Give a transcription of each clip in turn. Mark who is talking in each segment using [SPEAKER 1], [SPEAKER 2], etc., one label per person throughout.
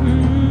[SPEAKER 1] Mm,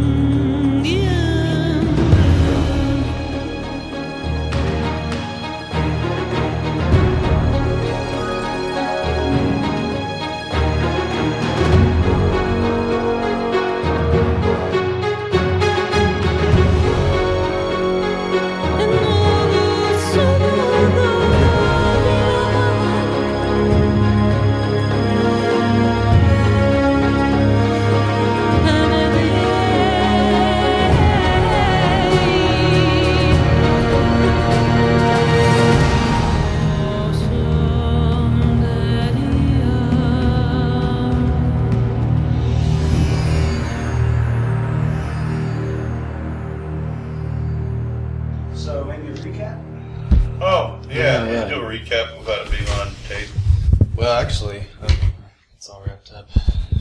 [SPEAKER 2] So maybe a recap?
[SPEAKER 3] Oh, yeah,
[SPEAKER 4] Yeah, yeah.
[SPEAKER 3] do a recap without it being on tape.
[SPEAKER 4] Well, actually, uh, it's all wrapped up.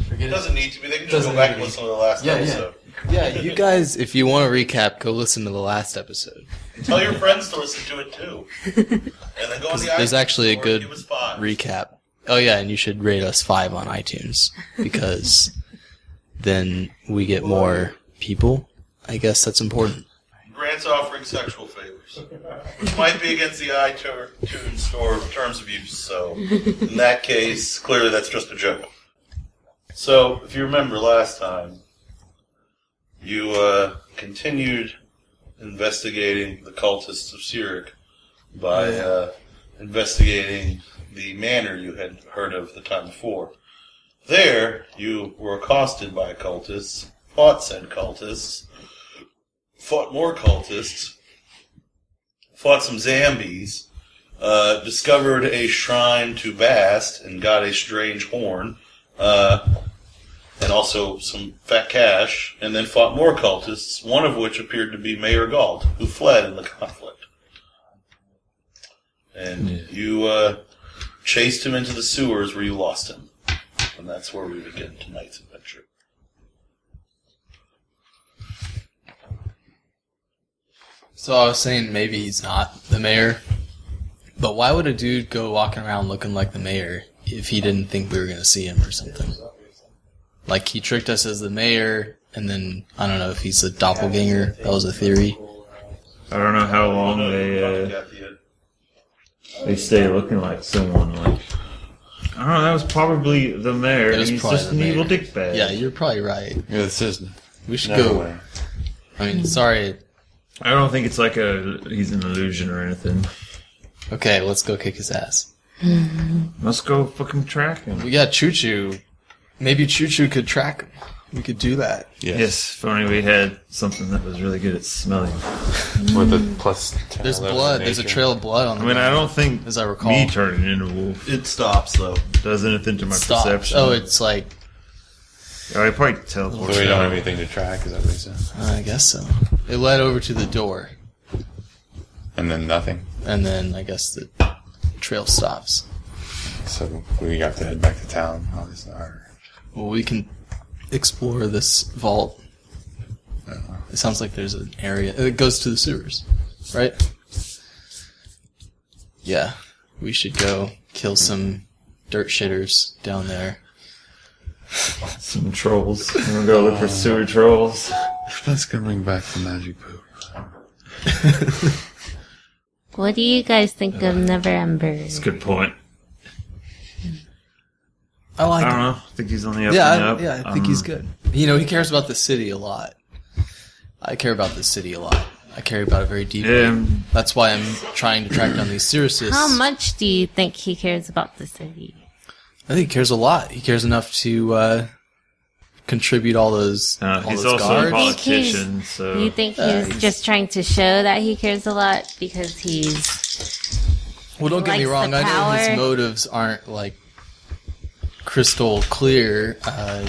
[SPEAKER 4] Forget
[SPEAKER 3] It
[SPEAKER 4] it.
[SPEAKER 3] doesn't need to be. They can just
[SPEAKER 4] Doesn't
[SPEAKER 3] go back and
[SPEAKER 4] need
[SPEAKER 3] listen to the last
[SPEAKER 4] Yeah,
[SPEAKER 3] episode.
[SPEAKER 4] yeah, you guys, if you want to recap, go listen to the last episode.
[SPEAKER 3] Tell your friends to listen to it too. And then go on
[SPEAKER 4] 'Cause
[SPEAKER 3] Oh, the
[SPEAKER 4] there's
[SPEAKER 3] iTunes
[SPEAKER 4] actually a
[SPEAKER 3] store
[SPEAKER 4] good
[SPEAKER 3] and give us five.
[SPEAKER 4] Recap. Oh yeah, and you should rate us five on iTunes because then we get more people. I guess that's important.
[SPEAKER 3] Grants offering sexual favors, which might be against the iTunes store terms of use. So, in that case, clearly that's just a joke. So, if you remember last time, you uh, continued investigating the cultists of Sirik by uh, investigating the manor you had heard of the time before. There, you were accosted by cultists, fought said cultists, fought more cultists, fought some zombies, uh, discovered a shrine to Bast, and got a strange horn, uh, and also some fat cash, and then fought more cultists, one of which appeared to be Mayor Galt, who fled in the conflict. And you uh, chased him into the sewers where you lost him. And that's where we begin tonight's adventure.
[SPEAKER 4] So I was saying maybe he's not the mayor, but why would a dude go walking around looking like the mayor if he didn't think we were gonna see him or something? Like he tricked us as the mayor, and then I don't know if he's a doppelganger. That was a theory.
[SPEAKER 5] I don't know how long they uh, they stay looking like someone like. I don't know. That was probably the mayor.
[SPEAKER 4] It was
[SPEAKER 5] and he's
[SPEAKER 4] probably
[SPEAKER 5] just
[SPEAKER 4] the
[SPEAKER 5] an evil
[SPEAKER 4] mayor.
[SPEAKER 5] dickbag.
[SPEAKER 4] Yeah, you're probably right.
[SPEAKER 6] Yeah, this isn't.
[SPEAKER 4] We should
[SPEAKER 6] No
[SPEAKER 4] go.
[SPEAKER 6] way.
[SPEAKER 4] I mean, sorry.
[SPEAKER 5] I don't think it's like a he's an illusion or anything.
[SPEAKER 4] Okay, let's go kick his ass.
[SPEAKER 5] Let's go fucking track him.
[SPEAKER 4] We got Choo Choo. Maybe Choo Choo could track him. We could do that.
[SPEAKER 6] Yes.
[SPEAKER 5] Yes, if only we had something that was really good at smelling.
[SPEAKER 6] With a plus 10,
[SPEAKER 4] There's
[SPEAKER 6] 11
[SPEAKER 4] blood. There's a
[SPEAKER 6] nature.
[SPEAKER 4] trail of blood on the
[SPEAKER 5] I mean, I don't think
[SPEAKER 4] As I recall.
[SPEAKER 5] me turning into a wolf
[SPEAKER 3] It stops, though.
[SPEAKER 5] does anything to my
[SPEAKER 4] stop.
[SPEAKER 5] perception.
[SPEAKER 4] Oh, it's like
[SPEAKER 5] I probably teleport.
[SPEAKER 6] So we don't have anything to track, is that what you said?
[SPEAKER 4] I guess so. It led over to the door,
[SPEAKER 6] And then nothing.
[SPEAKER 4] and then I guess the trail stops.
[SPEAKER 6] So we have to head back to town. Obviously. Or,
[SPEAKER 4] Well, we can explore this vault. It sounds like there's an area. It goes to the sewers, right? Yeah, we should go kill some dirt shitters down there.
[SPEAKER 5] Some trolls. I'm gonna go look for sewer trolls.
[SPEAKER 6] That's going to bring back the magic poop.
[SPEAKER 1] What do you guys think of Never Ember?
[SPEAKER 5] That's a good point.
[SPEAKER 4] I like.
[SPEAKER 5] I don't know. I think he's on the up
[SPEAKER 4] Yeah,
[SPEAKER 5] and
[SPEAKER 4] I,
[SPEAKER 5] up.
[SPEAKER 4] yeah, I think he's
[SPEAKER 5] Um,
[SPEAKER 4] good. You know, he cares about the city a lot. I care about the city a lot. I care about it very deeply.
[SPEAKER 5] Um,
[SPEAKER 4] That's why I'm trying to track down these Cirruses.
[SPEAKER 1] How much do you think he cares about the city?
[SPEAKER 4] I think he cares a lot. He cares enough to uh, contribute all those,
[SPEAKER 5] Uh,
[SPEAKER 4] all
[SPEAKER 5] he's
[SPEAKER 4] those
[SPEAKER 5] also a
[SPEAKER 4] guards.
[SPEAKER 1] poli-
[SPEAKER 5] politician, so
[SPEAKER 1] You think
[SPEAKER 4] Uh,
[SPEAKER 1] he's just trying to show that he cares a lot because he's
[SPEAKER 4] well, don't get me
[SPEAKER 1] likes
[SPEAKER 4] wrong.
[SPEAKER 1] the
[SPEAKER 4] I know
[SPEAKER 1] power.
[SPEAKER 4] his motives aren't like crystal clear. Uh,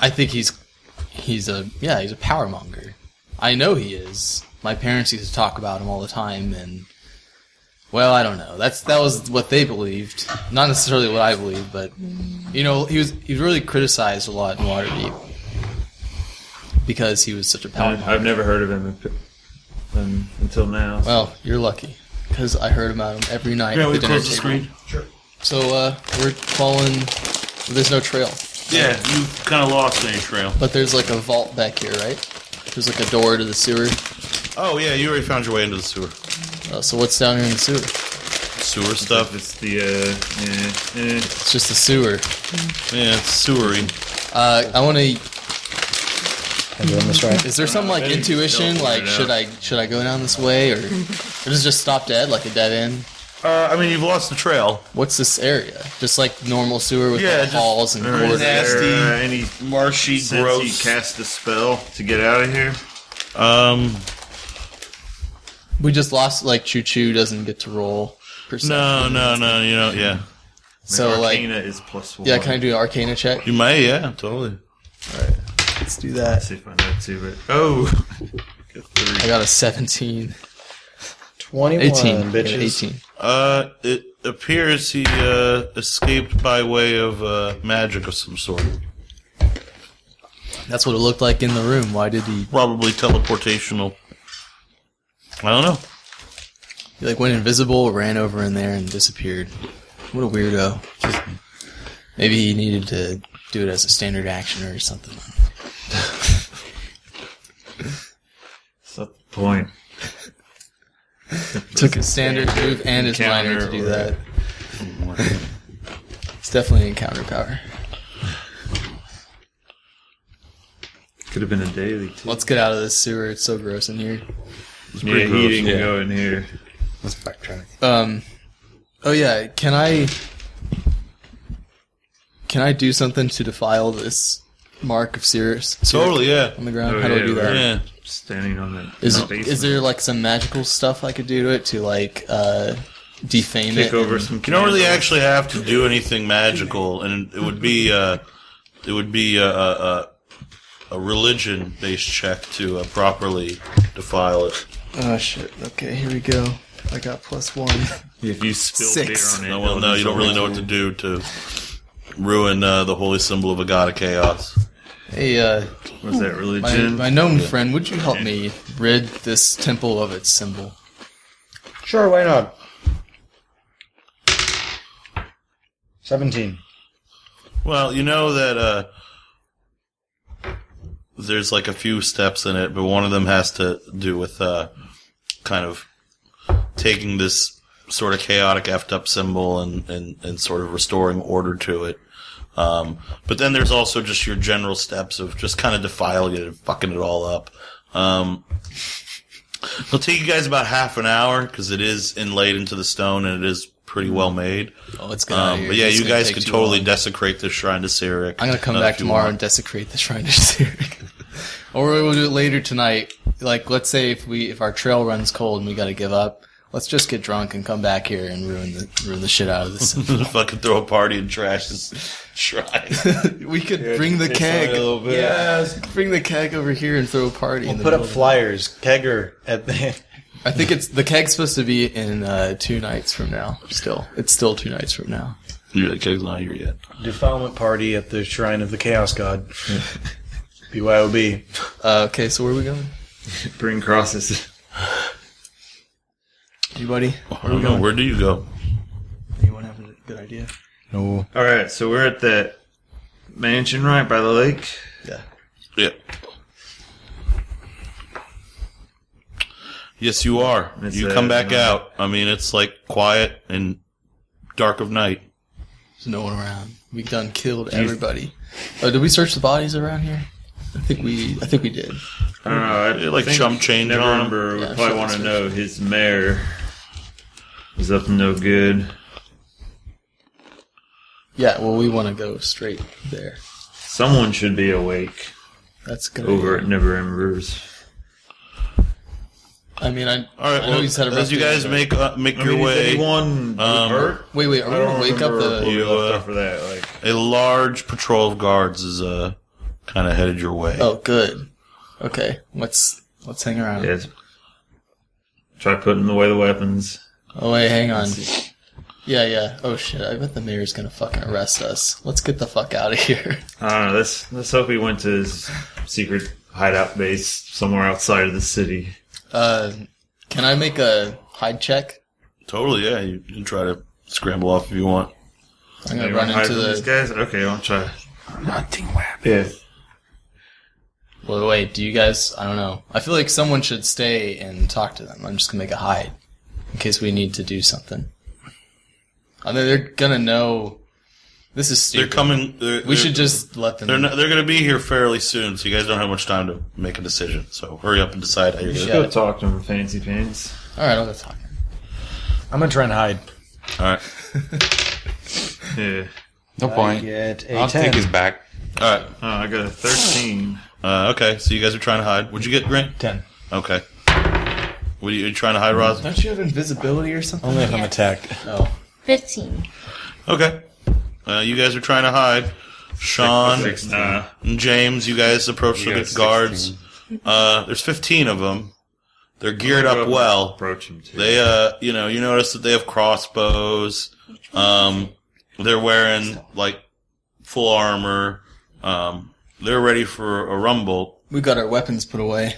[SPEAKER 4] I think he's he's a yeah he's a power monger. I know he is. My parents used to talk about him all the time, and Well, I don't know. That's that was what they believed, not necessarily what I believed, but you know, he was he was really criticized a lot in Waterdeep because he was such a power.
[SPEAKER 5] I, I've never heard of him in- um, until now.
[SPEAKER 4] Well, you're lucky because I heard about him every night.
[SPEAKER 7] Yeah,
[SPEAKER 4] at
[SPEAKER 7] we
[SPEAKER 4] the dinner
[SPEAKER 7] close the
[SPEAKER 4] table.
[SPEAKER 7] screen.
[SPEAKER 4] So uh, we're following. There's no trail,
[SPEAKER 7] Yeah, you kind of lost any trail.
[SPEAKER 4] but there's like a vault back here, right? There's like a door to the sewer.
[SPEAKER 3] Oh yeah, you already found your way into the sewer.
[SPEAKER 4] Uh, so what's down here in the sewer?
[SPEAKER 3] Sewer stuff.
[SPEAKER 5] It's the uh, eh, eh.
[SPEAKER 4] It's just a sewer.
[SPEAKER 3] Yeah, it's sewery.
[SPEAKER 4] Uh, I want to.
[SPEAKER 8] Am I doing this right?
[SPEAKER 4] Is there some like
[SPEAKER 5] maybe you
[SPEAKER 4] intuition?
[SPEAKER 5] don't
[SPEAKER 4] Like,
[SPEAKER 5] figure it
[SPEAKER 4] should I should I go down this way or, or does it just stop dead like a dead end?
[SPEAKER 3] Uh, I mean, you've lost the trail.
[SPEAKER 4] What's this area? Just like normal sewer with
[SPEAKER 3] Yeah,
[SPEAKER 4] like,
[SPEAKER 3] just-
[SPEAKER 4] halls and
[SPEAKER 5] Or is
[SPEAKER 4] corridors.
[SPEAKER 3] that- Nasty.
[SPEAKER 5] there, uh, any
[SPEAKER 3] Marshy,
[SPEAKER 5] sense he cast a spell to get out of here?
[SPEAKER 3] Um,
[SPEAKER 4] We just lost like Choo Choo doesn't get to roll. Percent.
[SPEAKER 3] no, no, no. You know, yeah.
[SPEAKER 4] So like,
[SPEAKER 5] Arcana is plus one.
[SPEAKER 4] yeah, can I do an Arcana check?
[SPEAKER 3] You may, yeah, totally.
[SPEAKER 4] Let's do
[SPEAKER 5] Let's
[SPEAKER 4] that.
[SPEAKER 5] see if I know too, but oh,
[SPEAKER 4] I got a 17.
[SPEAKER 8] 21,
[SPEAKER 4] 18. Yeah,
[SPEAKER 8] bitches.
[SPEAKER 4] 18.
[SPEAKER 3] Uh, it appears he uh, escaped by way of uh, magic of some sort.
[SPEAKER 4] That's what it looked like in the room. Why did he,
[SPEAKER 3] Probably teleportational. I don't know.
[SPEAKER 4] he like went invisible, ran over in there, and disappeared? What a weirdo. Just- maybe he needed to do it as a standard action or something.
[SPEAKER 5] that's not the point.
[SPEAKER 4] Took his standard move and his minor to
[SPEAKER 5] Encounter
[SPEAKER 4] do
[SPEAKER 5] or-
[SPEAKER 4] that. It's definitely an encounter power.
[SPEAKER 5] Could have been a daily. Too.
[SPEAKER 4] Let's get out of this sewer. It's so gross in here.
[SPEAKER 5] yeah,
[SPEAKER 3] pretty
[SPEAKER 5] he
[SPEAKER 3] gross.
[SPEAKER 5] didn't
[SPEAKER 6] Yeah.
[SPEAKER 5] go in here.
[SPEAKER 6] Let's backtrack.
[SPEAKER 4] Um. Oh yeah. Can I? Can I do something to defile this mark of Sirius?
[SPEAKER 3] Totally, yeah,
[SPEAKER 4] On the ground.
[SPEAKER 5] Oh,
[SPEAKER 4] How do
[SPEAKER 5] yeah,
[SPEAKER 4] I do that?
[SPEAKER 5] right.
[SPEAKER 3] yeah.
[SPEAKER 5] Standing on the
[SPEAKER 4] Is
[SPEAKER 5] the
[SPEAKER 4] is there like some magical stuff I could do to it to like uh defame
[SPEAKER 5] take
[SPEAKER 4] it?
[SPEAKER 5] over some?
[SPEAKER 3] You don't really actually have to do anything magical, and it would be uh, it would be a, a, a religion based check to uh, properly defile it.
[SPEAKER 4] Oh shit. Okay. Here we go. I got plus one.
[SPEAKER 5] If you spill
[SPEAKER 4] Six.
[SPEAKER 5] beer on it,
[SPEAKER 3] No, well, no, you don't really know what to do to ruin uh, the holy symbol of a god of chaos.
[SPEAKER 4] Hey, uh,
[SPEAKER 5] Was that
[SPEAKER 4] my,
[SPEAKER 5] religion?
[SPEAKER 4] my gnome friend, would you help me rid this temple of its symbol?
[SPEAKER 8] Sure, why not? 17.
[SPEAKER 3] Well, you know that uh, there's like a few steps in it, but one of them has to do with uh, kind of taking this sort of chaotic, effed up symbol and, and, and sort of restoring order to it. Um, but then there's also just your general steps of just kind of defiling it and fucking it all up. Um, it'll take you guys about half an hour because it is inlaid into the stone and it is pretty well made.
[SPEAKER 4] Oh, let's get out of
[SPEAKER 3] Um,
[SPEAKER 4] here.
[SPEAKER 3] but yeah,
[SPEAKER 4] It's
[SPEAKER 3] you
[SPEAKER 4] gonna
[SPEAKER 3] guys
[SPEAKER 4] take
[SPEAKER 3] could
[SPEAKER 4] too
[SPEAKER 3] totally
[SPEAKER 4] long.
[SPEAKER 3] desecrate the shrine to Sirik.
[SPEAKER 4] I'm gonna come
[SPEAKER 3] uh,
[SPEAKER 4] back
[SPEAKER 3] if you
[SPEAKER 4] tomorrow and
[SPEAKER 3] want.
[SPEAKER 4] desecrate the shrine to Sirik. or we'll do it later tonight. Like, let's say if we if our trail runs cold and we gotta give up, let's just get drunk and come back here and ruin the ruin the shit out of this.
[SPEAKER 3] fucking throw a party and trash this shrine.
[SPEAKER 4] we could bring the keg.
[SPEAKER 8] Yes.
[SPEAKER 4] Bring the keg over here and throw a party. in the
[SPEAKER 8] Put up
[SPEAKER 4] middle.
[SPEAKER 8] flyers, kegger at the.
[SPEAKER 4] I think it's the keg's supposed to be in uh, two nights from now. Still, it's still two nights from now.
[SPEAKER 3] You're like, "Keg's not here yet.
[SPEAKER 8] defilement party at the shrine of the chaos god. BYOB.
[SPEAKER 4] Uh, okay, so where are we going?
[SPEAKER 5] Bring crosses.
[SPEAKER 4] Anybody?
[SPEAKER 3] I don't know. Where do you go?
[SPEAKER 4] Anyone have a good idea?
[SPEAKER 8] No.
[SPEAKER 5] All right, so we're at that mansion right by the lake.
[SPEAKER 4] Yeah.
[SPEAKER 3] Yeah. Yes, you are.
[SPEAKER 5] It's
[SPEAKER 3] you
[SPEAKER 5] a-
[SPEAKER 3] come back
[SPEAKER 5] uh,
[SPEAKER 3] out. I mean, it's like quiet and dark of night.
[SPEAKER 4] There's no one around. We done killed everybody. Oh, did we search the bodies around here? I think we. I think we did.
[SPEAKER 5] I don't know. I
[SPEAKER 3] Yeah, like
[SPEAKER 5] think-
[SPEAKER 3] chump change
[SPEAKER 5] Never
[SPEAKER 3] on 'em.
[SPEAKER 5] remember. We
[SPEAKER 4] Yeah,
[SPEAKER 5] probably
[SPEAKER 4] sure,
[SPEAKER 5] want to
[SPEAKER 4] sure,
[SPEAKER 5] know his mayor is up to no good.
[SPEAKER 4] Yeah. Well, we want to go straight there.
[SPEAKER 5] Someone should be awake
[SPEAKER 4] That's gonna.
[SPEAKER 5] over at Never Embers.
[SPEAKER 4] I mean, I.
[SPEAKER 3] All right.
[SPEAKER 4] I know
[SPEAKER 3] Well,
[SPEAKER 4] he's had a rough
[SPEAKER 3] as you
[SPEAKER 4] day,
[SPEAKER 3] guys
[SPEAKER 4] but-
[SPEAKER 3] make uh, make
[SPEAKER 5] I
[SPEAKER 3] your
[SPEAKER 5] mean,
[SPEAKER 3] way,
[SPEAKER 5] Did anyone get
[SPEAKER 3] um,
[SPEAKER 5] hurt?
[SPEAKER 4] Wait, wait. Are we
[SPEAKER 5] I don't
[SPEAKER 4] gonna wake up
[SPEAKER 5] remember what
[SPEAKER 4] the?
[SPEAKER 5] we
[SPEAKER 3] You,
[SPEAKER 5] left
[SPEAKER 3] uh,
[SPEAKER 5] off for that. Like,
[SPEAKER 3] a large patrol of guards is uh kind of headed your way.
[SPEAKER 4] Oh, good. Okay. Let's let's hang around.
[SPEAKER 5] yes. Try putting away the weapons.
[SPEAKER 4] Oh wait, hang on. Yeah, yeah. Oh shit! I bet the mayor's gonna fucking arrest us. Let's get the fuck out of here.
[SPEAKER 5] I don't know. Let's let's hope he went to his secret hideout base somewhere outside of the city.
[SPEAKER 4] Uh, can I make a hide check?
[SPEAKER 3] Totally, yeah. You can try to scramble off if you want.
[SPEAKER 4] I'm gonna
[SPEAKER 5] Anyone
[SPEAKER 4] run
[SPEAKER 5] hide
[SPEAKER 4] into
[SPEAKER 5] from these
[SPEAKER 4] the.
[SPEAKER 5] guys. Okay, I'll try. Nothing happened.
[SPEAKER 4] Well, wait. Do you guys? I don't know. I feel like someone should stay and talk to them. I'm just gonna make a hide in case we need to do something. I mean, they're gonna know. This is
[SPEAKER 3] They're
[SPEAKER 4] stupid.
[SPEAKER 3] coming. They're,
[SPEAKER 4] we
[SPEAKER 3] they're-
[SPEAKER 4] should just let them.
[SPEAKER 3] They're not, they're going to be here fairly soon, so you guys don't have much time to make a decision. So hurry up and decide how you're going
[SPEAKER 5] Yeah,
[SPEAKER 3] to.
[SPEAKER 5] go talk to him, fancy pants.
[SPEAKER 4] All right, I'll go talk.
[SPEAKER 8] I'm gonna try and hide.
[SPEAKER 3] All right,
[SPEAKER 5] Yeah.
[SPEAKER 6] No point.
[SPEAKER 8] Get a
[SPEAKER 6] I'll take
[SPEAKER 8] 10.
[SPEAKER 6] his back.
[SPEAKER 3] all right.
[SPEAKER 5] Oh, I got a thirteen.
[SPEAKER 3] Uh, okay, so you guys are trying to hide. What'd you get, Grant?
[SPEAKER 8] 10.
[SPEAKER 3] Okay. What are you, are you trying to hide, Roz?
[SPEAKER 4] Don't you have invisibility or something?
[SPEAKER 8] Only if I'm
[SPEAKER 2] Yeah.
[SPEAKER 8] attacked.
[SPEAKER 4] Oh,
[SPEAKER 2] 15.
[SPEAKER 3] Okay. Uh, you guys are trying to hide. Sean
[SPEAKER 5] Nah.
[SPEAKER 3] and James, you guys approach
[SPEAKER 6] You
[SPEAKER 3] the
[SPEAKER 6] got
[SPEAKER 3] guards. Uh, there's 15 of them. They're geared up well.
[SPEAKER 5] Approach him too.
[SPEAKER 3] They, uh, you know, you notice that they have crossbows. Um, they're wearing like full armor. Um, they're ready for a rumble.
[SPEAKER 4] we got our weapons put away.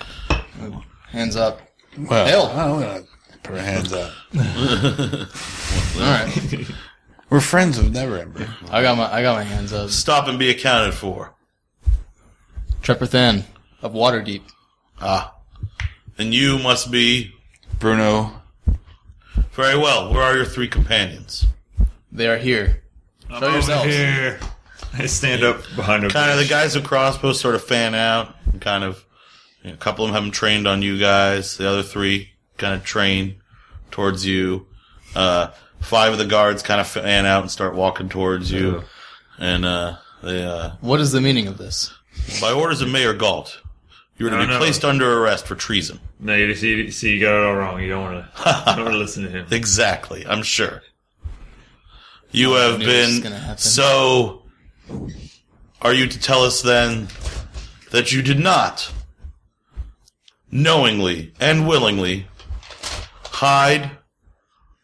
[SPEAKER 4] Hands up.
[SPEAKER 6] Well,
[SPEAKER 4] Hell.
[SPEAKER 6] I don't wanna put our hands up.
[SPEAKER 4] All right.
[SPEAKER 6] We're friends of Never Ember.
[SPEAKER 4] I got my I got my hands up.
[SPEAKER 3] Stop and be accounted for.
[SPEAKER 4] Trevor Than of Waterdeep.
[SPEAKER 3] Ah, and you must be
[SPEAKER 6] Bruno,
[SPEAKER 3] very well. Where are your three companions?
[SPEAKER 4] They are here. Show yourselves.
[SPEAKER 5] Here. I stand up behind him.
[SPEAKER 3] Kind of the guys with crossbows sort of fan out. And kind of you know, a couple of them haven't trained on you guys. The other three kind of train towards you. Uh, five of the guards kind of fan out and start walking towards you. And uh, they uh,
[SPEAKER 4] What is the meaning of this?
[SPEAKER 3] By orders of Mayor Galt, you are to
[SPEAKER 5] No,
[SPEAKER 3] be
[SPEAKER 5] no.
[SPEAKER 3] placed under arrest for treason.
[SPEAKER 5] No, you see, see, you got it all wrong. You don't want to. don't want to listen to him.
[SPEAKER 3] Exactly, I'm sure. You have
[SPEAKER 4] knew this was
[SPEAKER 3] been
[SPEAKER 4] gonna happen.
[SPEAKER 3] so. Are you to tell us then that you did not knowingly and willingly hide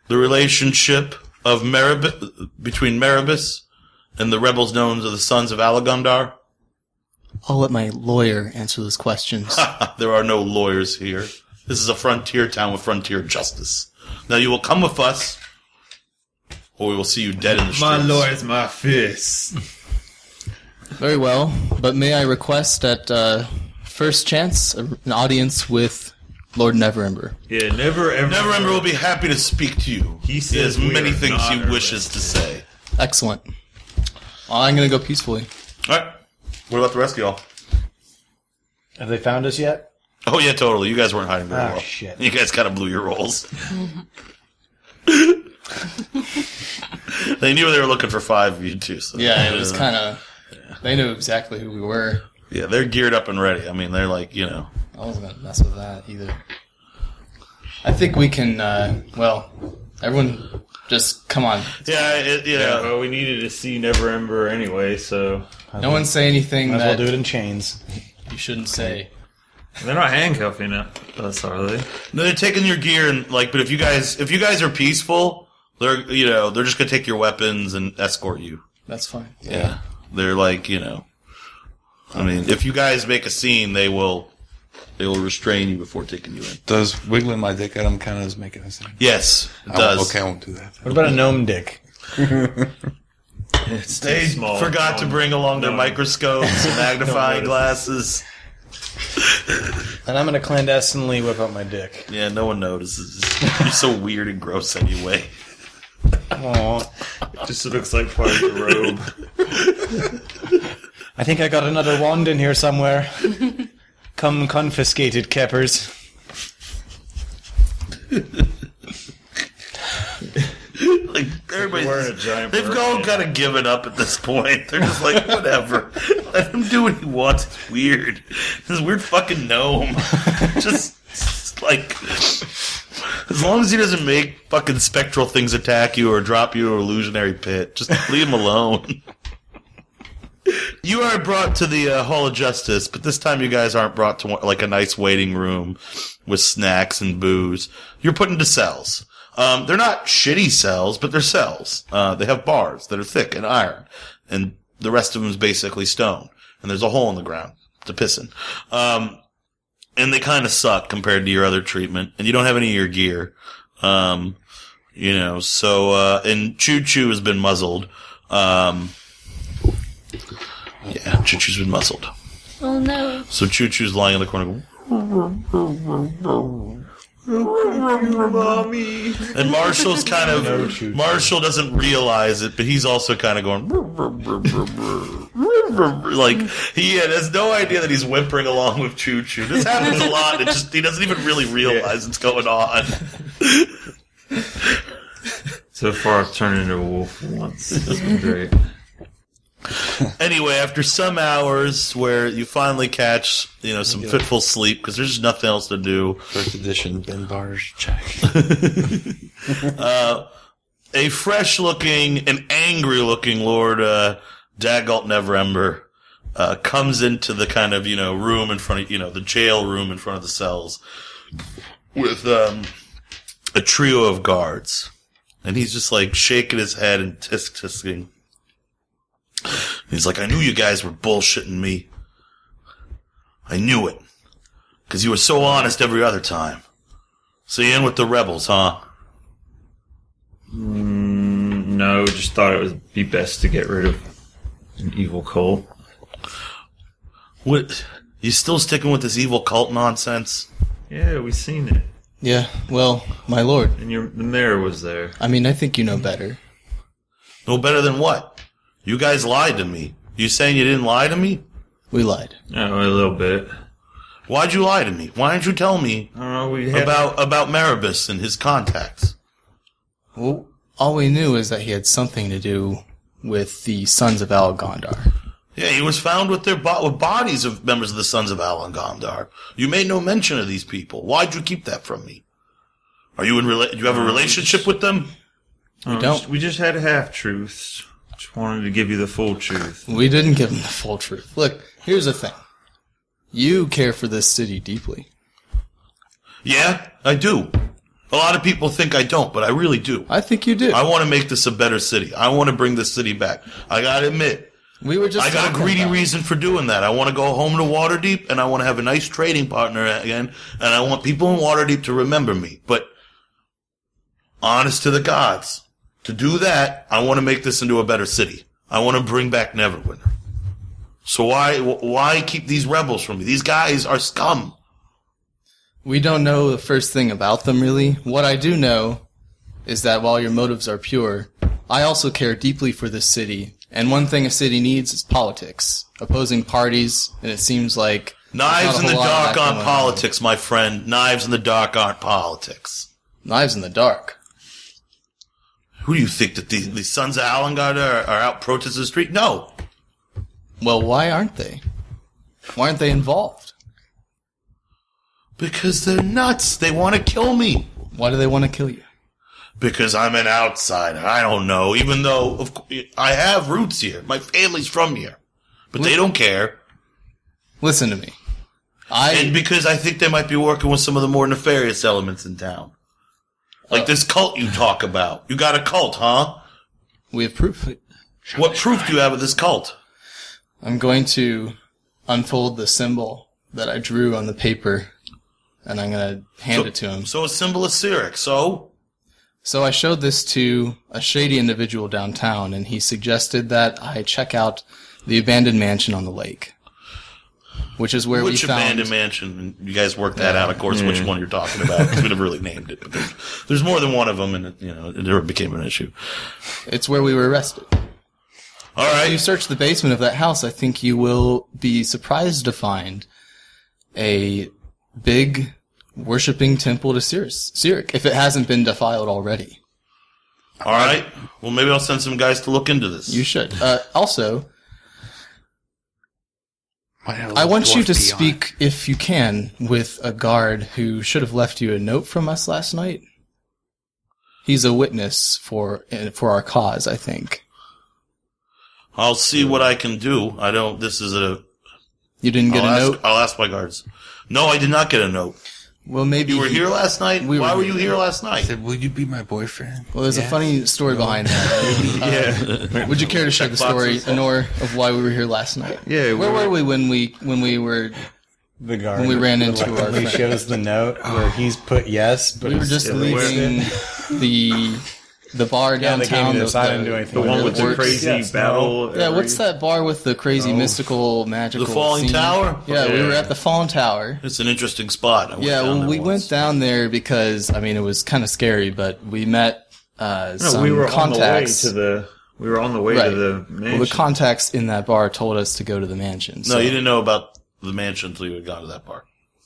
[SPEAKER 3] the relationship of Merib- between Meribus and the rebels known as the Sons of Alagundar?
[SPEAKER 4] I'll let my lawyer answer those questions.
[SPEAKER 3] There are no lawyers here. This is a frontier town with frontier justice. Now you will come with us, or we will see you dead in the streets.
[SPEAKER 5] My lord's my fist.
[SPEAKER 4] Very well, but may I request at uh, first chance a- an audience with Lord Neverember?
[SPEAKER 5] Yeah, never ever.
[SPEAKER 3] Neverember will be happy to speak to you.
[SPEAKER 5] He says
[SPEAKER 3] has many
[SPEAKER 5] we are
[SPEAKER 3] things he
[SPEAKER 5] not
[SPEAKER 3] wishes to say.
[SPEAKER 4] Excellent. Well, I'm gonna go peacefully.
[SPEAKER 3] All right. What about the rest of y'all?
[SPEAKER 8] Have they found us yet?
[SPEAKER 3] Oh yeah, totally. You guys weren't hiding very
[SPEAKER 8] Ah,
[SPEAKER 3] well.
[SPEAKER 8] shit.
[SPEAKER 3] You guys kind of blew your rolls. they knew they were looking for five of you too. So Uh,
[SPEAKER 4] Yeah, it was kind of. They knew exactly who we were.
[SPEAKER 3] yeah. They're geared up and ready. I mean, they're like you know.
[SPEAKER 4] I wasn't gonna mess with that either. I think we can. Uh, well, everyone, just come on.
[SPEAKER 3] Yeah, it, you know.
[SPEAKER 5] Well, we needed to see Never Ember anyway, so
[SPEAKER 4] No one say anything
[SPEAKER 8] Might as well
[SPEAKER 4] that
[SPEAKER 8] do it in chains.
[SPEAKER 4] you shouldn't say.
[SPEAKER 5] they're not handcuffing us, are they?
[SPEAKER 3] No, they're taking your gear and like, but if you guys if you guys are peaceful, they're you know they're just gonna take your weapons and escort you.
[SPEAKER 4] That's fine.
[SPEAKER 3] Yeah, they're like you know, I mean, if you guys make a scene, they will they will restrain you before taking you in.
[SPEAKER 6] does wiggling my dick at him kind of make it sound?
[SPEAKER 3] Yes, it
[SPEAKER 6] I won't-
[SPEAKER 3] does.
[SPEAKER 6] Okay, I won't do that.
[SPEAKER 8] What about a gnome dick?
[SPEAKER 5] It's too
[SPEAKER 3] They
[SPEAKER 5] small.
[SPEAKER 3] forgot to
[SPEAKER 5] Um,
[SPEAKER 3] bring along their
[SPEAKER 5] no.
[SPEAKER 3] microscopes and magnifying
[SPEAKER 5] notice.
[SPEAKER 3] glasses.
[SPEAKER 8] And I'm gonna clandestinely whip out my dick.
[SPEAKER 3] Yeah, no one notices. You're so weird and gross anyway.
[SPEAKER 8] Aw.
[SPEAKER 5] Just looks like part of the robe.
[SPEAKER 8] I think I got another wand in here somewhere. Come confiscate it, Keppers.
[SPEAKER 3] Like everybody's
[SPEAKER 5] Wearing a giant.
[SPEAKER 3] They've
[SPEAKER 5] bird
[SPEAKER 3] all
[SPEAKER 5] hat.
[SPEAKER 3] kind of given up at this point. They're just like, whatever. Let him do what he wants. It's weird. This weird fucking gnome. just, just like, as long as he doesn't make fucking spectral things attack you or drop you in an illusionary pit, just leave him alone. You are brought to the uh, Hall of Justice, but this time you guys aren't brought to like a nice waiting room with snacks and booze. You're put into cells. Um, they're not shitty cells, but they're cells. Uh, they have bars that are thick and iron, and the rest of them is basically stone. And there's a hole in the ground to piss in. Um, and they kind of suck compared to your other treatment, and you don't have any of your gear. Um, you know, so, uh, and Choo Choo has been muzzled. Um, yeah, Choo Choo's been muzzled.
[SPEAKER 2] Oh no.
[SPEAKER 3] So Choo Choo's lying in the corner going,
[SPEAKER 5] Mommy.
[SPEAKER 3] and Marshall's kind of, Marshall doesn't realize it, but he's also kind of going, like, he has no idea that he's whimpering along with Choo Choo. This happens a lot, it just, he doesn't even really realize it's going on.
[SPEAKER 5] So far, I've turned into a wolf once. That's been great.
[SPEAKER 3] anyway, after some hours where you finally catch, you know, some fitful sleep because there's just nothing else to do,
[SPEAKER 6] First edition, Ben Barge check.
[SPEAKER 3] a fresh looking and angry looking Lord uh, Dagalt Neverember uh, comes into the kind of, you know, room in front of, you know, the jail room in front of the cells with um, a trio of guards. And he's just like shaking his head and tisk tisking. He's like, I knew you guys were bullshitting me. I knew it. Because you were so honest every other time. So you in with the rebels, huh?
[SPEAKER 5] No, just thought it would be best to get rid of an evil Cole.
[SPEAKER 3] What? You still sticking with this evil cult nonsense?
[SPEAKER 5] Yeah, we seen it.
[SPEAKER 4] Yeah, well, my lord.
[SPEAKER 5] And your, the mayor was there.
[SPEAKER 4] I mean, I think you know better.
[SPEAKER 3] No better than what? You guys lied to me. You saying you didn't lie to me?
[SPEAKER 4] We lied.
[SPEAKER 5] Oh, a little bit.
[SPEAKER 3] Why'd you lie to me? Why didn't you tell me
[SPEAKER 5] I don't know, we had...
[SPEAKER 3] about about Maribus and his contacts?
[SPEAKER 4] Well, all we knew is that he had something to do with the Sons of Al Gondar.
[SPEAKER 3] Yeah, he was found with their bo- with bodies of members of the Sons of Alan Gondar. You made no mention of these people. Why'd you keep that from me? Are you in rela- do you have a relationship with them?
[SPEAKER 5] I don't know,
[SPEAKER 4] don't-
[SPEAKER 5] just- we just had half-truths. Just wanted to give you the full truth.
[SPEAKER 4] We didn't give him the full truth. Look, here's the thing. You care for this city deeply.
[SPEAKER 3] Yeah, I do. A lot of people think I don't, but I really do.
[SPEAKER 4] I think you do.
[SPEAKER 3] I want to make this a better city. I want to bring this city back. I gotta admit,
[SPEAKER 4] we were just
[SPEAKER 3] I got a
[SPEAKER 4] talking
[SPEAKER 3] greedy
[SPEAKER 4] about it.
[SPEAKER 3] reason for doing that. I want to go home to Waterdeep, and I want to have a nice trading partner again, and I want people in Waterdeep to remember me. But honest to the gods, to do that, I want to make this into a better city. I want to bring back Neverwinter. So why why keep these rebels from me? These guys are scum.
[SPEAKER 4] We don't know the first thing about them, really. What I do know is that while your motives are pure, I also care deeply for this city. And one thing a city needs is politics, opposing parties, and it seems like
[SPEAKER 3] Knives
[SPEAKER 4] There's not a
[SPEAKER 3] in the
[SPEAKER 4] whole lot
[SPEAKER 3] dark
[SPEAKER 4] of that
[SPEAKER 3] aren't
[SPEAKER 4] going on.
[SPEAKER 3] politics, my friend. Knives in the dark aren't politics.
[SPEAKER 4] knives in the dark.
[SPEAKER 3] Who do you think that these, these sons of Alangard are, are out protesting the street? No,
[SPEAKER 4] Well, why aren't they? Why aren't they involved?
[SPEAKER 3] Because they're nuts. They want to kill me.
[SPEAKER 4] Why do they want to kill you?
[SPEAKER 3] Because I'm an outsider. I don't know. Even though of, cou- I have roots here, my family's from here, but they don't care.
[SPEAKER 4] Listen to me. I
[SPEAKER 3] And because I think they might be working with some of the more nefarious elements in town, like
[SPEAKER 4] Uh.
[SPEAKER 3] this cult you talk about. You got a cult, huh?
[SPEAKER 4] we have proof.
[SPEAKER 3] What proof do you have of this cult?
[SPEAKER 4] I'm going to unfold the symbol that I drew on the paper, and I'm going to hand it to him.
[SPEAKER 3] So a symbol of Syric. So
[SPEAKER 4] So I showed this to a shady individual downtown, and he suggested that I check out the abandoned mansion on the lake, which is where
[SPEAKER 3] which
[SPEAKER 4] we found.
[SPEAKER 3] abandoned mansion? You guys worked that out, of course. Which one you're talking about? 'cause We'd have really named it, but there's, there's more than one of them, and it, you know it never became an issue.
[SPEAKER 4] It's where we were arrested.
[SPEAKER 3] All
[SPEAKER 4] If you
[SPEAKER 3] right.
[SPEAKER 4] search the basement of that house, I think you will be surprised to find a big worshiping temple to Cyrus, Cyric, if it hasn't been defiled already.
[SPEAKER 3] All right. Well, maybe I'll send some guys to look into this.
[SPEAKER 4] You should. Uh, also, I want you to speak, if you can, with a guard who should have left you a note from us last night. He's a witness for eh, for our cause, I think.
[SPEAKER 3] I'll see what I can do. I don't. This is a.
[SPEAKER 4] You didn't get
[SPEAKER 3] will
[SPEAKER 4] a
[SPEAKER 3] ask,
[SPEAKER 4] note.
[SPEAKER 3] I'll ask my guards. No, I did not get a note.
[SPEAKER 4] Well, maybe
[SPEAKER 3] You were
[SPEAKER 4] he-
[SPEAKER 3] here last night.
[SPEAKER 4] We
[SPEAKER 3] Why
[SPEAKER 4] were
[SPEAKER 3] were
[SPEAKER 4] here.
[SPEAKER 3] you here last night?
[SPEAKER 6] Said, will you be my boyfriend?
[SPEAKER 4] Well, there's a funny story behind that. yeah. Would you care to share the story,
[SPEAKER 3] boxes.
[SPEAKER 4] Honor, of why we were here last night?
[SPEAKER 5] Yeah,
[SPEAKER 4] Where
[SPEAKER 5] we-
[SPEAKER 4] were we when we when we were
[SPEAKER 8] The guard.
[SPEAKER 4] when we ran into our
[SPEAKER 8] He
[SPEAKER 4] friend?
[SPEAKER 8] shows the note where he's put yes, but
[SPEAKER 4] We were
[SPEAKER 8] it's-
[SPEAKER 4] just
[SPEAKER 8] yeah,
[SPEAKER 4] leaving the the bar
[SPEAKER 8] Yeah, they gave
[SPEAKER 4] downtown.
[SPEAKER 8] me this. I
[SPEAKER 4] the-
[SPEAKER 8] didn't do anything.
[SPEAKER 5] The one with the
[SPEAKER 4] Works.
[SPEAKER 5] crazy
[SPEAKER 8] Yes, no.
[SPEAKER 5] battle.
[SPEAKER 4] Yeah,
[SPEAKER 5] every-
[SPEAKER 4] what's that bar with the crazy mystical magical?
[SPEAKER 3] The Falling
[SPEAKER 4] scene?
[SPEAKER 3] Tower?
[SPEAKER 4] Yeah, we
[SPEAKER 5] Yeah.
[SPEAKER 4] were at the Falling Tower.
[SPEAKER 3] It's an interesting spot. I went
[SPEAKER 4] Yeah,
[SPEAKER 3] down
[SPEAKER 4] well,
[SPEAKER 3] there
[SPEAKER 4] we
[SPEAKER 3] once.
[SPEAKER 4] went down there because I mean it was kind of scary, but we met uh,
[SPEAKER 5] No,
[SPEAKER 4] some
[SPEAKER 5] we were
[SPEAKER 4] contacts.
[SPEAKER 5] on the way to the. We were on the way
[SPEAKER 4] Right.
[SPEAKER 5] to the mansion.
[SPEAKER 4] well, the contacts in that bar told us to go to the mansion.
[SPEAKER 3] No,
[SPEAKER 4] so-
[SPEAKER 3] you didn't know about the mansion until you had gone to that part.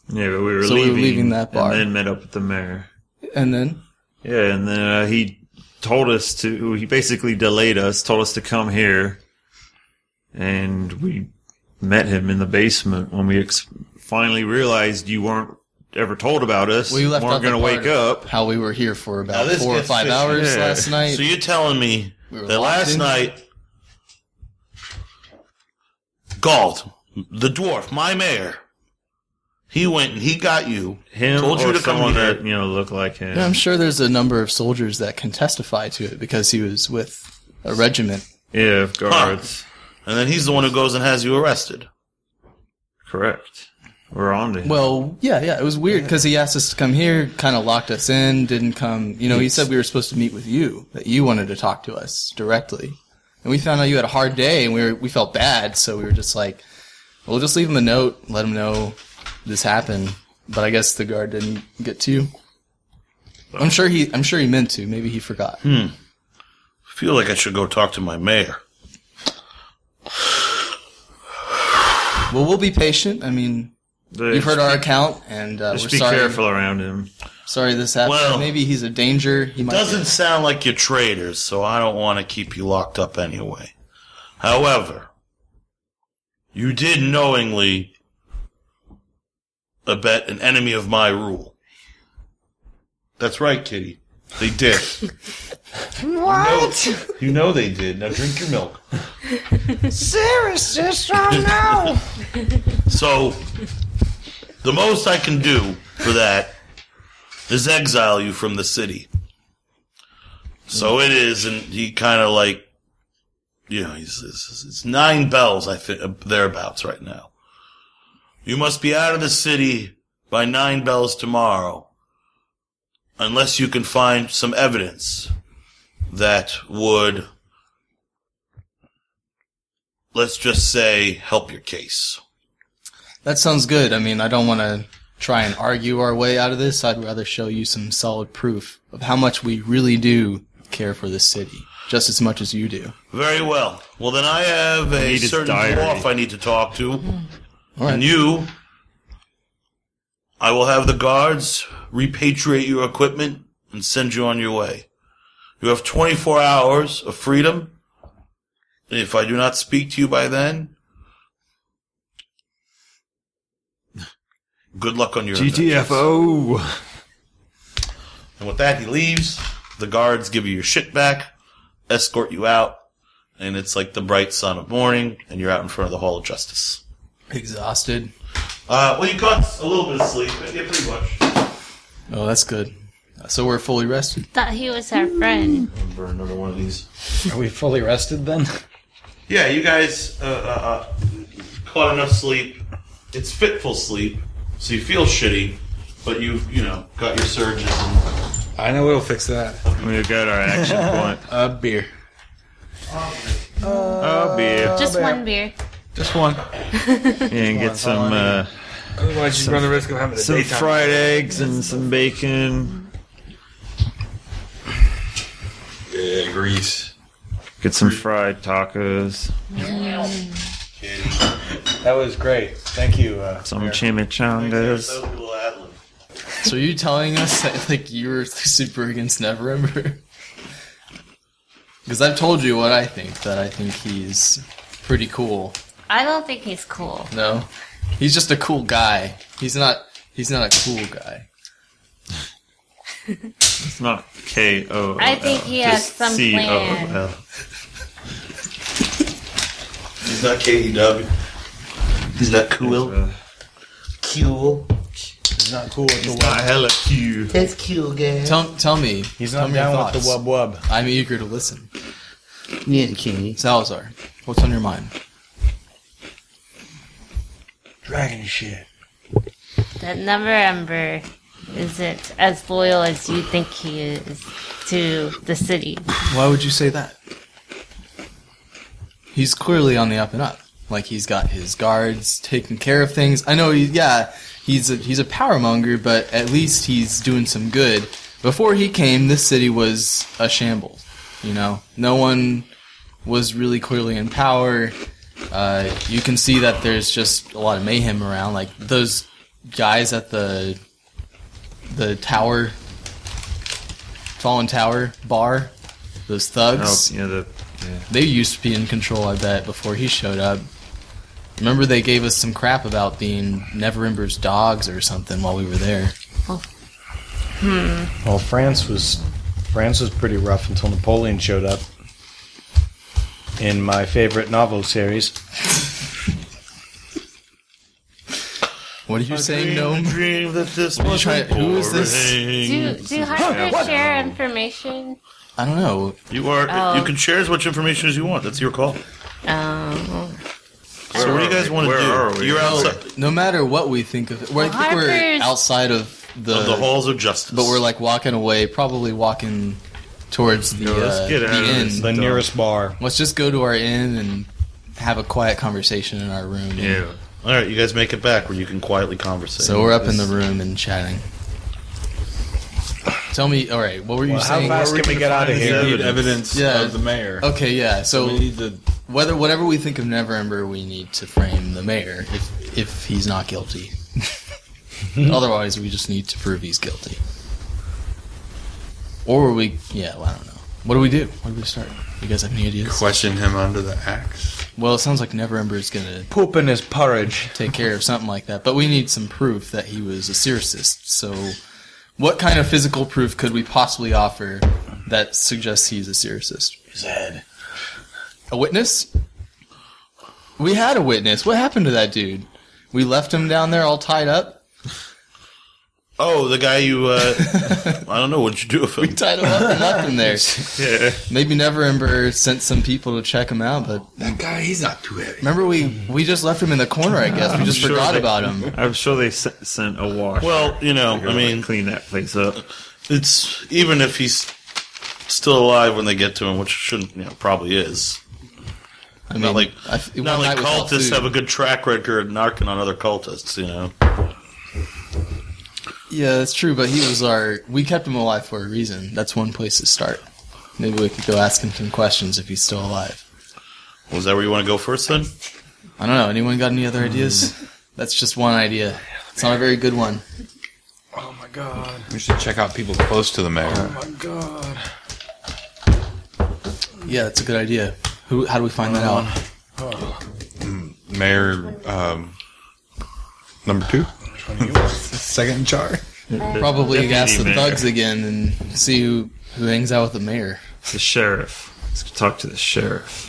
[SPEAKER 5] yeah, but we were
[SPEAKER 4] So we were
[SPEAKER 5] leaving,
[SPEAKER 4] leaving that bar.
[SPEAKER 5] and then met up with the mayor.
[SPEAKER 4] And then
[SPEAKER 5] Yeah, and then uh, he told us to. He basically delayed us, told us to come here, and we met him in the basement when we ex- finally realized you weren't ever told about us.
[SPEAKER 4] we left out
[SPEAKER 5] weren't
[SPEAKER 4] the
[SPEAKER 5] going to
[SPEAKER 4] part
[SPEAKER 5] wake up.
[SPEAKER 4] How we were here for
[SPEAKER 3] Now,
[SPEAKER 4] about
[SPEAKER 3] this
[SPEAKER 4] four or
[SPEAKER 3] gets
[SPEAKER 4] five
[SPEAKER 3] fishy.
[SPEAKER 4] hours
[SPEAKER 5] Yeah.
[SPEAKER 4] last night.
[SPEAKER 3] So you're telling me
[SPEAKER 4] We were
[SPEAKER 3] that
[SPEAKER 4] locked
[SPEAKER 3] last
[SPEAKER 4] in.
[SPEAKER 3] night, Galt, the dwarf, my mayor, he went and he got you.
[SPEAKER 5] Him
[SPEAKER 3] told you
[SPEAKER 5] or
[SPEAKER 3] to come
[SPEAKER 5] someone
[SPEAKER 3] here.
[SPEAKER 5] that you know looked like him.
[SPEAKER 4] And I'm sure there's a number of soldiers that can testify to it because he was with a regiment.
[SPEAKER 5] Yeah, of guards.
[SPEAKER 3] and then he's the one who goes and has you arrested.
[SPEAKER 5] Correct. We're on to him.
[SPEAKER 4] Well, yeah, yeah, it was weird because he asked us to come here, kind of locked us in, didn't come. You know, he said we were supposed to meet with you, that you wanted to talk to us directly, and we found out you had a hard day, and we were, we felt bad, so we were just like, we'll just leave him a note, let him know this happened. But I guess the guard didn't get to you. I'm sure he, I'm sure he meant to. Maybe he forgot.
[SPEAKER 3] I feel like I should go talk to my mayor.
[SPEAKER 4] Well, we'll be patient. I mean,
[SPEAKER 5] The-
[SPEAKER 4] you've heard our account, and uh, we're
[SPEAKER 5] Just be
[SPEAKER 4] sorry.
[SPEAKER 5] careful around him.
[SPEAKER 4] Sorry this happened.
[SPEAKER 3] Well,
[SPEAKER 4] Maybe he's a danger. He might.
[SPEAKER 3] Doesn't sound like you're traitors, so I don't want to keep you locked up anyway. However, you did knowingly abet an enemy of my rule. That's right, Kitty. They did.
[SPEAKER 9] What?
[SPEAKER 3] you know they did. Now drink your milk.
[SPEAKER 9] Sarah, sister, no.
[SPEAKER 3] So, the most I can do for that is exile you from the city. So it is, and he kind of like, you know, he's, it's, it's nine bells, I think, uh, thereabouts right now. You must be out of the city by nine bells tomorrow, unless you can find some evidence that would, let's just say, help your case.
[SPEAKER 4] That sounds good. I mean, I don't want to try and argue our way out of this. I'd rather show you some solid proof of how much we really do care for this city, just as much as you do.
[SPEAKER 3] Very well. Well, then I have a
[SPEAKER 5] need his
[SPEAKER 3] certain
[SPEAKER 5] diary.
[SPEAKER 3] dwarf I need to talk to.
[SPEAKER 4] All right.
[SPEAKER 3] And you, I will have the guards repatriate your equipment and send you on your way. You have 24 hours of freedom. If I do not speak to you by then, good luck on your adventures.
[SPEAKER 5] GTFO.
[SPEAKER 3] And with that, he leaves. The guards give you your shit back, escort you out, and it's like the bright sun of morning, and you're out in front of the Hall of Justice.
[SPEAKER 4] Exhausted.
[SPEAKER 3] Uh, well, you got a little bit of sleep, but yeah, pretty much.
[SPEAKER 4] Oh, that's good. So we're fully rested.
[SPEAKER 2] Thought he was our
[SPEAKER 4] Mm,
[SPEAKER 2] friend.
[SPEAKER 3] Remember another one of these.
[SPEAKER 8] Are we fully rested then?
[SPEAKER 3] Yeah, you guys uh, uh, uh, caught enough sleep. It's fitful sleep, so you feel shitty, but you've, you know, got your surges. And,
[SPEAKER 6] I know we'll fix that.
[SPEAKER 5] We got our action point.
[SPEAKER 4] A beer.
[SPEAKER 5] Oh, beer.
[SPEAKER 2] Just one beer.
[SPEAKER 6] Just one.
[SPEAKER 5] Yeah, and get some uh,
[SPEAKER 6] Otherwise, you run the risk of having a
[SPEAKER 5] some fried eggs and some bacon.
[SPEAKER 6] Yeah, grease.
[SPEAKER 5] Get some fried tacos.
[SPEAKER 8] That was great. Thank you. Uh,
[SPEAKER 5] Some chimichangas.
[SPEAKER 3] little ad-lib.
[SPEAKER 4] So are you telling us that like you were super against Neverember? Because I've told you what I think. That I think he's pretty cool.
[SPEAKER 2] I don't think he's cool.
[SPEAKER 4] No, he's just a cool guy. He's not. He's not a cool guy.
[SPEAKER 5] It's not K O.
[SPEAKER 2] I think he has some plan.
[SPEAKER 10] He's not
[SPEAKER 3] E
[SPEAKER 10] KEW. He's not cool.
[SPEAKER 5] Uh,
[SPEAKER 10] Cool.
[SPEAKER 8] He's not cool with the wub.
[SPEAKER 5] not hella cute.
[SPEAKER 10] That's cool, guy.
[SPEAKER 4] Tell, tell me.
[SPEAKER 8] He's
[SPEAKER 4] tell
[SPEAKER 8] not
[SPEAKER 4] me your
[SPEAKER 8] down with
[SPEAKER 4] thoughts.
[SPEAKER 8] the wub wub.
[SPEAKER 4] I'm eager to listen.
[SPEAKER 10] Yeah, Kenny.
[SPEAKER 4] Salazar, what's on your mind?
[SPEAKER 8] Dragon shit.
[SPEAKER 11] That never ember isn't as loyal as you think he is to the city.
[SPEAKER 4] Why would you say that? He's clearly on the up and up. Like he's got his guards taking care of things. I know. He, yeah, he's a, he's a power monger, but at least he's doing some good. Before he came, this city was a shambles. You know, no one was really clearly in power. Uh, you can see that there's just a lot of mayhem around. Like those guys at the the tower, fallen tower bar. Those
[SPEAKER 5] Oh,
[SPEAKER 4] thugs.
[SPEAKER 5] yeah, the
[SPEAKER 4] They used to be in control, I bet, before he showed up. Remember, they gave us some crap about being Neverember's dogs or something while we were there.
[SPEAKER 8] Well, France was France was pretty rough until Napoleon showed up. In my favorite novel series,
[SPEAKER 4] What are you saying, Gnome?
[SPEAKER 5] Dream that this was
[SPEAKER 4] try- who is this?
[SPEAKER 11] Do do Harper share information?
[SPEAKER 4] I don't know.
[SPEAKER 3] You are.
[SPEAKER 11] Oh.
[SPEAKER 3] You can share as much information as you want. That's your call.
[SPEAKER 11] Um,
[SPEAKER 3] So what do you guys want to
[SPEAKER 5] Where
[SPEAKER 3] do?
[SPEAKER 5] are we?
[SPEAKER 3] You're outside
[SPEAKER 4] No matter what we think of it, well, I think we're
[SPEAKER 11] Harper's-
[SPEAKER 4] outside of the,
[SPEAKER 3] of the halls of justice.
[SPEAKER 4] but we're like walking away, probably walking towards the,
[SPEAKER 5] Yo, let's
[SPEAKER 4] uh,
[SPEAKER 5] get
[SPEAKER 4] the
[SPEAKER 5] out of
[SPEAKER 4] inn.
[SPEAKER 5] this.
[SPEAKER 8] the nearest bar.
[SPEAKER 4] Let's just go to our inn and have a quiet conversation in our room.
[SPEAKER 5] Yeah.
[SPEAKER 3] All right, you guys make it back where you can quietly conversate.
[SPEAKER 4] So we're up in the room and chatting. Tell me, all right, what were you
[SPEAKER 8] Well, how
[SPEAKER 4] saying?
[SPEAKER 8] fast can we get out of
[SPEAKER 12] We
[SPEAKER 8] here?
[SPEAKER 12] need evidence
[SPEAKER 4] Yeah.
[SPEAKER 12] of the mayor.
[SPEAKER 4] Okay, yeah. So
[SPEAKER 12] We need the
[SPEAKER 4] whether whatever we think of Neverember, we need to frame the mayor if if he's not guilty. Otherwise, we just need to prove he's guilty. Or we, yeah, well, I don't know. What do we do? Where do we start? You guys have any ideas?
[SPEAKER 12] question him under the axe.
[SPEAKER 4] Well, it sounds like Neverember is gonna
[SPEAKER 8] Poop in his porridge.
[SPEAKER 4] take care of something like that, but we need some proof that he was a sericist. So, what kind of physical proof could we possibly offer that suggests he's a sericist?
[SPEAKER 8] His head.
[SPEAKER 4] A witness? We had a witness. What happened to that dude? We left him down there all tied up.
[SPEAKER 3] Oh, the guy you. Uh, I don't know what you do with him.
[SPEAKER 4] Tied him up and left him there. Maybe Never Ember sent some people to check him out, but
[SPEAKER 12] That guy, he's not too heavy.
[SPEAKER 4] remember we we just left him in the corner. I guess we just
[SPEAKER 5] sure
[SPEAKER 4] forgot
[SPEAKER 5] they-
[SPEAKER 4] about him.
[SPEAKER 5] I'm sure they s- sent a wash.
[SPEAKER 3] Well, you know,
[SPEAKER 5] They're
[SPEAKER 3] I
[SPEAKER 5] gonna
[SPEAKER 3] mean,
[SPEAKER 5] clean that place up.
[SPEAKER 3] it's even if he's still alive when they get to him, which shouldn't, you know, probably is.
[SPEAKER 4] I mean,
[SPEAKER 3] Not like
[SPEAKER 4] I f- one
[SPEAKER 3] not like
[SPEAKER 4] night without
[SPEAKER 3] cultists
[SPEAKER 4] food.
[SPEAKER 3] have a good track record of narking on other cultists, you know.
[SPEAKER 4] Yeah, that's true. But he was our. We kept him alive for a reason. That's one place to start. Maybe we could go ask him some questions if he's still alive.
[SPEAKER 3] Was that where you want to go first then?
[SPEAKER 4] I don't know. Anyone got any other ideas? That's just one idea. It's not a very good one.
[SPEAKER 6] Oh my god.
[SPEAKER 12] We should check out people close to the mayor.
[SPEAKER 6] Oh my god.
[SPEAKER 4] Yeah, that's a good idea. Who? How do we find that out?
[SPEAKER 12] Mayor um, number two, second in charge.
[SPEAKER 4] Probably ask the
[SPEAKER 5] mayor.
[SPEAKER 4] thugs again and see who who hangs out with the mayor.
[SPEAKER 5] The sheriff. Let's talk to the sheriff.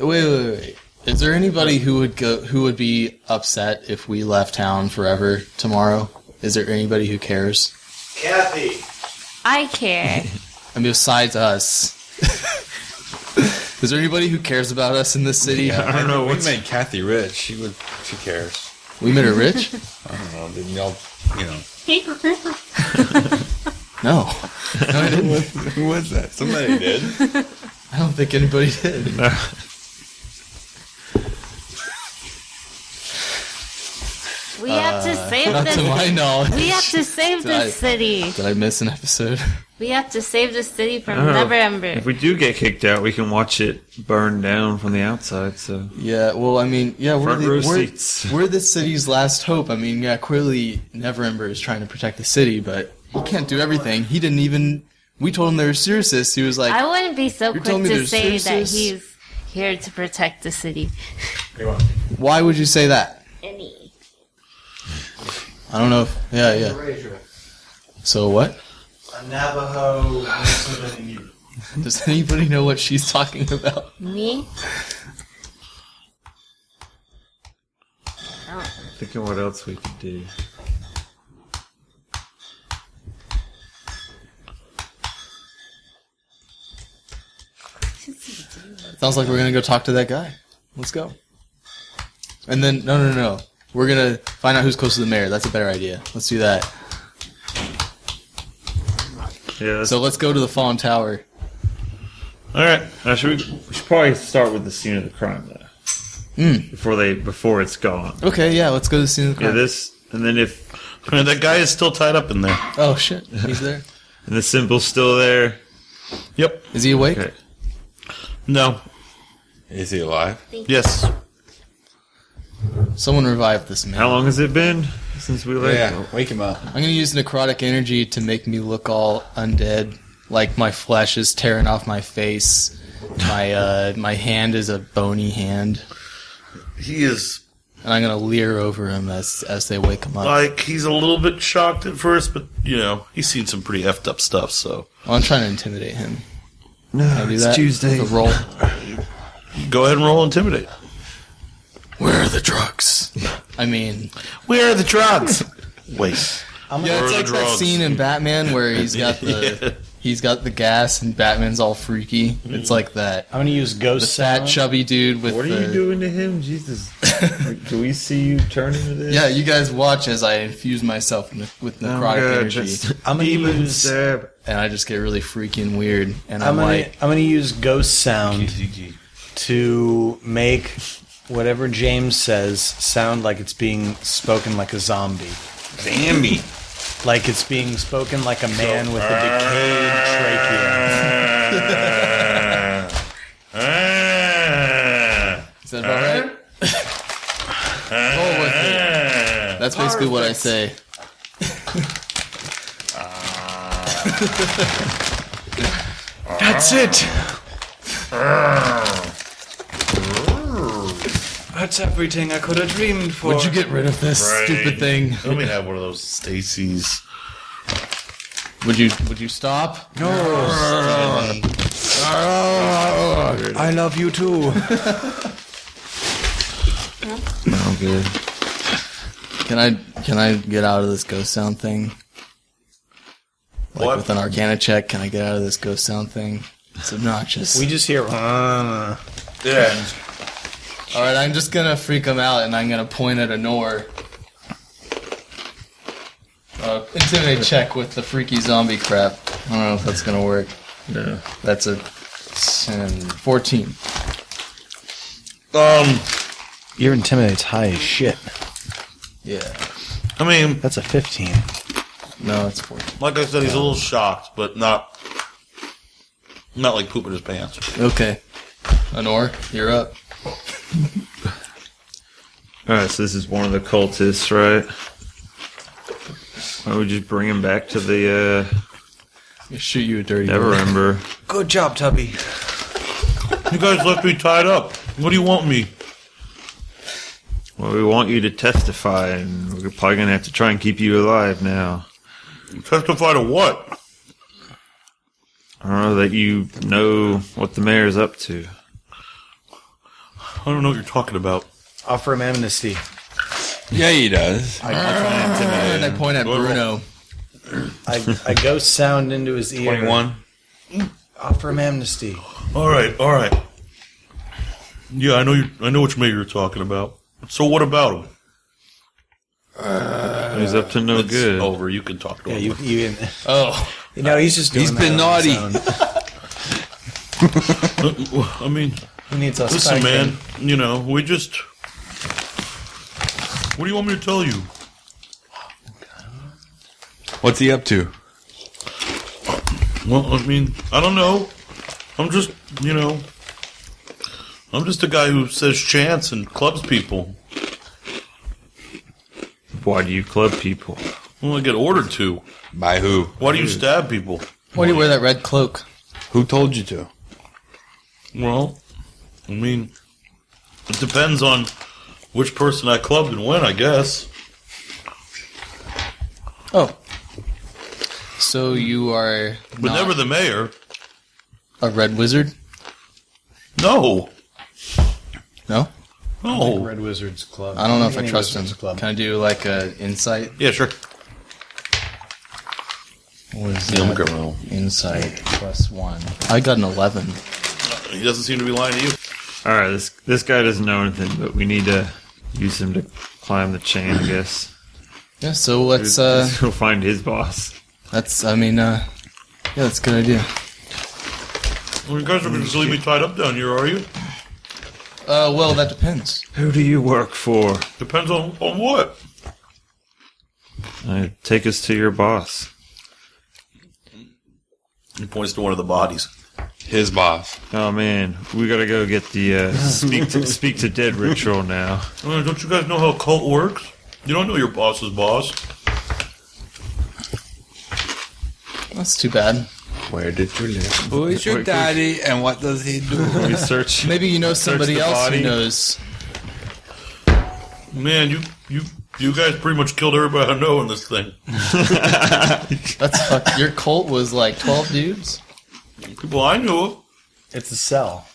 [SPEAKER 4] Wait, wait, wait, wait. Is there anybody who would go who would be upset if we left town forever tomorrow? Is there anybody who cares?
[SPEAKER 10] Kathy.
[SPEAKER 11] I care.
[SPEAKER 4] I mean, besides us. Is there anybody who cares about us in this city?
[SPEAKER 12] Yeah,
[SPEAKER 5] I don't know
[SPEAKER 12] We
[SPEAKER 5] what's-
[SPEAKER 12] made Kathy rich. She would. She cares.
[SPEAKER 4] We made her rich?
[SPEAKER 12] I don't know. Didn't y'all? You know.
[SPEAKER 4] No. No, I didn't.
[SPEAKER 12] Who was that? Somebody did.
[SPEAKER 4] I don't think anybody did.
[SPEAKER 11] We have to save
[SPEAKER 4] Uh, Not to my
[SPEAKER 11] this.
[SPEAKER 4] knowledge.
[SPEAKER 11] We have to save
[SPEAKER 4] I-
[SPEAKER 11] this city.
[SPEAKER 4] Did I miss an episode?
[SPEAKER 11] We have to save this city from
[SPEAKER 5] Oh.
[SPEAKER 11] Never
[SPEAKER 5] If
[SPEAKER 11] Ember.
[SPEAKER 5] we do get kicked out, we can watch it burn down from the outside. So
[SPEAKER 4] Yeah, well, I mean, yeah, we're,
[SPEAKER 5] Front
[SPEAKER 4] the,
[SPEAKER 5] row
[SPEAKER 4] we're,
[SPEAKER 5] seats.
[SPEAKER 4] we're the city's last hope. I mean, yeah, clearly Neverember is trying to protect the city, but he can't do everything. He didn't even. We told him they were sericists. He was like,
[SPEAKER 11] I wouldn't be
[SPEAKER 4] You're
[SPEAKER 11] so quick
[SPEAKER 4] telling me
[SPEAKER 11] to
[SPEAKER 4] there's
[SPEAKER 11] say that
[SPEAKER 4] Seussies?
[SPEAKER 11] he's here to protect the city.
[SPEAKER 4] why would you say that?
[SPEAKER 11] Any.
[SPEAKER 4] I don't know if. Yeah, yeah. So what?
[SPEAKER 10] A Navajo.
[SPEAKER 4] Does anybody know what she's talking about?
[SPEAKER 11] Me?
[SPEAKER 5] Thinking what else we could do.
[SPEAKER 4] Sounds like we're gonna go talk to that guy. Let's go. And then no, no, no. We're gonna find out who's close to the mayor. That's a better idea. Let's do that.
[SPEAKER 5] Yeah. that's-
[SPEAKER 4] So let's go to the fallen tower.
[SPEAKER 5] All right. Now, should we, we should probably start with the scene of the crime though,
[SPEAKER 3] Hmm.
[SPEAKER 4] Mm.
[SPEAKER 5] before they before it's gone.
[SPEAKER 4] Okay, yeah, let's go to the scene of the
[SPEAKER 5] Yeah.
[SPEAKER 4] crime.
[SPEAKER 5] This and then if
[SPEAKER 3] Man, that guy is still tied up in there.
[SPEAKER 4] oh shit, he's there.
[SPEAKER 5] and the symbol's still there.
[SPEAKER 3] Yep.
[SPEAKER 4] Is he awake?
[SPEAKER 5] Okay.
[SPEAKER 3] No.
[SPEAKER 12] Is he alive?
[SPEAKER 3] Yes.
[SPEAKER 4] Someone revive this man.
[SPEAKER 5] How long has it been since we left?
[SPEAKER 12] Oh, Yeah, wake him up.
[SPEAKER 4] I'm gonna use necrotic energy to make me look all undead. Like my flesh is tearing off my face. My uh, my hand is a bony hand,
[SPEAKER 3] He is
[SPEAKER 4] and I'm gonna leer over him as as they wake him up.
[SPEAKER 3] like he's a little bit shocked at first, but you know, he's seen some pretty effed up stuff, so
[SPEAKER 4] Well, I'm trying to intimidate him. Can
[SPEAKER 5] No,
[SPEAKER 4] I do that With a roll.
[SPEAKER 3] go ahead and roll intimidate.
[SPEAKER 4] Where are the drugs? I mean,
[SPEAKER 3] Where are the drugs? Wait.
[SPEAKER 4] yeah, it's
[SPEAKER 3] Where are
[SPEAKER 4] like
[SPEAKER 3] the
[SPEAKER 4] that
[SPEAKER 3] drugs?
[SPEAKER 4] scene in Batman where he's got the he's got the gas and Batman's all freaky. It's like that.
[SPEAKER 8] I'm gonna use
[SPEAKER 4] The
[SPEAKER 8] ghost
[SPEAKER 4] fat,
[SPEAKER 8] sound.
[SPEAKER 4] chubby dude with
[SPEAKER 5] What are
[SPEAKER 4] the
[SPEAKER 5] you doing to him, Jesus? Like, do we see you turn into this?
[SPEAKER 4] yeah. You guys watch as I infuse myself ne- with
[SPEAKER 5] Oh,
[SPEAKER 4] necrotic
[SPEAKER 5] God,
[SPEAKER 4] energy,
[SPEAKER 5] just-
[SPEAKER 8] I'm gonna
[SPEAKER 5] demon
[SPEAKER 8] use-
[SPEAKER 5] stab.
[SPEAKER 4] and I just get really freaky and weird. And
[SPEAKER 8] I'm
[SPEAKER 4] I'm,
[SPEAKER 8] gonna,
[SPEAKER 4] like,
[SPEAKER 8] I'm gonna use ghost sound to make whatever James says sound like it's being spoken like a zombie.
[SPEAKER 12] Bambi.
[SPEAKER 8] Like it's being spoken like a man with a decayed trachea.
[SPEAKER 3] Eh,
[SPEAKER 4] is that about right? Roll with it. That's basically what I say.
[SPEAKER 6] That's it. That's everything I could have dreamed for.
[SPEAKER 4] Would you get rid of this stupid thing?
[SPEAKER 3] Let me have one of those Stacy's.
[SPEAKER 4] Would you? Would you stop?
[SPEAKER 6] I love you too.
[SPEAKER 5] Oh, good.
[SPEAKER 4] Can I can I get out of this ghost sound thing? Like
[SPEAKER 3] What?
[SPEAKER 4] with an Arcana check, can I get out of this ghost sound thing? It's obnoxious.
[SPEAKER 8] We just hear "Uh,"
[SPEAKER 3] Yeah.
[SPEAKER 4] All right, I'm just gonna freak him out, and I'm gonna point at Anor. Uh, intimidate check with the freaky zombie crap. I don't know if that's gonna work.
[SPEAKER 5] No.
[SPEAKER 4] That's a ten, 14.
[SPEAKER 3] Um
[SPEAKER 8] your intimidate's high as shit.
[SPEAKER 4] Yeah.
[SPEAKER 3] I mean,
[SPEAKER 8] That's a 15.
[SPEAKER 4] No, it's 14.
[SPEAKER 3] like I said, he's a little shocked, but not not like pooping his pants.
[SPEAKER 4] Okay. Anor, you're up.
[SPEAKER 5] All right, so this is one of the cultists, right? Why don't we just bring him back to the uh,
[SPEAKER 4] I shoot you a dirty.
[SPEAKER 5] Never
[SPEAKER 4] bird.
[SPEAKER 5] Ember?
[SPEAKER 6] Good job, Tubby.
[SPEAKER 3] You guys left me tied up. What do you want me?
[SPEAKER 5] Well, we want you to testify, and we're probably going to have to try and keep you alive now.
[SPEAKER 3] Testify to what?
[SPEAKER 5] I don't know that you know what the mayor's up to.
[SPEAKER 3] I don't know what you're talking about.
[SPEAKER 8] Offer him amnesty.
[SPEAKER 12] Yeah, he does.
[SPEAKER 4] And I point at Bruno.
[SPEAKER 8] I, I ghost sound into his ear.
[SPEAKER 12] 21.
[SPEAKER 8] Offer him amnesty.
[SPEAKER 3] All right, all right. Yeah, I know you. I know which mayor you're talking about. So what about him?
[SPEAKER 5] He's up to no
[SPEAKER 3] It's
[SPEAKER 5] good.
[SPEAKER 3] over. You can talk to
[SPEAKER 8] Yeah,
[SPEAKER 3] him.
[SPEAKER 8] you, you,
[SPEAKER 4] Oh,
[SPEAKER 8] you know, he's just doing
[SPEAKER 12] He's
[SPEAKER 8] that
[SPEAKER 12] been
[SPEAKER 8] on his
[SPEAKER 12] naughty.
[SPEAKER 8] own.
[SPEAKER 3] I mean,
[SPEAKER 8] He needs us.
[SPEAKER 3] listen, man. You know, we just. What do you want me to tell you?
[SPEAKER 12] What's he up to?
[SPEAKER 3] Well, I mean, I don't know. I'm just, you know, I'm just a guy who says chance and clubs people.
[SPEAKER 5] Why do you club people?
[SPEAKER 3] Well, I get ordered to.
[SPEAKER 12] By who?
[SPEAKER 3] Why do you stab people?
[SPEAKER 4] why do you wear that red cloak?
[SPEAKER 12] Who told you to?
[SPEAKER 3] Well, I mean, it depends on which person I clubbed and when, I guess.
[SPEAKER 4] Oh. So you are
[SPEAKER 3] But
[SPEAKER 4] not
[SPEAKER 3] never the mayor.
[SPEAKER 4] a red wizard?
[SPEAKER 3] No.
[SPEAKER 4] No?
[SPEAKER 3] I
[SPEAKER 8] Oh. Red Wizards Club.
[SPEAKER 4] I don't know if I
[SPEAKER 8] Any
[SPEAKER 4] trust him.
[SPEAKER 8] Wizards Club.
[SPEAKER 4] Can I do like a insight?
[SPEAKER 3] Yeah, sure.
[SPEAKER 4] What is
[SPEAKER 3] Yeah, I'm
[SPEAKER 4] that?
[SPEAKER 3] good roll.
[SPEAKER 4] Insight plus one. I got an eleven.
[SPEAKER 3] He doesn't seem to be lying to you.
[SPEAKER 5] All right, this this guy doesn't know anything, but we need to use him to climb the chain, I guess.
[SPEAKER 4] Yeah. So let's uh,
[SPEAKER 5] He'll find his boss.
[SPEAKER 4] that's I mean uh, yeah, that's a good idea.
[SPEAKER 3] Well, you guys are going to just leave me tied up down here, are you?
[SPEAKER 4] Uh, well, that depends.
[SPEAKER 5] Who do you work for?
[SPEAKER 3] Depends on, on what.
[SPEAKER 5] Uh, take us to your boss.
[SPEAKER 3] He points to one of the bodies.
[SPEAKER 12] His boss.
[SPEAKER 5] Oh man, we gotta go get the uh, speak to speak to dead ritual now.
[SPEAKER 3] Uh, don't you guys know how a cult works? You don't know your boss's boss.
[SPEAKER 4] That's too bad.
[SPEAKER 12] Where did you live?
[SPEAKER 6] Who is your daddy and what does he do?
[SPEAKER 5] We search.
[SPEAKER 4] Maybe you know somebody
[SPEAKER 5] the
[SPEAKER 4] else
[SPEAKER 5] body.
[SPEAKER 4] who knows.
[SPEAKER 3] Man, you you you guys pretty much killed everybody I know in this thing.
[SPEAKER 4] That's fuck. Your cult was like twelve dudes.
[SPEAKER 3] People I knew of.
[SPEAKER 8] It's a cell.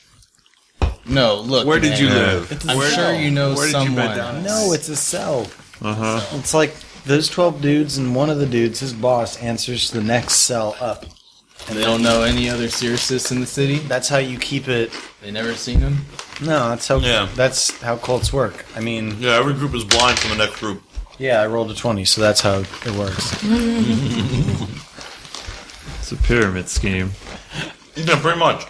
[SPEAKER 4] No, look.
[SPEAKER 6] Where did you
[SPEAKER 4] man.
[SPEAKER 6] live?
[SPEAKER 8] It's a
[SPEAKER 4] I'm
[SPEAKER 8] cell.
[SPEAKER 4] sure you know Uh-huh.
[SPEAKER 6] Where did you
[SPEAKER 4] someone.
[SPEAKER 6] bed down?
[SPEAKER 8] No, it's a cell.
[SPEAKER 5] Uh huh.
[SPEAKER 8] It's like those 12 dudes, and one of the dudes, his boss, answers to the next cell up.
[SPEAKER 4] and they don't know any other Sirius in the city.
[SPEAKER 8] That's how you keep it.
[SPEAKER 4] They never seen him.
[SPEAKER 8] No, that's how
[SPEAKER 3] Yeah.
[SPEAKER 8] that's how cults work. I mean,
[SPEAKER 3] Yeah, every group is blind from the next group.
[SPEAKER 8] yeah, I rolled a 20, so that's how it works.
[SPEAKER 5] It's a pyramid scheme.
[SPEAKER 3] Yeah, pretty much.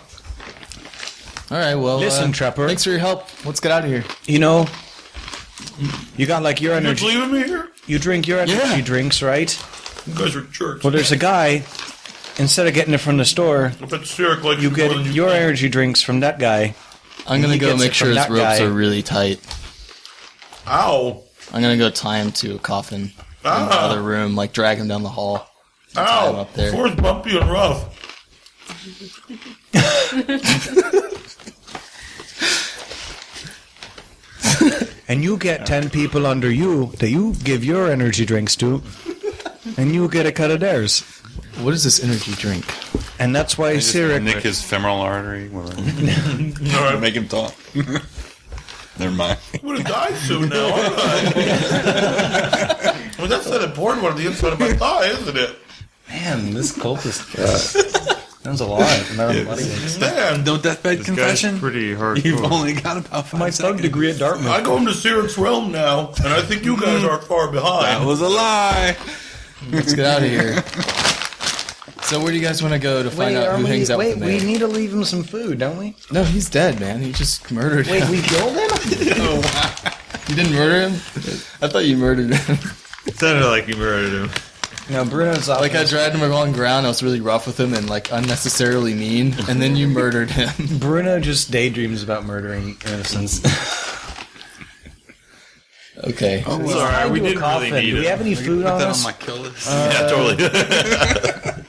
[SPEAKER 4] All right. Well,
[SPEAKER 8] Listen,
[SPEAKER 4] uh,
[SPEAKER 8] Trapper.
[SPEAKER 4] Thanks for your help. Let's get out of here.
[SPEAKER 8] You know, you got like your
[SPEAKER 3] You're just
[SPEAKER 8] energy.
[SPEAKER 3] leaving me here?
[SPEAKER 8] You drink your energy
[SPEAKER 4] Yeah.
[SPEAKER 8] drinks, right?
[SPEAKER 3] You guys are jerks.
[SPEAKER 8] Well, there's a guy. Instead of getting it from the store,
[SPEAKER 3] I bet Sirik likes
[SPEAKER 8] you
[SPEAKER 3] me more
[SPEAKER 8] get
[SPEAKER 3] than
[SPEAKER 8] your
[SPEAKER 3] think.
[SPEAKER 8] energy drinks from that guy.
[SPEAKER 4] I'm gonna
[SPEAKER 8] He
[SPEAKER 4] go
[SPEAKER 8] gets
[SPEAKER 4] make
[SPEAKER 8] it
[SPEAKER 4] sure
[SPEAKER 8] from
[SPEAKER 4] his ropes
[SPEAKER 8] that guy.
[SPEAKER 4] are really tight.
[SPEAKER 3] Ow.
[SPEAKER 4] I'm gonna go tie him to a coffin in the
[SPEAKER 3] Ah.
[SPEAKER 4] other room, like drag him down the hall. tie him
[SPEAKER 3] Ow.
[SPEAKER 4] up there.
[SPEAKER 3] Floor's bumpy and rough.
[SPEAKER 8] And you get 10 people under you that you give your energy drinks to, and you get a cut of theirs.
[SPEAKER 4] What is this energy drink?
[SPEAKER 8] And that's why Sirik.
[SPEAKER 12] Nick his femoral artery. whatever.
[SPEAKER 3] All right.
[SPEAKER 12] Make him talk. Never mind.
[SPEAKER 3] I'm gonna die soon now, aren't I? well, that's that important one on the inside of my thigh, isn't it?
[SPEAKER 8] Man, this cult is. Sounds a lot.
[SPEAKER 3] Man,
[SPEAKER 6] No deathbed
[SPEAKER 5] This guy's
[SPEAKER 6] confession?
[SPEAKER 5] pretty
[SPEAKER 6] You've
[SPEAKER 5] hardcore.
[SPEAKER 6] only got about five
[SPEAKER 8] My thug
[SPEAKER 6] seconds.
[SPEAKER 8] degree at Dartmouth.
[SPEAKER 3] I go into Sirik's realm now, and I think you guys aren't far
[SPEAKER 6] That
[SPEAKER 3] behind.
[SPEAKER 6] was a lie.
[SPEAKER 4] Let's get out of here. So where do you guys want to go to find out who hangs out
[SPEAKER 8] wait,
[SPEAKER 4] with the
[SPEAKER 8] we
[SPEAKER 4] mayor?
[SPEAKER 8] need to leave him some food, don't we?
[SPEAKER 4] no, he's dead, man. He just murdered.
[SPEAKER 8] Wait,
[SPEAKER 4] him.
[SPEAKER 8] we killed him?
[SPEAKER 4] you didn't murder him. I thought you murdered him.
[SPEAKER 5] It sounded like you murdered him.
[SPEAKER 8] No, Bruno's off.
[SPEAKER 4] like I dragged him along the ground. I was really rough with him and like unnecessarily mean. And then you murdered him.
[SPEAKER 8] Bruno just daydreams about murdering innocents.
[SPEAKER 4] Okay.
[SPEAKER 3] It's all right. We didn't really
[SPEAKER 8] Do
[SPEAKER 3] need
[SPEAKER 8] we
[SPEAKER 3] it.
[SPEAKER 8] have any food on
[SPEAKER 6] That
[SPEAKER 8] us?
[SPEAKER 6] on my kill list.
[SPEAKER 3] yeah, totally.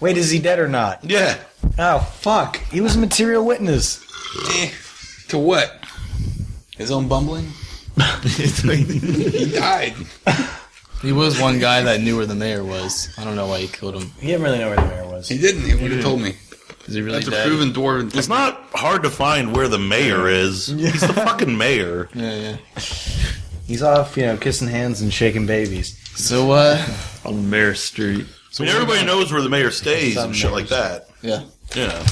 [SPEAKER 8] Wait, is he dead or not?
[SPEAKER 3] yeah.
[SPEAKER 8] Oh, fuck. He was a material witness.
[SPEAKER 6] Eh, to what? His own bumbling? he died.
[SPEAKER 4] He was one guy that knew where the mayor was. I don't know why he killed him.
[SPEAKER 8] He didn't really know where the mayor was.
[SPEAKER 6] He didn't. He would have told me.
[SPEAKER 4] Is he really
[SPEAKER 6] That's a
[SPEAKER 4] dead?
[SPEAKER 6] proven dwarven.
[SPEAKER 3] It's not hard to find where the mayor is. He's the fucking mayor.
[SPEAKER 4] Yeah, yeah.
[SPEAKER 8] He's off, you know, kissing hands and shaking babies.
[SPEAKER 4] So uh,
[SPEAKER 5] On Mare Street.
[SPEAKER 3] I mean, everybody knows where the mayor stays and shit like that.
[SPEAKER 4] yeah.
[SPEAKER 3] You know,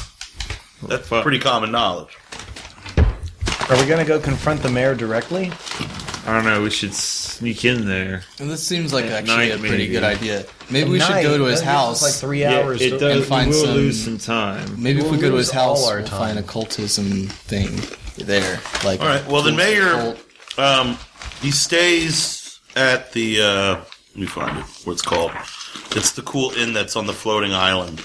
[SPEAKER 3] that's
[SPEAKER 5] Fuck.
[SPEAKER 3] pretty common knowledge.
[SPEAKER 8] Are we gonna go confront the mayor directly?
[SPEAKER 5] I don't know. We should sneak in there.
[SPEAKER 4] And this seems like actually
[SPEAKER 5] night,
[SPEAKER 4] a pretty
[SPEAKER 5] maybe.
[SPEAKER 4] good idea. Maybe we should go to his house.
[SPEAKER 8] Like three
[SPEAKER 5] Yeah,
[SPEAKER 8] hours.
[SPEAKER 5] it
[SPEAKER 8] to-
[SPEAKER 5] does.
[SPEAKER 4] find
[SPEAKER 5] we'll
[SPEAKER 4] some-
[SPEAKER 5] lose some time.
[SPEAKER 4] Maybe if
[SPEAKER 8] We'll
[SPEAKER 4] we go to his
[SPEAKER 8] lose
[SPEAKER 4] house,
[SPEAKER 8] all our
[SPEAKER 4] we'll
[SPEAKER 8] time.
[SPEAKER 4] find a cultism thing there. Like,
[SPEAKER 3] All right. Well, the
[SPEAKER 4] a
[SPEAKER 3] mayor,
[SPEAKER 4] cult.
[SPEAKER 3] um, he stays at the. Uh, let me find it. What it's called? It's the cool inn that's on the floating island.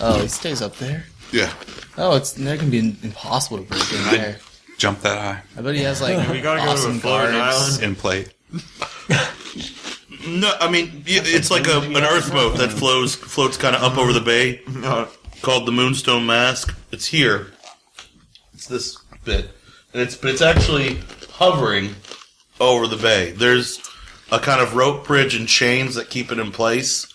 [SPEAKER 4] Oh, he stays up there.
[SPEAKER 12] Yeah.
[SPEAKER 4] Oh, it's that can be in- impossible to break in there.
[SPEAKER 12] Jump that high.
[SPEAKER 4] I bet he has like
[SPEAKER 5] We gotta go to
[SPEAKER 4] awesome
[SPEAKER 5] a Florida
[SPEAKER 4] guards.
[SPEAKER 5] island.
[SPEAKER 12] In plate.
[SPEAKER 3] No, I mean y- it's like a, an earth boat that flows floats kind of up over the bay,
[SPEAKER 5] No,
[SPEAKER 3] called the Moonstone Mask. It's here. It's this bit, and it's but it's actually hovering over the bay. There's a kind of rope bridge and chains that keep it in place,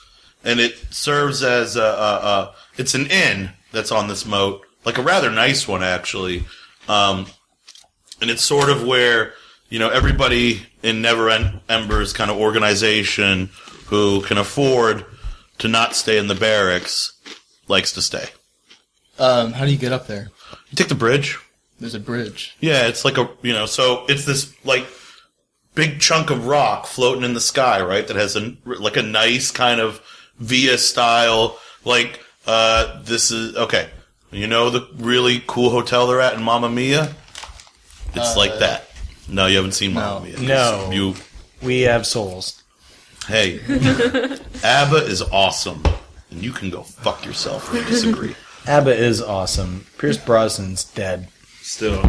[SPEAKER 3] and it serves as a, a, a it's an inn that's on this moat, like a rather nice one actually. Um, and it's sort of where you know everybody in Never End Ember's kind of organization who can afford to not stay in the barracks likes to stay.
[SPEAKER 4] Um, how do you get up there?
[SPEAKER 3] You take the bridge.
[SPEAKER 4] There's a bridge.
[SPEAKER 3] Yeah, it's like a you know, so it's this like big chunk of rock floating in the sky, right? That has a like a nice kind of via style like uh this is okay. You know the really cool hotel they're at in Mamma Mia? It's like that. No, you haven't seen Mamma Mia.
[SPEAKER 8] No.
[SPEAKER 3] You
[SPEAKER 8] We have souls.
[SPEAKER 3] hey. ABBA is awesome. And you can go fuck yourself if you disagree.
[SPEAKER 8] ABBA is awesome. Pierce Brosnan's dead.
[SPEAKER 5] Still,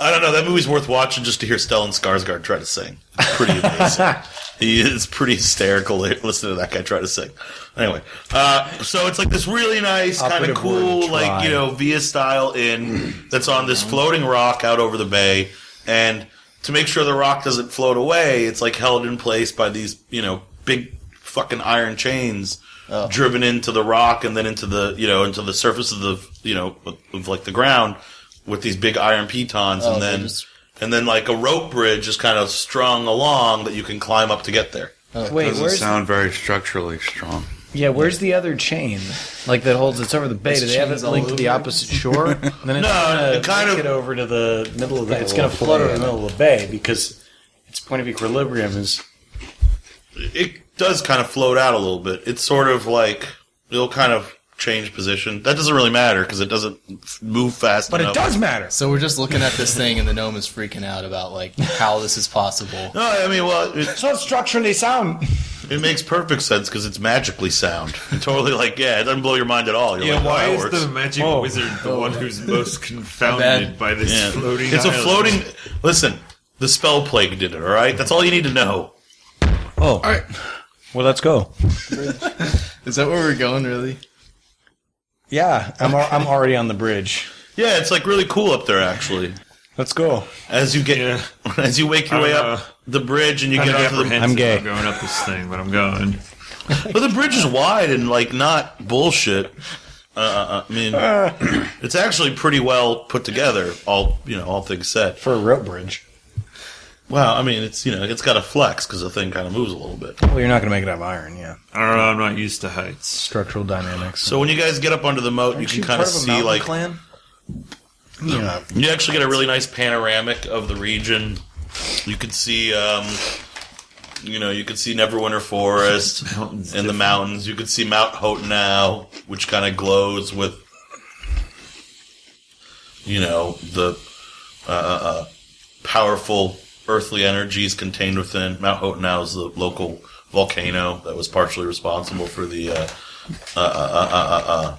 [SPEAKER 3] I don't know. That movie's worth watching just to hear Stellan Skarsgård try to sing. It's pretty amazing. he is pretty hysterical li- listening to that guy try to sing. Anyway, uh, so it's like this really nice, kind of
[SPEAKER 8] Operative word,
[SPEAKER 3] cool,
[SPEAKER 8] try.
[SPEAKER 3] like you know, Via style inn that's on this floating rock out over the bay, and to make sure the rock doesn't float away, it's like held in place by these you know big fucking iron chains.
[SPEAKER 4] Oh.
[SPEAKER 3] Driven into the rock and then into the you know into the surface of the you know of, of like the ground with these big iron pitons
[SPEAKER 4] Oh,
[SPEAKER 3] and then
[SPEAKER 4] they just-
[SPEAKER 3] and then like a rope bridge is kind of strung along that you can climb up to get there.
[SPEAKER 8] Wait,
[SPEAKER 6] Doesn't
[SPEAKER 8] where's
[SPEAKER 6] sound very structurally strong.
[SPEAKER 8] yeah? Where's the other chain? Like that holds it's over the bay. Do they have it
[SPEAKER 4] chains all
[SPEAKER 8] linked to the
[SPEAKER 4] over?
[SPEAKER 8] opposite shore? And then it's
[SPEAKER 3] No,
[SPEAKER 8] gonna
[SPEAKER 3] it kind
[SPEAKER 8] link
[SPEAKER 3] of-
[SPEAKER 8] it over to the middle of the. It's gonna float over the middle of the bay because its point of equilibrium is
[SPEAKER 3] It does kind of float out a little bit. It's sort of like it'll kind of change position. That doesn't really matter because it doesn't f- move fast
[SPEAKER 8] But
[SPEAKER 3] enough.
[SPEAKER 8] it does matter.
[SPEAKER 4] So we're just looking at this thing, and the gnome is freaking out about like how this is possible.
[SPEAKER 3] No, I mean, well, it,
[SPEAKER 8] So it's structurally sound.
[SPEAKER 3] it makes perfect sense because it's magically sound. You're totally like, yeah, it doesn't blow your mind at all. You're
[SPEAKER 5] yeah.
[SPEAKER 3] like, oh,
[SPEAKER 5] Why
[SPEAKER 3] that
[SPEAKER 5] is
[SPEAKER 3] works.
[SPEAKER 5] the magic
[SPEAKER 8] Oh.
[SPEAKER 5] wizard the one who's most
[SPEAKER 4] Bad.
[SPEAKER 5] confounded by this
[SPEAKER 3] Yeah.
[SPEAKER 5] floating?
[SPEAKER 3] It's a
[SPEAKER 5] island?
[SPEAKER 3] floating. Listen, the spell plague did it. All right, that's all you need to know.
[SPEAKER 8] Oh, all right. Well, let's go.
[SPEAKER 4] Is that where we're going, really?
[SPEAKER 8] Yeah, I'm al- I'm already on the bridge.
[SPEAKER 3] Yeah, it's like really cool up there actually.
[SPEAKER 8] Let's go.
[SPEAKER 3] As you get,
[SPEAKER 5] Yeah.
[SPEAKER 3] as you wake your
[SPEAKER 5] I
[SPEAKER 3] way
[SPEAKER 5] don't
[SPEAKER 3] up
[SPEAKER 5] know.
[SPEAKER 3] the bridge and you
[SPEAKER 5] Kind
[SPEAKER 3] get
[SPEAKER 5] of
[SPEAKER 3] onto the,
[SPEAKER 5] apprehensive
[SPEAKER 8] I'm gay.
[SPEAKER 5] about going up this thing, but I'm going.
[SPEAKER 3] but the bridge is wide and like not bullshit. Uh, Uh, uh, I mean, it's actually pretty well put together. All you know, all things said.
[SPEAKER 8] For a rope bridge.
[SPEAKER 3] Well, I mean, it's you know, it's got a flex because the thing kind of moves a little bit.
[SPEAKER 8] Well, you're not going to make it out of iron, yeah.
[SPEAKER 5] I don't know. I'm not used to heights.
[SPEAKER 8] Structural dynamics.
[SPEAKER 3] So when you guys get up onto the moat, you can kind of see like
[SPEAKER 8] clan? You know,
[SPEAKER 3] You actually get a really nice panoramic of the region. You could see, um, you know, you could see Neverwinter Forest
[SPEAKER 5] Mountains
[SPEAKER 3] and the mountains. You could see Mount Hope now, which kind of glows with, you know, the uh, uh, uh, powerful earthly energies contained within. Mount Hope now is the local volcano that was partially responsible for the. Uh,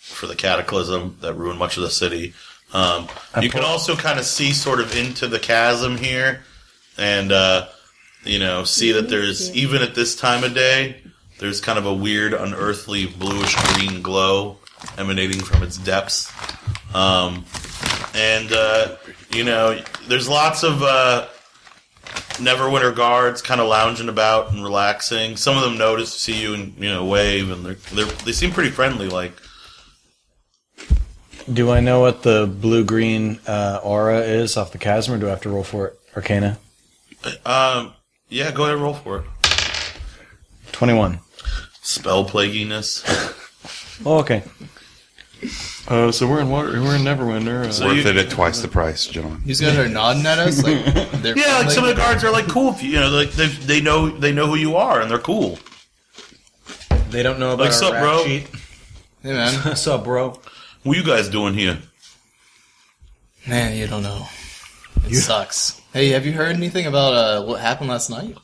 [SPEAKER 3] for the cataclysm that ruined much of the city. Um, you can also kind of see sort of into the chasm here, and uh, you know see that there's even at this time of day there's kind of a weird, unearthly bluish green glow emanating from its depths, um, and uh, you know there's lots of. Uh, Neverwinter guards kind of lounging about and relaxing. Some of them notice, see you, and you know wave, and they're, they're they seem pretty friendly. Like
[SPEAKER 8] do I know what the blue green uh, aura is off the chasm, or do I have to roll for it? Arcana?
[SPEAKER 3] Um, yeah, go ahead and roll for it.
[SPEAKER 8] 21.
[SPEAKER 3] Spell plaguiness.
[SPEAKER 8] Oh, okay.
[SPEAKER 12] Uh, so we're in water. We're in Neverwinter. Uh,
[SPEAKER 3] So
[SPEAKER 6] Worth
[SPEAKER 3] you-
[SPEAKER 6] it at twice the price, gentlemen.
[SPEAKER 4] These guys are nodding at us, like they're
[SPEAKER 3] Yeah, like some of
[SPEAKER 4] friendly.
[SPEAKER 3] the guards are like cool. If you, you know, like they, they know they know who you are and they're cool.
[SPEAKER 8] They don't know about
[SPEAKER 3] Like, sup,
[SPEAKER 8] our rap
[SPEAKER 3] bro?
[SPEAKER 8] sheet.
[SPEAKER 4] Hey, man,
[SPEAKER 8] Sup, bro?
[SPEAKER 3] What you guys doing here?
[SPEAKER 4] man, you don't know. It sucks. Hey, have you heard anything about uh, what happened last night?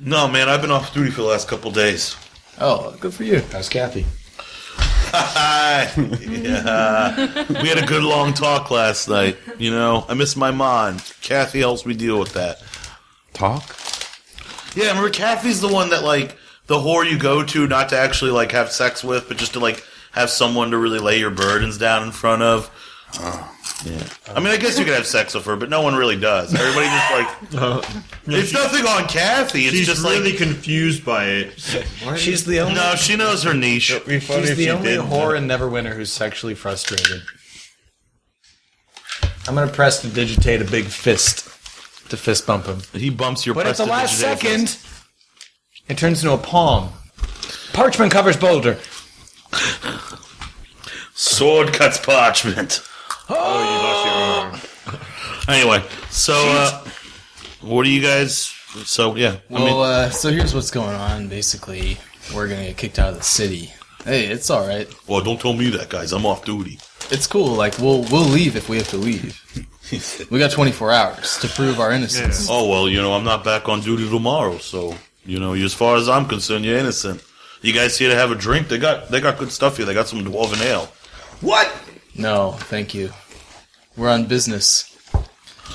[SPEAKER 3] No, man, I've been off duty for the last couple days.
[SPEAKER 4] Oh, good for you.
[SPEAKER 8] How's Kathy?
[SPEAKER 3] Hi. yeah, we had a good long talk last night. You know, I miss my mom. Kathy helps me deal with that.
[SPEAKER 6] Talk?
[SPEAKER 3] Yeah, remember Kathy's the one that like the whore you go to not to actually like have sex with, but just to like have someone to really lay your burdens down in front of. Yeah. I mean, I guess you could have sex with her, but no one really does. Everybody just like it's nothing on Kathy. It's
[SPEAKER 5] Uh, She's
[SPEAKER 3] just
[SPEAKER 5] really
[SPEAKER 3] like
[SPEAKER 5] confused by it.
[SPEAKER 8] She's the only,
[SPEAKER 3] no, she knows her niche.
[SPEAKER 8] she's the only whore in Neverwinter who's sexually frustrated. I'm gonna press to digitate a big fist to fist bump him.
[SPEAKER 3] He bumps your
[SPEAKER 8] But at the last
[SPEAKER 3] prestidigitation.
[SPEAKER 8] second, it turns into a palm. Parchment covers boulder.
[SPEAKER 3] Sword cuts parchment. Oh, you lost your arm. Anyway, so uh, what do you guys? So yeah, I mean,
[SPEAKER 4] Well, uh, so here's what's going on. Basically, we're gonna get kicked out of the city. Hey, it's all right.
[SPEAKER 3] well, don't tell me that, guys. I'm off duty.
[SPEAKER 4] It's cool. Like we'll we'll leave if we have to leave. We got 24 hours to prove our innocence.
[SPEAKER 3] Oh well, you know I'm not back on duty tomorrow, so you know as far as I'm concerned, you're innocent. You guys here to have a drink? They got they got good stuff here. They got some dwarven ale. What?
[SPEAKER 4] No, thank you. We're on business.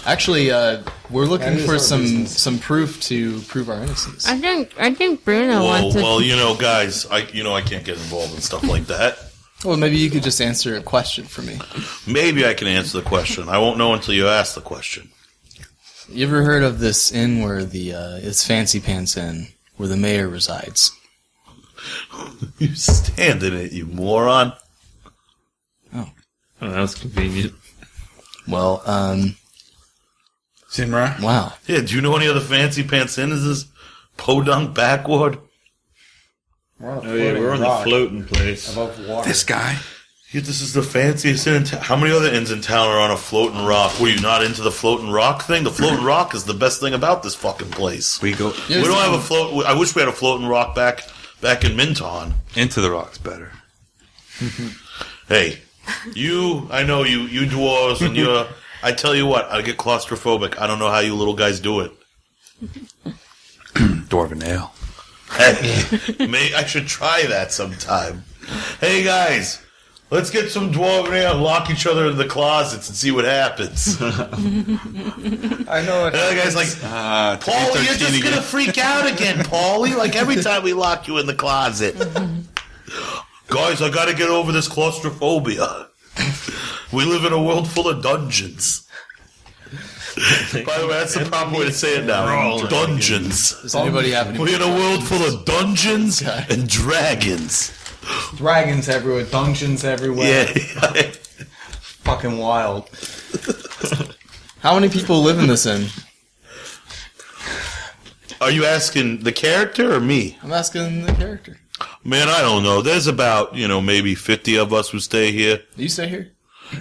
[SPEAKER 4] Actually, uh, we're looking for some some proof to prove our innocence.
[SPEAKER 11] I think I think Bruno
[SPEAKER 3] Well,
[SPEAKER 11] wants to.
[SPEAKER 3] well, you know, guys, I you know I can't get involved in stuff like that.
[SPEAKER 4] Well, maybe you could just answer a question for me.
[SPEAKER 3] Maybe I can answer the question. I won't know until you ask the question.
[SPEAKER 4] You ever heard of this inn where the uh, it's Fancy Pants Inn where the mayor resides?
[SPEAKER 3] You stand in it, you moron.
[SPEAKER 5] Oh, that was convenient.
[SPEAKER 4] Well, um,
[SPEAKER 6] Sinra?
[SPEAKER 4] wow.
[SPEAKER 3] Yeah, do you know any other fancy pants in? Is this podunk backward?
[SPEAKER 5] Oh yeah, we're on the floating place.
[SPEAKER 6] This guy?
[SPEAKER 3] Yeah, this is the fanciest inn. In t- How many other inns in town are on a floating rock? Were you not into the floating rock thing? The floating rock is the best thing about this fucking place.
[SPEAKER 6] We go
[SPEAKER 3] We don't have a float. I wish we had a floating rock back back in Minton.
[SPEAKER 6] into the rocks better.
[SPEAKER 3] Hey, you. I know you. You dwarves and you're. I tell you what, I get claustrophobic. I don't know how you little guys do it.
[SPEAKER 6] Dwarven ale.
[SPEAKER 3] Hey, may I should try that sometime. Hey guys, let's get some dwarven ale and lock each other in the closets and see what happens. I know. The other guy's like,
[SPEAKER 6] Uh,
[SPEAKER 3] Paulie, you're just gonna freak out again, Paulie. Like every time we lock you in the closet. guys, I gotta get over this claustrophobia. we live in a world full of dungeons. By the way, that's the proper way to say it now. Dungeons.
[SPEAKER 4] Does anybody have any?
[SPEAKER 3] We're in a world full of dungeons and dragons.
[SPEAKER 8] Dragons everywhere, dungeons everywhere.
[SPEAKER 3] Yeah.
[SPEAKER 8] Fucking wild.
[SPEAKER 4] How many people live in this inn?
[SPEAKER 3] Are you asking the character or me?
[SPEAKER 4] I'm asking the character.
[SPEAKER 3] Man, I don't know. There's about, you know, maybe 50 of us who stay here.
[SPEAKER 4] Do you stay here?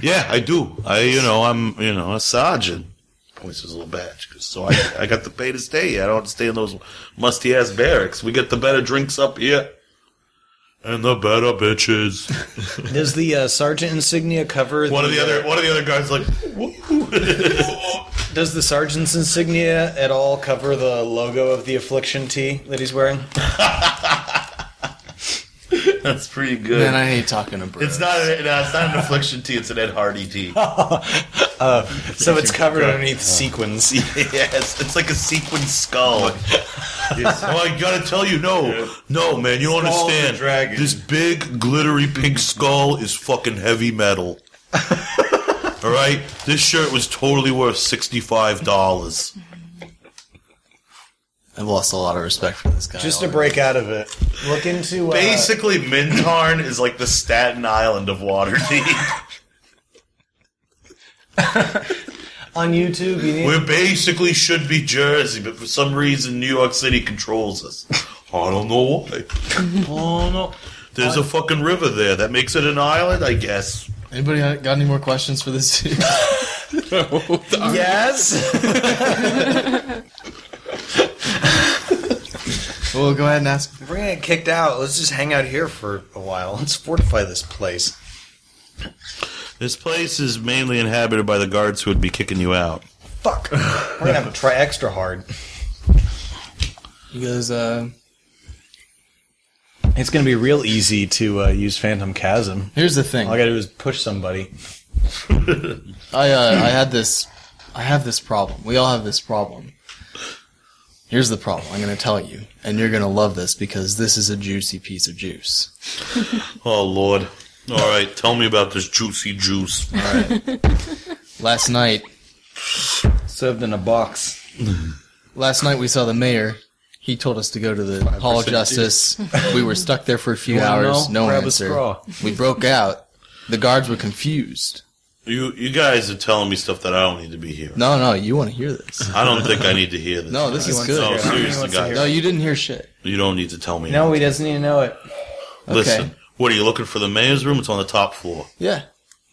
[SPEAKER 3] Yeah, I do. I, you know, I'm, you know, a sergeant. Points his little badge. 'cause- So I, I got to pay to stay here. I don't stay in those musty ass barracks. We get the better drinks up here. And the better bitches.
[SPEAKER 8] Does the uh, sergeant insignia cover
[SPEAKER 3] One
[SPEAKER 8] the,
[SPEAKER 3] of the other,
[SPEAKER 8] uh,
[SPEAKER 3] one of the other guys like, woo.
[SPEAKER 8] Does the sergeant's insignia at all cover the logo of the affliction tee that he's wearing?
[SPEAKER 3] that's pretty good.
[SPEAKER 4] Man, I hate talking to Bruno.
[SPEAKER 3] it's not, a, no, it's not an affliction tea. It's an Ed Hardy tea.
[SPEAKER 8] So it's covered underneath sequins.
[SPEAKER 3] Yeah, it's, it's like a sequined skull. Oh, I gotta tell you, no, no, man, you don't
[SPEAKER 10] Skull of the
[SPEAKER 3] understand.
[SPEAKER 10] dragon.
[SPEAKER 3] This big glittery pink skull is fucking heavy metal. All right, this shirt was totally worth sixty-five dollars.
[SPEAKER 4] I've lost a lot of respect for this guy.
[SPEAKER 8] Just to
[SPEAKER 4] already.
[SPEAKER 8] break out of it, look into uh,
[SPEAKER 3] Basically, Mintarn is like the Staten Island of Waterdeep.
[SPEAKER 8] on YouTube. You need,
[SPEAKER 3] we basically should be Jersey, but for some reason, New York City controls us. I don't know why. oh no, there's a fucking river there that makes it an island, I guess.
[SPEAKER 4] Anybody got any more questions for this dude?
[SPEAKER 8] uh, yes.
[SPEAKER 4] well, go ahead and ask.
[SPEAKER 8] We're gonna get kicked out. Let's just hang out here for a while. Let's fortify this place.
[SPEAKER 3] This place is mainly inhabited by the guards who would be kicking you out.
[SPEAKER 8] Fuck. We're gonna have to try extra hard.
[SPEAKER 4] You guys, uh,
[SPEAKER 8] It's gonna be real easy to uh, use Phantom Chasm.
[SPEAKER 4] here's the thing.
[SPEAKER 8] All I gotta do is push somebody.
[SPEAKER 4] I uh, I had this I have this problem. We all have this problem. Here's the problem. I'm going to tell you, and you're going to love this because this is a juicy piece of juice.
[SPEAKER 3] Oh, Lord. All right, tell me about this juicy juice.
[SPEAKER 4] Last night,
[SPEAKER 8] Served in a box.
[SPEAKER 4] last night we saw the mayor. He told us to go to the Hall of Justice. we were stuck there for a few
[SPEAKER 8] wanna
[SPEAKER 4] hours.
[SPEAKER 8] know?
[SPEAKER 4] No
[SPEAKER 8] Grab a
[SPEAKER 4] answer.
[SPEAKER 8] straw.
[SPEAKER 4] We broke out. The guards were confused.
[SPEAKER 3] You you guys are telling me stuff that I don't need to be hearing.
[SPEAKER 4] No, no, you want to hear this.
[SPEAKER 3] I don't think I need to hear this.
[SPEAKER 4] No, this is good.
[SPEAKER 3] No,
[SPEAKER 4] No,
[SPEAKER 3] seriously,
[SPEAKER 8] wants to
[SPEAKER 3] guys,
[SPEAKER 8] hear it.
[SPEAKER 4] you didn't hear shit.
[SPEAKER 3] you don't need to tell me.
[SPEAKER 8] No, he doesn't even know it.
[SPEAKER 4] Okay.
[SPEAKER 3] Listen, what are you looking for? The mayor's room? It's on the top floor.
[SPEAKER 4] Yeah.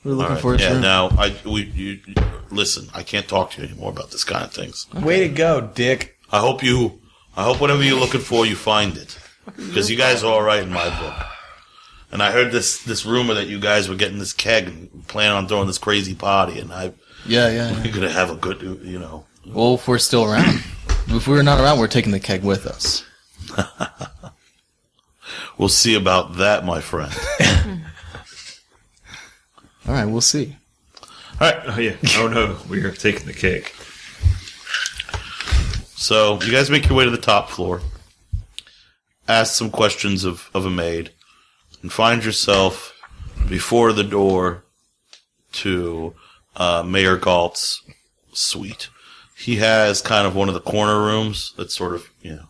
[SPEAKER 4] We're looking
[SPEAKER 3] All right.
[SPEAKER 4] for it.
[SPEAKER 3] yeah.
[SPEAKER 4] for-
[SPEAKER 3] Now I we you, listen. I can't talk to you anymore about this kind of things.
[SPEAKER 8] Way to go, Dick.
[SPEAKER 3] I hope you. I hope whatever you're looking for, you find it, because you guys are all right in my book. And I heard this this rumor that you guys were getting this keg and planning on throwing this crazy party, and I
[SPEAKER 4] yeah, yeah, yeah.
[SPEAKER 3] you're gonna have a good you know.
[SPEAKER 4] Well, if we're still around, if we were not around, we're taking the keg with us.
[SPEAKER 3] We'll see about that, my friend.
[SPEAKER 4] All right, we'll see.
[SPEAKER 5] All right. Oh yeah. Oh no, we are taking the cake.
[SPEAKER 3] So you guys make your way to the top floor, ask some questions of, of a maid, and find yourself before the door to uh, Mayor Galt's suite. He has kind of one of the corner rooms that sort of you know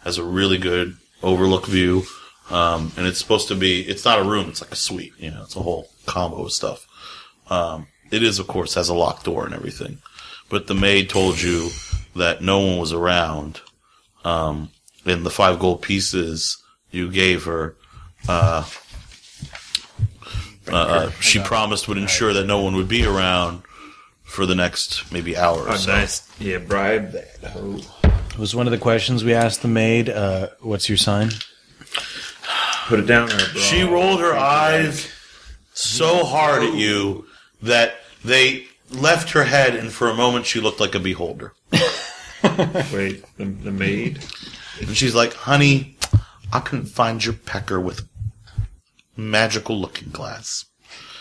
[SPEAKER 3] has a really good overlook view, um, and it's supposed to be it's not a room it's like a suite you know it's a whole combo of stuff. Um, it is of course has a locked door and everything, but the maid told you that no one was around. Um, and the five gold pieces you gave her, uh, uh, uh, she promised would ensure that no one would be around for the next maybe hour or
[SPEAKER 5] Oh,
[SPEAKER 3] so.
[SPEAKER 5] nice. Yeah, bribe that hoe.
[SPEAKER 8] Was one of the questions we asked the maid, uh, what's your sign?
[SPEAKER 5] Put it down there, bro.
[SPEAKER 3] She rolled her eyes so hard at you that they left her head, and for a moment she looked like a beholder.
[SPEAKER 5] Wait, the, the maid.
[SPEAKER 3] And she's like, honey, I couldn't find your pecker with magical looking glass.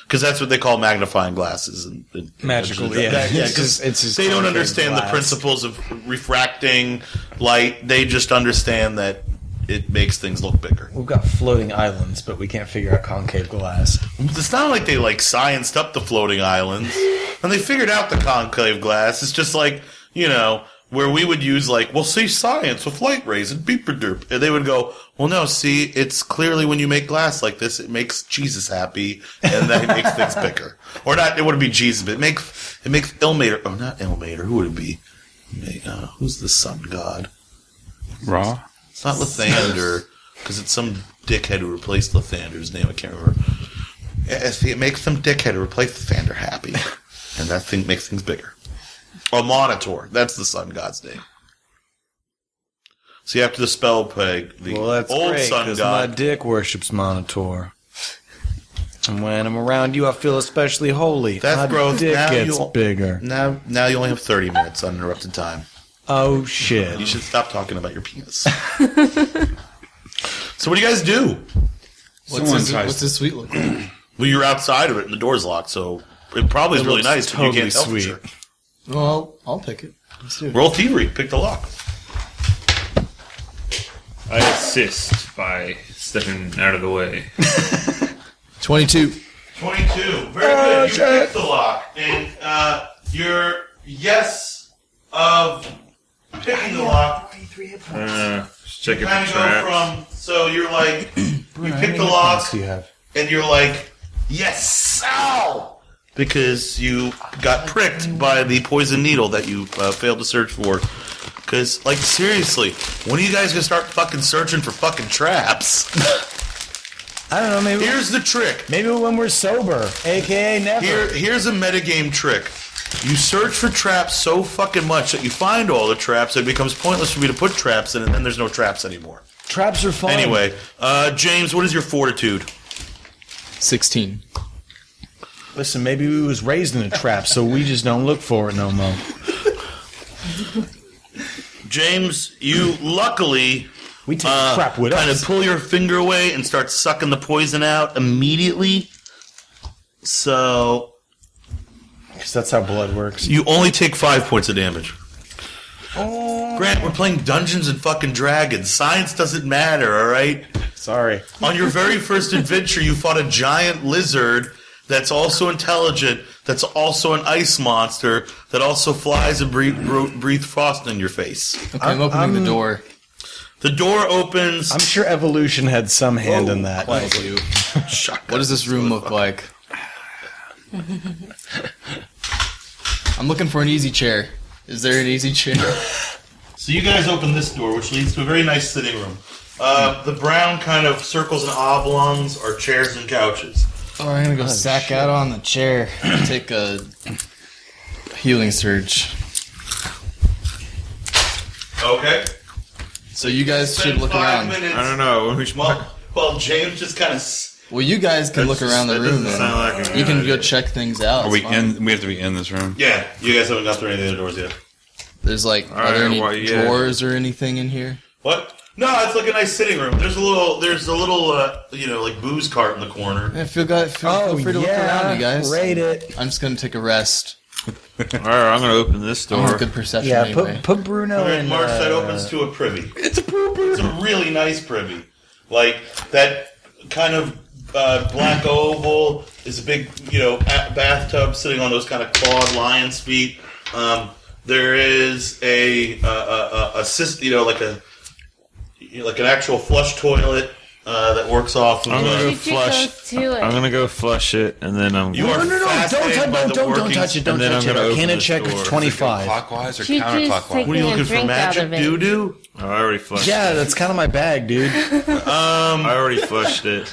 [SPEAKER 3] Because that's what they call magnifying glasses. And, and
[SPEAKER 8] Magical, yeah.
[SPEAKER 3] yeah,
[SPEAKER 8] It's
[SPEAKER 3] 'cause
[SPEAKER 8] just- it's just
[SPEAKER 3] they don't
[SPEAKER 8] colored
[SPEAKER 3] understand the
[SPEAKER 8] glass.
[SPEAKER 3] principles of refracting light. They just understand that it makes things look bigger.
[SPEAKER 8] We've got floating islands, but we can't figure out concave glass.
[SPEAKER 3] It's not like they like scienced up the floating islands, and they figured out the concave glass. It's just like you know where we would use like, well, see science with light rays and beeper derp, and they would go, well, no, see, it's clearly when you make glass like this, it makes Jesus happy, and that makes things bigger, or not. It wouldn't be Jesus, but it makes it makes Ilmater, oh, not Ilmater, who would it be? Uh, who's the sun god?
[SPEAKER 12] Raw.
[SPEAKER 3] It's not Lathander, because it's some dickhead who replaced Lathander's name. I can't remember. Yeah, see, it makes some dickhead who replaced Lathander happy, and that thing makes things bigger. A monitor. That's the sun god's name. See, after the spell plague, the
[SPEAKER 8] Well, that's
[SPEAKER 3] old
[SPEAKER 8] great,
[SPEAKER 3] sun
[SPEAKER 8] 'cause my
[SPEAKER 3] god.
[SPEAKER 8] dick worships Monitor. And when I'm around you, I feel especially holy.
[SPEAKER 3] That's
[SPEAKER 8] my
[SPEAKER 3] growth.
[SPEAKER 8] dick
[SPEAKER 3] Now
[SPEAKER 8] gets
[SPEAKER 3] you-
[SPEAKER 8] bigger.
[SPEAKER 3] Now, now you only have thirty minutes uninterrupted time.
[SPEAKER 8] Oh, shit.
[SPEAKER 3] You should stop talking about your penis. so, what do you guys do?
[SPEAKER 4] What's his, what's his suite look like?
[SPEAKER 3] Well, you're outside of it, and the door's locked, so it probably is really
[SPEAKER 8] looks
[SPEAKER 3] nice. but you
[SPEAKER 8] totally
[SPEAKER 3] can't tell for
[SPEAKER 8] sweet.
[SPEAKER 3] sure.
[SPEAKER 4] Well, I'll pick it. Let's do it.
[SPEAKER 3] Roll thievery. Pick the lock.
[SPEAKER 5] I assist by stepping out of the way.
[SPEAKER 4] 22.
[SPEAKER 3] 22. Very
[SPEAKER 8] Oh,
[SPEAKER 3] good. You picked the lock. And uh, your yes of picking the lock
[SPEAKER 5] Uh, just checking
[SPEAKER 3] kind
[SPEAKER 5] for
[SPEAKER 3] of go
[SPEAKER 5] traps.
[SPEAKER 3] from, so you're like, you
[SPEAKER 8] How
[SPEAKER 3] pick
[SPEAKER 8] many
[SPEAKER 3] the
[SPEAKER 8] points
[SPEAKER 3] lock,
[SPEAKER 8] do you have?
[SPEAKER 3] and you're like, yes, ow! Because you got pricked by the poison needle that you uh, failed to search for. Because, like, seriously, when are you guys gonna start fucking searching for fucking traps?
[SPEAKER 8] I don't know, maybe
[SPEAKER 3] Here's the trick.
[SPEAKER 8] maybe when we're sober, aka never.
[SPEAKER 3] Here, here's a metagame trick. You search for traps so fucking much that you find all the traps, it becomes pointless for me to put traps in, and then there's no traps anymore.
[SPEAKER 8] Traps are fun.
[SPEAKER 3] Anyway, uh, James, what is your fortitude?
[SPEAKER 4] 16.
[SPEAKER 8] Listen, maybe we was raised in a trap, so we just don't look for it no more.
[SPEAKER 3] James, you luckily
[SPEAKER 8] We take
[SPEAKER 3] uh,
[SPEAKER 8] crap with
[SPEAKER 3] kind
[SPEAKER 8] us.
[SPEAKER 3] of pull your finger away and start sucking the poison out immediately. So
[SPEAKER 8] 'Cause that's how blood works.
[SPEAKER 3] you only take five points of damage.
[SPEAKER 8] Oh.
[SPEAKER 3] Grant, we're playing Dungeons and fucking Dragons. Science doesn't matter, all right?
[SPEAKER 8] Sorry.
[SPEAKER 3] On your very first adventure, you fought a giant lizard that's also intelligent, that's also an ice monster, that also flies and breathe, bro- breathe frost in your face.
[SPEAKER 4] Okay, I'm, opening the door.
[SPEAKER 3] The door opens.
[SPEAKER 8] I'm sure
[SPEAKER 3] Oh,
[SPEAKER 8] evolution had some hand in that.
[SPEAKER 4] What does this room look like? I'm looking for an easy chair. Is there an easy chair?
[SPEAKER 3] So you guys open this door, which leads to a very nice sitting room. Uh, the brown kind of circles and oblongs are chairs and couches.
[SPEAKER 4] All right, I'm gonna go sack out on the chair. Take a healing surge.
[SPEAKER 3] Okay.
[SPEAKER 4] So you guys should
[SPEAKER 3] Spend
[SPEAKER 4] look
[SPEAKER 3] five
[SPEAKER 4] around.
[SPEAKER 3] minutes-
[SPEAKER 5] I don't know. We should-
[SPEAKER 3] Well, well, James just kind of.
[SPEAKER 4] Well, you guys can
[SPEAKER 5] That's
[SPEAKER 4] look around
[SPEAKER 5] just-
[SPEAKER 4] the
[SPEAKER 5] that
[SPEAKER 4] room.
[SPEAKER 5] doesn't
[SPEAKER 4] and
[SPEAKER 5] sound like a
[SPEAKER 4] you
[SPEAKER 5] good
[SPEAKER 4] can go
[SPEAKER 5] idea.
[SPEAKER 4] check things out.
[SPEAKER 6] Are
[SPEAKER 4] It's
[SPEAKER 6] we
[SPEAKER 4] fine.
[SPEAKER 6] in? We have to be in this room.
[SPEAKER 3] Yeah, you guys haven't got through any of the other doors yet.
[SPEAKER 4] There's like, are
[SPEAKER 5] right,
[SPEAKER 4] there any
[SPEAKER 5] well, yeah.
[SPEAKER 4] drawers or anything in here?
[SPEAKER 3] What? No, it's like a nice sitting room. There's a little, there's a little, uh, you know, like booze cart in the corner.
[SPEAKER 4] Yeah, feel, good, feel, feel free to look around, you guys.
[SPEAKER 8] Oh, Rate it.
[SPEAKER 4] I'm just gonna take a rest.
[SPEAKER 5] All right, I'm gonna open this
[SPEAKER 4] I want
[SPEAKER 5] door.
[SPEAKER 4] good perception
[SPEAKER 8] Yeah,
[SPEAKER 4] anyway.
[SPEAKER 8] put, put Bruno
[SPEAKER 3] Okay,
[SPEAKER 8] in.
[SPEAKER 3] Marsh,
[SPEAKER 8] uh,
[SPEAKER 3] that opens to a privy. It's a privy. It's a really nice privy. Like that kind of uh, black oval is a big, you know, a- bathtub sitting on those kind of clawed lion's feet. Um, there is a uh, a, a, a sys- you know, like a you know, like an actual flush toilet uh, that works off. Of,
[SPEAKER 5] I'm gonna
[SPEAKER 3] uh,
[SPEAKER 5] go
[SPEAKER 11] Did you go
[SPEAKER 5] flush.
[SPEAKER 11] to it?
[SPEAKER 5] I'm gonna go flush it, and then I'm.
[SPEAKER 3] you are
[SPEAKER 8] No, no, no! Don't
[SPEAKER 3] fascinated
[SPEAKER 8] touch!
[SPEAKER 3] by
[SPEAKER 8] Don't,
[SPEAKER 3] the
[SPEAKER 8] don't, don't
[SPEAKER 3] workings-
[SPEAKER 8] touch it! Don't
[SPEAKER 5] and then
[SPEAKER 8] touch
[SPEAKER 5] I'm
[SPEAKER 8] it!
[SPEAKER 5] gonna
[SPEAKER 8] I
[SPEAKER 5] open
[SPEAKER 8] can't
[SPEAKER 5] this
[SPEAKER 8] check
[SPEAKER 5] door. Does it go
[SPEAKER 8] twenty-five.
[SPEAKER 6] Clockwise or
[SPEAKER 11] She's just
[SPEAKER 6] counterclockwise?
[SPEAKER 3] What are
[SPEAKER 11] taking
[SPEAKER 3] you
[SPEAKER 11] a
[SPEAKER 3] looking for?
[SPEAKER 11] drink out
[SPEAKER 3] Magic
[SPEAKER 11] of
[SPEAKER 3] doo
[SPEAKER 11] it.
[SPEAKER 3] doo.
[SPEAKER 5] Oh, I already flushed.
[SPEAKER 8] Yeah, that's kind of my bag, dude.
[SPEAKER 5] it. I already flushed it.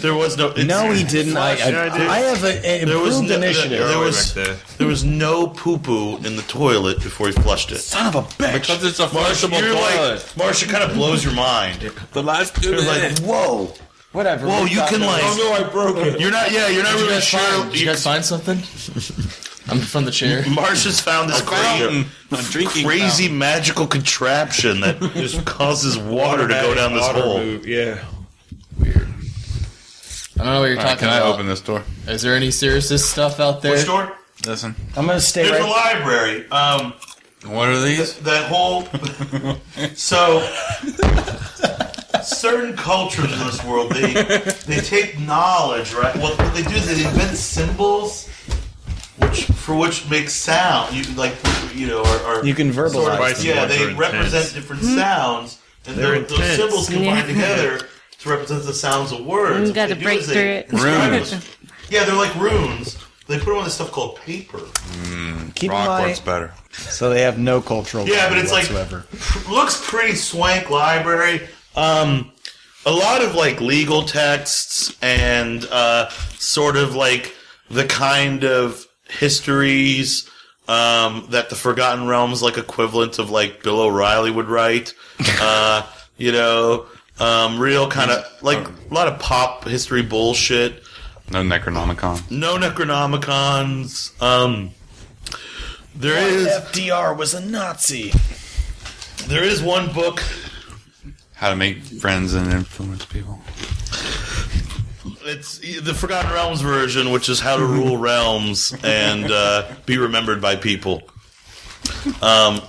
[SPEAKER 3] There was no. it's-
[SPEAKER 8] No, he didn't. I, I,
[SPEAKER 5] Yeah, I did.
[SPEAKER 8] I have a, a
[SPEAKER 3] There was
[SPEAKER 8] improved
[SPEAKER 3] no-
[SPEAKER 8] initiative.
[SPEAKER 3] There
[SPEAKER 5] All the way
[SPEAKER 3] was-
[SPEAKER 5] back there.
[SPEAKER 3] There was no poo poo in the toilet before he flushed it.
[SPEAKER 8] Son of a bitch!
[SPEAKER 6] Because it's a
[SPEAKER 3] Marsha,
[SPEAKER 6] flushable
[SPEAKER 3] you're
[SPEAKER 6] toilet.
[SPEAKER 3] like, Marsha kind of blows your mind.
[SPEAKER 6] the last two
[SPEAKER 3] You're like,
[SPEAKER 6] minutes.
[SPEAKER 3] whoa,
[SPEAKER 8] Whatever.
[SPEAKER 3] whoa,
[SPEAKER 8] we've
[SPEAKER 3] you
[SPEAKER 8] got
[SPEAKER 3] can
[SPEAKER 8] this.
[SPEAKER 3] like,
[SPEAKER 6] I broke it.
[SPEAKER 3] you're not, yeah, you're not
[SPEAKER 4] Did you
[SPEAKER 3] really
[SPEAKER 4] guys
[SPEAKER 3] sure.
[SPEAKER 4] find, did you guys find something? I'm from the chair.
[SPEAKER 3] Marsha's found this crazy,
[SPEAKER 6] Fountain. A drinking
[SPEAKER 3] crazy magical contraption that just causes water to go down this
[SPEAKER 5] Water
[SPEAKER 3] hole.
[SPEAKER 5] move, Yeah.
[SPEAKER 4] I don't know what you're
[SPEAKER 6] Fountain. All right,
[SPEAKER 4] talking
[SPEAKER 6] can I
[SPEAKER 4] about.
[SPEAKER 6] open this door?
[SPEAKER 4] Is there any Sirius stuff out there?
[SPEAKER 3] Which door?
[SPEAKER 6] Listen.
[SPEAKER 8] I'm gonna stay
[SPEAKER 3] There's a
[SPEAKER 8] right.
[SPEAKER 3] library. Um,
[SPEAKER 6] What are these?
[SPEAKER 3] that whole so certain cultures in this world they they take knowledge right well what they do is they invent symbols which for which make sound you like you know or, or
[SPEAKER 8] You can verbalize.
[SPEAKER 3] sort of-
[SPEAKER 5] them.
[SPEAKER 3] yeah they
[SPEAKER 5] Words are intense.
[SPEAKER 3] represent different sounds and
[SPEAKER 5] They're
[SPEAKER 3] they're- those
[SPEAKER 5] intense.
[SPEAKER 3] symbols combined together to represent the sounds of words
[SPEAKER 11] You gotta
[SPEAKER 3] What they do
[SPEAKER 11] break
[SPEAKER 3] is they
[SPEAKER 11] through
[SPEAKER 3] inscribe
[SPEAKER 6] Runes.
[SPEAKER 3] those- yeah they're like runes they put them on this stuff called paper
[SPEAKER 8] Keep in
[SPEAKER 6] Rock
[SPEAKER 8] mind,
[SPEAKER 6] works better.
[SPEAKER 8] so they have no cultural.
[SPEAKER 3] Yeah, but
[SPEAKER 8] value
[SPEAKER 3] it's like-
[SPEAKER 8] whatsoever.
[SPEAKER 3] looks pretty swank library. Um, a lot of like legal texts and uh, sort of like the kind of histories um, that the Forgotten Realms like equivalent of like Bill O'Reilly would write. Uh, you know, um, real kind of like a lot of pop history bullshit
[SPEAKER 6] No Necronomicon.
[SPEAKER 3] no Necronomicons. Um, there is
[SPEAKER 8] FDR was a Nazi.
[SPEAKER 3] there is one book.
[SPEAKER 6] How to make friends and influence people.
[SPEAKER 3] It's the Forgotten Realms version, which is how to rule realms and uh, be remembered by people. Um,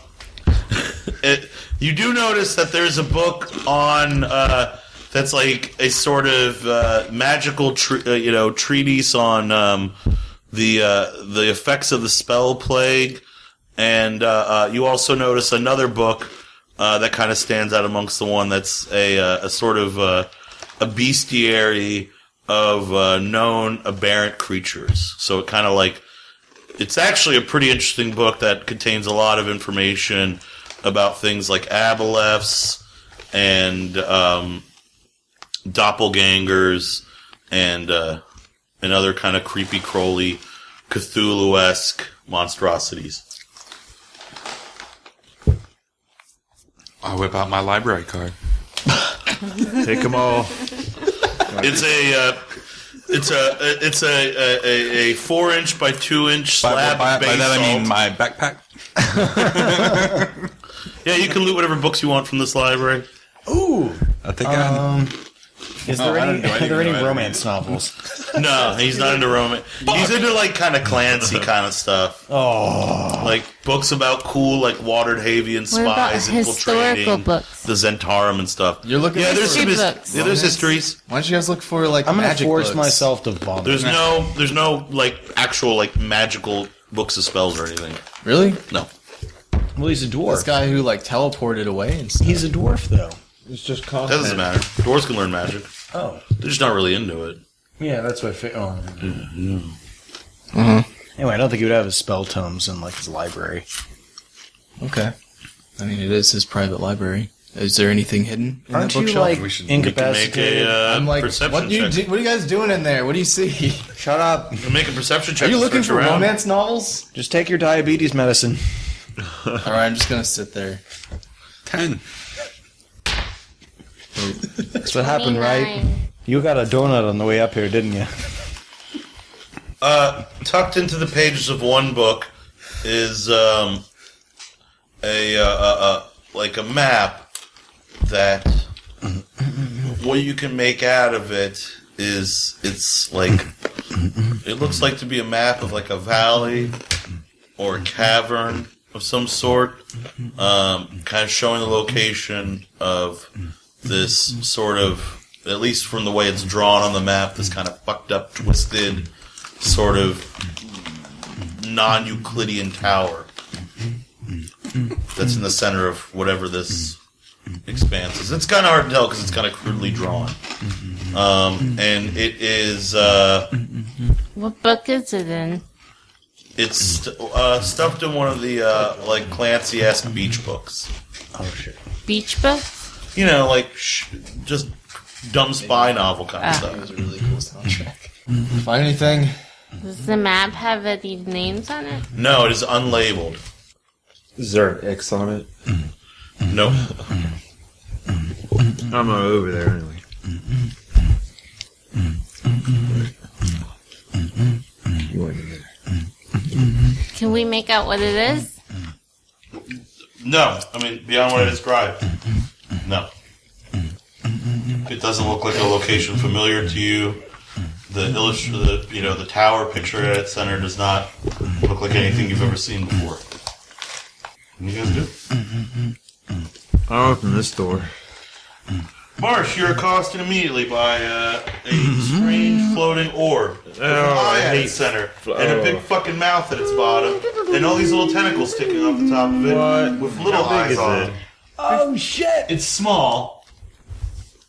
[SPEAKER 3] it, you do notice that there's a book on uh, that's like a sort of uh, magical, tre- uh, you know, treatise on um, the uh, the effects of the spell plague, and uh, uh, you also notice another book uh, that kind of stands out amongst the one that's a uh, a sort of uh, a bestiary of uh, known aberrant creatures. So it kind of like it's actually a pretty interesting book that contains a lot of information about things like aboleths and um, doppelgangers and uh, and other kind of creepy, crawly, Cthulhu esque monstrosities.
[SPEAKER 6] I whip out my library card.
[SPEAKER 5] Take them all.
[SPEAKER 3] It's a uh, it's a it's a a, a, a four inch by two inch slab
[SPEAKER 6] by,
[SPEAKER 3] of
[SPEAKER 6] by- by
[SPEAKER 3] basalt.
[SPEAKER 6] that I mean my backpack.
[SPEAKER 3] yeah, you can loot whatever books you want from this library.
[SPEAKER 8] Ooh.
[SPEAKER 6] I think I.
[SPEAKER 8] Is
[SPEAKER 3] Oh,
[SPEAKER 8] there
[SPEAKER 6] I don't
[SPEAKER 8] any?
[SPEAKER 6] do
[SPEAKER 8] Are there
[SPEAKER 6] anything
[SPEAKER 8] any
[SPEAKER 6] right.
[SPEAKER 8] romance novels?
[SPEAKER 3] No, he's not into Roman. He's into like kind of Clancy kind of stuff.
[SPEAKER 8] Oh.
[SPEAKER 3] Like books about cool like watered Havian
[SPEAKER 11] What about
[SPEAKER 3] spies infiltrating
[SPEAKER 11] historical books?
[SPEAKER 3] the Zentarum and stuff.
[SPEAKER 4] You're looking
[SPEAKER 3] yeah,
[SPEAKER 4] for
[SPEAKER 3] there's some
[SPEAKER 11] history
[SPEAKER 3] his-
[SPEAKER 11] books.
[SPEAKER 3] yeah, there's histories.
[SPEAKER 4] Why don't you guys look for like
[SPEAKER 8] I'm gonna
[SPEAKER 4] magic
[SPEAKER 8] force
[SPEAKER 4] books?
[SPEAKER 8] myself to vomit.
[SPEAKER 3] There's no there's no like actual like magical books of spells or anything.
[SPEAKER 4] Really?
[SPEAKER 3] No.
[SPEAKER 8] well, he's a
[SPEAKER 4] This
[SPEAKER 8] dwarf.
[SPEAKER 4] guy who like teleported away and stuff.
[SPEAKER 8] he's a dwarf, though.
[SPEAKER 12] It's just
[SPEAKER 3] That
[SPEAKER 12] constant.
[SPEAKER 3] doesn't matter. Dwarves can learn magic.
[SPEAKER 8] Oh.
[SPEAKER 3] They're just not really into it.
[SPEAKER 8] Yeah, that's what. I fi- oh. Anyway, I don't think he would have his spell tomes in like his library.
[SPEAKER 4] Okay. I mean, it is his private library. Is there anything hidden in
[SPEAKER 8] Aren't
[SPEAKER 4] that
[SPEAKER 8] you
[SPEAKER 4] bookshelf?
[SPEAKER 8] like
[SPEAKER 6] We should- we can make
[SPEAKER 3] Make a
[SPEAKER 8] incapacitated?
[SPEAKER 3] uh,
[SPEAKER 4] I'm like,
[SPEAKER 3] perception
[SPEAKER 4] what, you
[SPEAKER 3] check.
[SPEAKER 4] do, what are you guys doing in there? What do you see?
[SPEAKER 8] Shut up!
[SPEAKER 3] Make a perception check.
[SPEAKER 4] Are you
[SPEAKER 3] to
[SPEAKER 4] looking
[SPEAKER 3] search
[SPEAKER 4] for
[SPEAKER 3] around.
[SPEAKER 4] romance novels?
[SPEAKER 8] Just take your diabetes medicine.
[SPEAKER 4] All right, I'm just gonna sit there.
[SPEAKER 6] Ten.
[SPEAKER 8] That's what happened, right? You got a donut on the way up here, didn't you?
[SPEAKER 3] Uh, tucked into the pages of one book is um, a uh, uh, uh, like a map that what you can make out of it is it's like it looks like to be a map of like a valley or a cavern of some sort, um, kind of showing the location of this sort of at least from the way it's drawn on the map, this kind of fucked up, twisted sort of non Euclidean tower that's in the center of whatever this expanse is. It's kind of hard to tell because it's kind of crudely drawn. Um, and it is, uh,
[SPEAKER 11] What book is it in?
[SPEAKER 3] it's st- uh, stuffed in one of the, uh, like, Clancy esque beach books.
[SPEAKER 11] Beach books?
[SPEAKER 3] You know, like, sh- just dumb spy novel kind of
[SPEAKER 11] Ah.
[SPEAKER 3] stuff.
[SPEAKER 4] was a really cool soundtrack. Find anything?
[SPEAKER 11] Does the map have any names on it?
[SPEAKER 3] No, it is unlabeled.
[SPEAKER 5] Is there an X on it?
[SPEAKER 3] Nope.
[SPEAKER 5] I'm not over there anyway. You went in there.
[SPEAKER 11] Can we make out what it is?
[SPEAKER 3] No, I mean beyond what I described. No, it doesn't look like a location familiar to you. The illustr the you know, the tower picture at its center does not look like anything you've ever seen before. What do you guys do?
[SPEAKER 5] I'll open this door.
[SPEAKER 3] Marsh, you're accosted immediately by uh, a strange floating orb with an
[SPEAKER 5] Oh,
[SPEAKER 3] eye
[SPEAKER 5] I
[SPEAKER 3] at
[SPEAKER 5] hate
[SPEAKER 3] its center and a big
[SPEAKER 5] oh.
[SPEAKER 3] fucking mouth at its bottom, and all these little tentacles sticking off the top of it
[SPEAKER 5] What?
[SPEAKER 3] with little eyes on. it.
[SPEAKER 8] Oh shit!
[SPEAKER 3] It's small,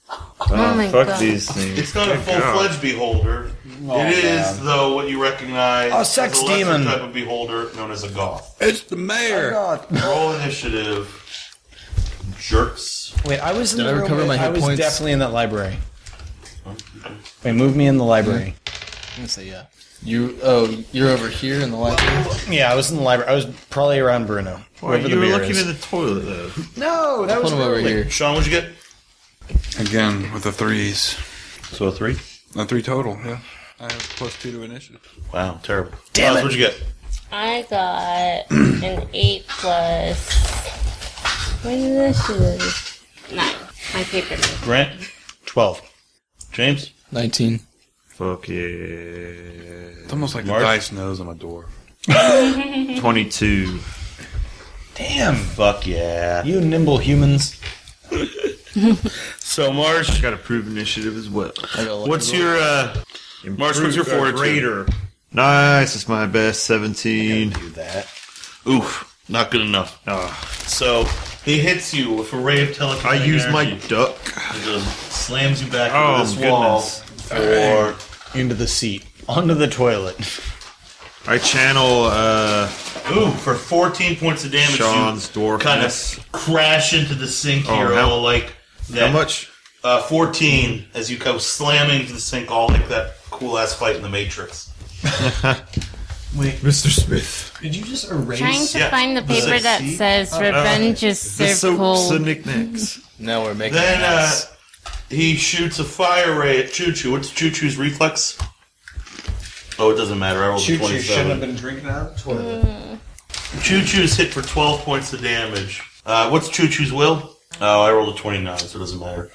[SPEAKER 11] Oh my
[SPEAKER 5] fuck
[SPEAKER 11] God.
[SPEAKER 5] these things.
[SPEAKER 3] It's not a
[SPEAKER 5] Good
[SPEAKER 3] full fledged beholder. it is, though, what you recognize
[SPEAKER 8] Oh, A sex
[SPEAKER 3] as a lesser
[SPEAKER 8] demon.
[SPEAKER 3] type of beholder known as a goth.
[SPEAKER 6] It's the mayor.
[SPEAKER 8] God.
[SPEAKER 3] Roll initiative. Jerks.
[SPEAKER 8] Wait, I was in
[SPEAKER 4] Did
[SPEAKER 8] the
[SPEAKER 4] I
[SPEAKER 8] room
[SPEAKER 4] recover
[SPEAKER 8] with-
[SPEAKER 4] my hit
[SPEAKER 8] I was
[SPEAKER 4] points?
[SPEAKER 8] definitely in that library. Wait, move me in the library.
[SPEAKER 4] I'm gonna say yeah. You oh you're over here in the library.
[SPEAKER 8] Yeah, I was in the library. I was probably around Bruno.
[SPEAKER 5] Why,
[SPEAKER 8] Whoever
[SPEAKER 5] you
[SPEAKER 8] the
[SPEAKER 5] were
[SPEAKER 8] mirror
[SPEAKER 5] looking
[SPEAKER 8] is.
[SPEAKER 5] in the toilet though.
[SPEAKER 3] Oh,
[SPEAKER 8] No, that
[SPEAKER 4] Put
[SPEAKER 8] was
[SPEAKER 4] him over
[SPEAKER 8] early.
[SPEAKER 4] here.
[SPEAKER 3] Sean, what'd you get?
[SPEAKER 6] Again with the threes.
[SPEAKER 5] So a three.
[SPEAKER 6] A three total. Yeah. I have plus two to initiative.
[SPEAKER 3] Wow, terrible.
[SPEAKER 8] Damn
[SPEAKER 3] Oz,
[SPEAKER 8] it.
[SPEAKER 3] What'd you get?
[SPEAKER 11] I got an 8 plus. What initiative? 9. My paper.
[SPEAKER 3] Grant?
[SPEAKER 8] 12.
[SPEAKER 3] James?
[SPEAKER 4] Nineteen.
[SPEAKER 5] Fuck yeah.
[SPEAKER 6] It's almost like
[SPEAKER 3] Mark?
[SPEAKER 6] the dice knows I'm a dwarf.
[SPEAKER 5] Twenty-two.
[SPEAKER 8] Damn,
[SPEAKER 3] Fuck yeah.
[SPEAKER 8] you nimble humans.
[SPEAKER 3] So, Marsh,
[SPEAKER 5] Got to prove initiative as well.
[SPEAKER 4] I got a lucky
[SPEAKER 3] what's
[SPEAKER 4] roll.
[SPEAKER 3] your. uh Marsh, what's your
[SPEAKER 5] Improve- uh,
[SPEAKER 3] fortitude?
[SPEAKER 5] greater. Nice. It's my best. Seventeen.
[SPEAKER 8] Do that.
[SPEAKER 3] Oof, not good enough.
[SPEAKER 5] Ah,
[SPEAKER 3] So, he hits you with a ray of
[SPEAKER 5] Oh, I
[SPEAKER 3] telekinetic
[SPEAKER 5] use my
[SPEAKER 3] energy.
[SPEAKER 5] duck.
[SPEAKER 3] He goes, slams you back
[SPEAKER 5] Oh,
[SPEAKER 3] into this wall for.
[SPEAKER 8] Into the seat. Onto the toilet.
[SPEAKER 5] I channel uh,
[SPEAKER 3] Ooh, for 14 points of damage,
[SPEAKER 5] Sean's
[SPEAKER 3] you
[SPEAKER 5] dwarf.
[SPEAKER 3] kind of crash into the sink here,
[SPEAKER 5] Oh, how-
[SPEAKER 3] all like that.
[SPEAKER 5] How much?
[SPEAKER 3] Uh, 14 as you go slamming into the sink, all like that cool ass fight in the Matrix.
[SPEAKER 5] Mr. Smith.
[SPEAKER 4] Did you just erase?
[SPEAKER 11] Trying to
[SPEAKER 3] Yeah.
[SPEAKER 11] find the
[SPEAKER 3] Does
[SPEAKER 11] paper
[SPEAKER 3] it
[SPEAKER 11] that
[SPEAKER 3] see?
[SPEAKER 11] says revenge is
[SPEAKER 5] The
[SPEAKER 11] served
[SPEAKER 5] soaps
[SPEAKER 11] cold.
[SPEAKER 5] and knickknacks.
[SPEAKER 4] Now we're making.
[SPEAKER 3] Then uh,
[SPEAKER 4] mess.
[SPEAKER 3] he shoots a fire ray at Choo Choo. What's Choo Choo's reflex? Oh, it doesn't matter. I rolled a 27.
[SPEAKER 12] been drinking out of the toilet.
[SPEAKER 3] Choo Choo's hit for 12 points of damage. Uh, what's Choo Choo's will? Oh, I rolled a 29, so it doesn't matter.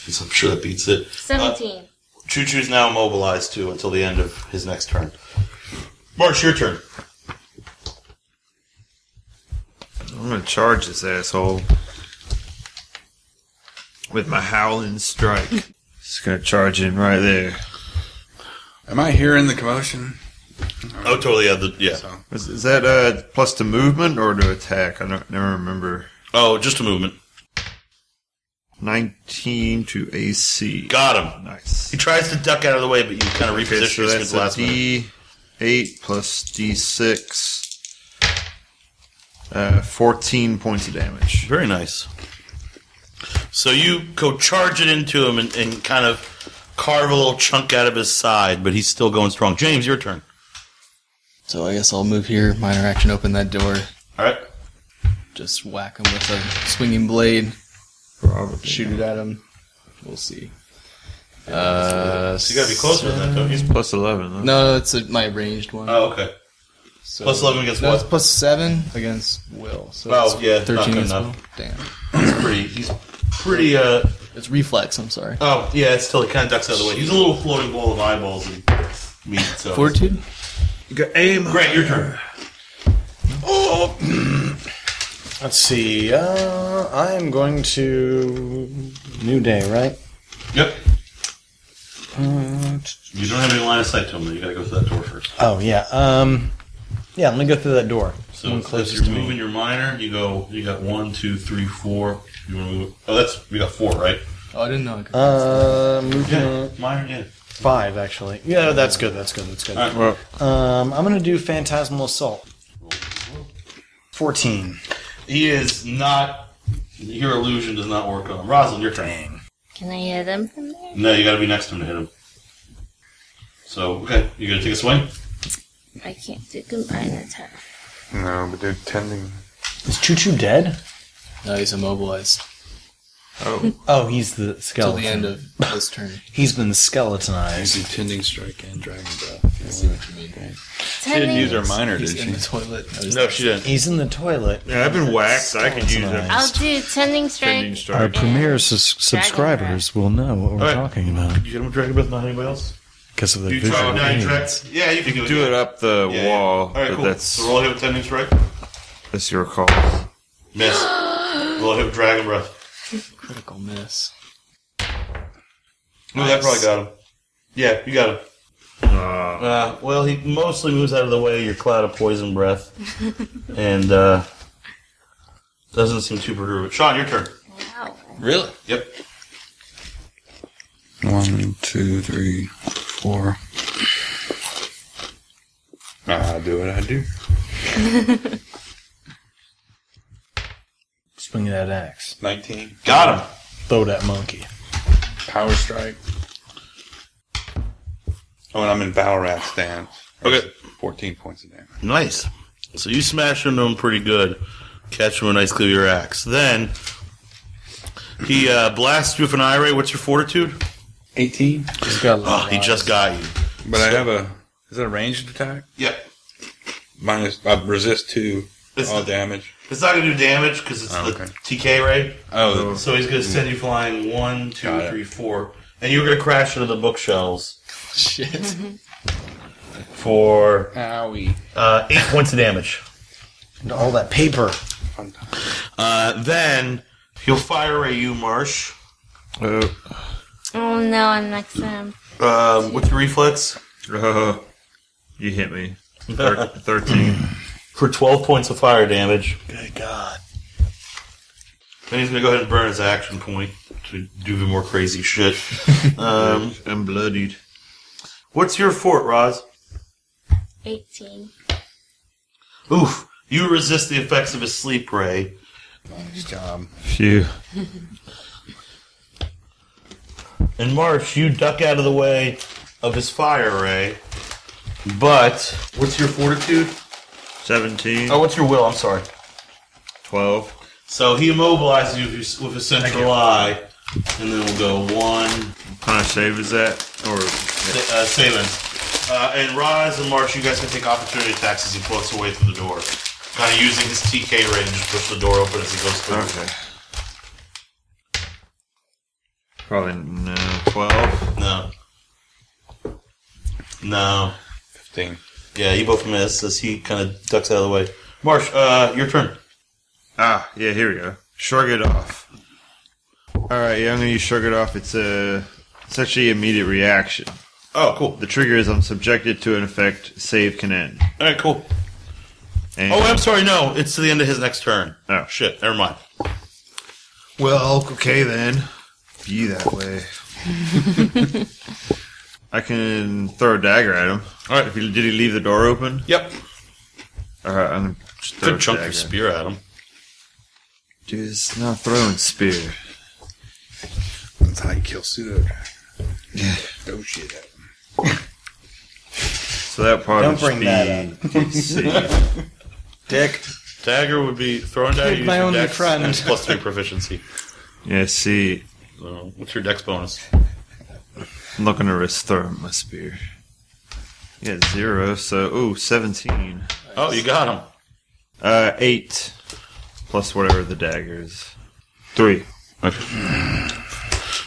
[SPEAKER 3] Because I'm sure that beats it.
[SPEAKER 11] 17.
[SPEAKER 3] Choo Choo's now immobilized too until the end of his next turn. Marsh, your turn.
[SPEAKER 5] I'm gonna charge this asshole with my howling strike. Just gonna charge him right there.
[SPEAKER 6] Am I hearing the commotion?
[SPEAKER 3] Oh, totally. Yeah, the, yeah.
[SPEAKER 6] So
[SPEAKER 5] Is, is that uh, plus the movement or the attack? I don't never remember.
[SPEAKER 3] Oh, just a movement.
[SPEAKER 5] 19 to AC.
[SPEAKER 3] Got him.
[SPEAKER 5] Nice.
[SPEAKER 3] He tries to duck out of the way, but you kind of
[SPEAKER 5] Okay,
[SPEAKER 3] reposition
[SPEAKER 5] so
[SPEAKER 3] his
[SPEAKER 5] that's
[SPEAKER 3] good last
[SPEAKER 5] a
[SPEAKER 3] minute.
[SPEAKER 5] D 8 plus d6. Uh, 14 points of damage.
[SPEAKER 3] Very nice. So you go charge it into him and, and kind of carve a little chunk out of his side, but he's still going strong. James, your turn.
[SPEAKER 4] So I guess I'll move here, minor action, open that door,
[SPEAKER 3] All right.
[SPEAKER 4] just whack him with a swinging blade, shoot it at him. We'll see. Uh,
[SPEAKER 3] You gotta be closer than that, don't you?
[SPEAKER 5] Plus 11, huh?
[SPEAKER 4] No, it's a, my ranged one.
[SPEAKER 3] Oh, okay.
[SPEAKER 4] So-
[SPEAKER 3] Plus 11 against
[SPEAKER 4] no,
[SPEAKER 3] what?
[SPEAKER 4] it's plus seven against Will. So
[SPEAKER 3] Well,
[SPEAKER 4] it's
[SPEAKER 3] yeah, it's not good
[SPEAKER 4] against
[SPEAKER 3] enough.
[SPEAKER 4] Will. Damn,
[SPEAKER 3] He's pretty. He's pretty. Uh.
[SPEAKER 4] it's reflex. I'm sorry.
[SPEAKER 3] Oh, yeah. It's till he kind of ducks out of the way. He's a little floating ball of eyeballs and meat. So.
[SPEAKER 4] Fortitude.
[SPEAKER 5] aim.
[SPEAKER 3] Grant, your turn.
[SPEAKER 8] Let's see. Uh, I am going to New Day, right?
[SPEAKER 3] Yep. You don't have any line of sight to him. though. You gotta go through that door first.
[SPEAKER 8] Oh yeah. Um, yeah. Let me go through that door.
[SPEAKER 3] So
[SPEAKER 8] Someone
[SPEAKER 3] if if
[SPEAKER 8] closest
[SPEAKER 3] you're
[SPEAKER 8] to me.
[SPEAKER 3] moving your minor, you go. You got one, two, three, four. You want to move? Oh, that's we got four, right?
[SPEAKER 4] Oh, I didn't know. I could
[SPEAKER 8] Uh, moving
[SPEAKER 3] minor. Yeah.
[SPEAKER 8] five actually. Yeah, that's good. That's good. That's good.
[SPEAKER 3] All right.
[SPEAKER 8] Um, I'm gonna do Phantasmal Assault. Fourteen.
[SPEAKER 3] He is not. Your illusion does not work on him. Rosalind, your turn.
[SPEAKER 11] Can I hit him from there?
[SPEAKER 3] No, you got to be next to him to hit him. So okay, you gonna take a swing?
[SPEAKER 11] I can't do combined attack.
[SPEAKER 12] No, but they're tending.
[SPEAKER 8] Is Choo Choo dead?
[SPEAKER 4] No, he's immobilized
[SPEAKER 8] Oh, he's the
[SPEAKER 4] till
[SPEAKER 8] skeleton.
[SPEAKER 4] the end of this turn.
[SPEAKER 8] He's been skeletonized.
[SPEAKER 6] Using tending strike and dragon breath.
[SPEAKER 4] I see what you mean.
[SPEAKER 6] She didn't use
[SPEAKER 11] Timing.
[SPEAKER 6] her minor,
[SPEAKER 4] He's
[SPEAKER 6] did
[SPEAKER 4] in
[SPEAKER 6] she?
[SPEAKER 4] the toilet. No, he's-
[SPEAKER 3] she didn't.
[SPEAKER 8] He's in the toilet.
[SPEAKER 5] Yeah, I've been whacked. I could use that.
[SPEAKER 11] I'll do tending
[SPEAKER 5] Tending
[SPEAKER 11] strike.
[SPEAKER 5] strike.
[SPEAKER 8] premier subscribers will know what we're
[SPEAKER 3] right.
[SPEAKER 8] talking about
[SPEAKER 3] You hit him with dragon breath, not anybody else.
[SPEAKER 8] because of the
[SPEAKER 3] You try with nine tracks. Yeah, you can do,
[SPEAKER 5] Do
[SPEAKER 3] it.
[SPEAKER 5] it up the
[SPEAKER 3] Yeah, yeah.
[SPEAKER 5] wall,
[SPEAKER 3] All right,
[SPEAKER 5] but
[SPEAKER 3] cool.
[SPEAKER 5] that's
[SPEAKER 3] so roll hit with tending strike.
[SPEAKER 5] that's your call.
[SPEAKER 3] Miss. roll hit with dragon breath.
[SPEAKER 4] Critical miss.
[SPEAKER 3] No, that probably got him. Yeah, you got him.
[SPEAKER 5] Uh,
[SPEAKER 3] Uh, well, he mostly moves out of the way of your cloud of poison breath, and uh, doesn't seem too perturbed. Sean, your turn.
[SPEAKER 11] Wow.
[SPEAKER 4] Really?
[SPEAKER 3] Yep.
[SPEAKER 6] One, two, three, four. Ah, I do what I do.
[SPEAKER 8] Swing that axe.
[SPEAKER 6] Nineteen.
[SPEAKER 3] Got him.
[SPEAKER 8] Throw that monkey.
[SPEAKER 6] Power strike. Oh, and I'm in battle rap stance.
[SPEAKER 3] Okay.
[SPEAKER 6] Fourteen points of damage.
[SPEAKER 3] Nice. So you smash into him pretty good, catch him with a nice clear your axe. Then he uh, blasts you with an eye ray. What's your fortitude?
[SPEAKER 6] Eighteen.
[SPEAKER 8] He's got a lot
[SPEAKER 3] Oh,
[SPEAKER 8] of
[SPEAKER 3] he
[SPEAKER 8] eyes.
[SPEAKER 3] just got you.
[SPEAKER 6] But I have a. Is it a ranged attack?
[SPEAKER 3] Yep.
[SPEAKER 6] Minus. I resist two.
[SPEAKER 3] It's
[SPEAKER 6] all
[SPEAKER 3] the-
[SPEAKER 6] damage.
[SPEAKER 3] It's not gonna do damage because it's
[SPEAKER 6] Oh,
[SPEAKER 3] the
[SPEAKER 6] okay.
[SPEAKER 3] TK ray.
[SPEAKER 6] Oh,
[SPEAKER 3] So he's gonna send you flying one, two, three, four,
[SPEAKER 6] Got it.
[SPEAKER 3] and you're gonna crash into the bookshelves
[SPEAKER 4] Shit.
[SPEAKER 3] for
[SPEAKER 6] owie.
[SPEAKER 3] uh, eight points of damage.
[SPEAKER 8] And all that paper.
[SPEAKER 3] Uh, then he'll fire at you, Marsh.
[SPEAKER 5] uh,
[SPEAKER 11] Oh no, I'm next to him.
[SPEAKER 3] Um, what's your reflex?
[SPEAKER 5] uh, you hit me. Thir- Thirteen.
[SPEAKER 3] For twelve points of fire damage.
[SPEAKER 8] Good God.
[SPEAKER 3] And he's gonna go ahead and burn his action point to do even more crazy shit. um,
[SPEAKER 5] I'm bloodied.
[SPEAKER 3] what's your fort, Roz?
[SPEAKER 11] 18.
[SPEAKER 3] Oof. You resist the effects of his sleep ray.
[SPEAKER 5] Phew.
[SPEAKER 3] In March, you duck out of the way of his fire ray. But what's your fortitude?
[SPEAKER 5] 17.
[SPEAKER 3] Oh, what's your will? I'm sorry.
[SPEAKER 5] 12.
[SPEAKER 3] So he immobilizes you with his- with his central eye, and then we'll go one,
[SPEAKER 5] Kind of save is that? Or
[SPEAKER 3] Sa- uh, Salen. Uh, and Roz and March, you guys can take opportunity attacks as he floats away through the door. Kind of using his TK ray to just push the door open as he goes through.
[SPEAKER 5] Okay. Probably no. Twelve.
[SPEAKER 3] No. No.
[SPEAKER 6] Fifteen.
[SPEAKER 3] Yeah, you both miss as he kind of ducks out of the way. Marsh, uh, your turn.
[SPEAKER 5] Ah, yeah. Here we go. Shrug it off. All right. Yeah, I'm gonna use shrug it off. It's a. It's actually immediate reaction.
[SPEAKER 3] Oh, cool.
[SPEAKER 5] The trigger is I'm subjected to an effect. Save can end.
[SPEAKER 3] All right, cool.
[SPEAKER 5] And
[SPEAKER 3] Oh, I'm sorry. No, it's to the end of his next turn.
[SPEAKER 5] Oh.
[SPEAKER 3] shit. Never mind.
[SPEAKER 5] well, okay then. Be that way. I can throw a dagger at him. All right. If he, did he leave the door open?
[SPEAKER 3] Yep.
[SPEAKER 5] All right. I'm gonna just throw
[SPEAKER 10] Could
[SPEAKER 5] a
[SPEAKER 10] chunk
[SPEAKER 5] dagger.
[SPEAKER 10] your spear at him.
[SPEAKER 5] Dude, it's not throwing spear.
[SPEAKER 12] That's how you kill pseudo dragon.
[SPEAKER 6] Oh,
[SPEAKER 12] Throw shit at him.
[SPEAKER 5] So that part
[SPEAKER 8] Don't
[SPEAKER 5] would
[SPEAKER 8] bring
[SPEAKER 5] be
[SPEAKER 8] that
[SPEAKER 5] DC.
[SPEAKER 8] Dick.
[SPEAKER 3] Dagger would be throwing dagger.
[SPEAKER 8] You're
[SPEAKER 3] use
[SPEAKER 8] my
[SPEAKER 3] your
[SPEAKER 8] only
[SPEAKER 3] dex
[SPEAKER 8] friend.
[SPEAKER 3] and plus three proficiency.
[SPEAKER 5] yeah. See,
[SPEAKER 3] So, what's your dex bonus?
[SPEAKER 5] I'm not gonna risk throwing my spear. Yeah, zero. So ooh, seventeen.
[SPEAKER 3] Oh, you got him.
[SPEAKER 5] Uh, eight plus whatever the dagger is. Three.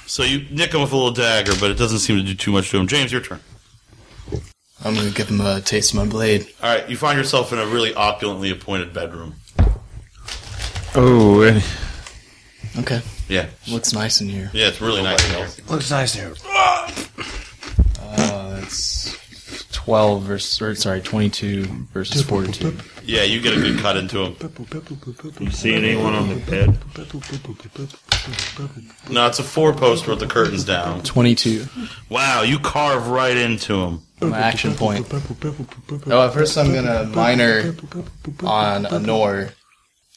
[SPEAKER 3] So you nick him with a little dagger, but it doesn't seem to do too much to him. James, your turn.
[SPEAKER 4] I'm gonna give him a taste of my blade.
[SPEAKER 3] All right, you find yourself in a really opulently appointed bedroom.
[SPEAKER 5] Oh, and
[SPEAKER 4] Okay,
[SPEAKER 3] Yeah,
[SPEAKER 4] looks nice in here.
[SPEAKER 3] yeah, it's really nice. you know.
[SPEAKER 8] Looks nice here.
[SPEAKER 4] Uh, that's twelve versus, or sorry, twenty-two versus forty-two.
[SPEAKER 3] Yeah, you get a good cut into him.
[SPEAKER 5] you seeing anyone on the bed?
[SPEAKER 3] No, it's a four poster with the curtains down.
[SPEAKER 4] Twenty-two.
[SPEAKER 3] Wow, you carve right into him.
[SPEAKER 4] My action point. Oh, at first I'm gonna minor on Anor,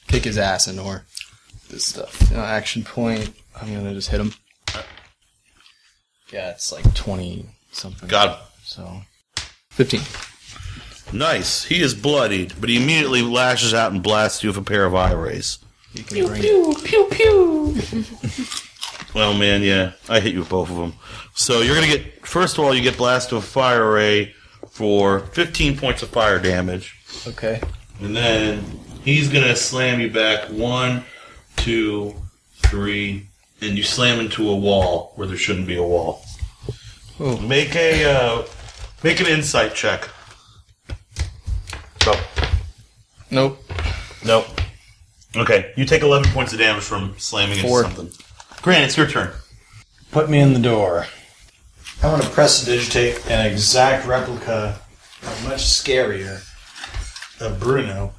[SPEAKER 4] kick his ass, Anor. This stuff. You know, action point. I'm gonna just hit him. Yeah, it's like twenty something.
[SPEAKER 3] God,
[SPEAKER 4] So, fifteen.
[SPEAKER 3] nice. He is bloodied, but he immediately lashes out and blasts you with a pair of eye rays.
[SPEAKER 4] You can bring it.
[SPEAKER 11] Pew, pew, pew.
[SPEAKER 3] Well, man, yeah, I hit you with both of them. So you're gonna get first of all, you get blasted with a fire ray for 15 points of fire damage.
[SPEAKER 4] Okay.
[SPEAKER 3] And then he's gonna slam you back one, two, three, and you slam into a wall where there shouldn't be a wall.
[SPEAKER 4] Oh.
[SPEAKER 3] Make a uh, make an insight check. So,
[SPEAKER 4] Nope.
[SPEAKER 3] nope. Okay, you take 11 points of damage from slamming
[SPEAKER 4] Four.
[SPEAKER 3] into something. Grant, it's your turn.
[SPEAKER 8] Put me in the door. I want to press digitate an exact replica, of much scarier, of Bruno,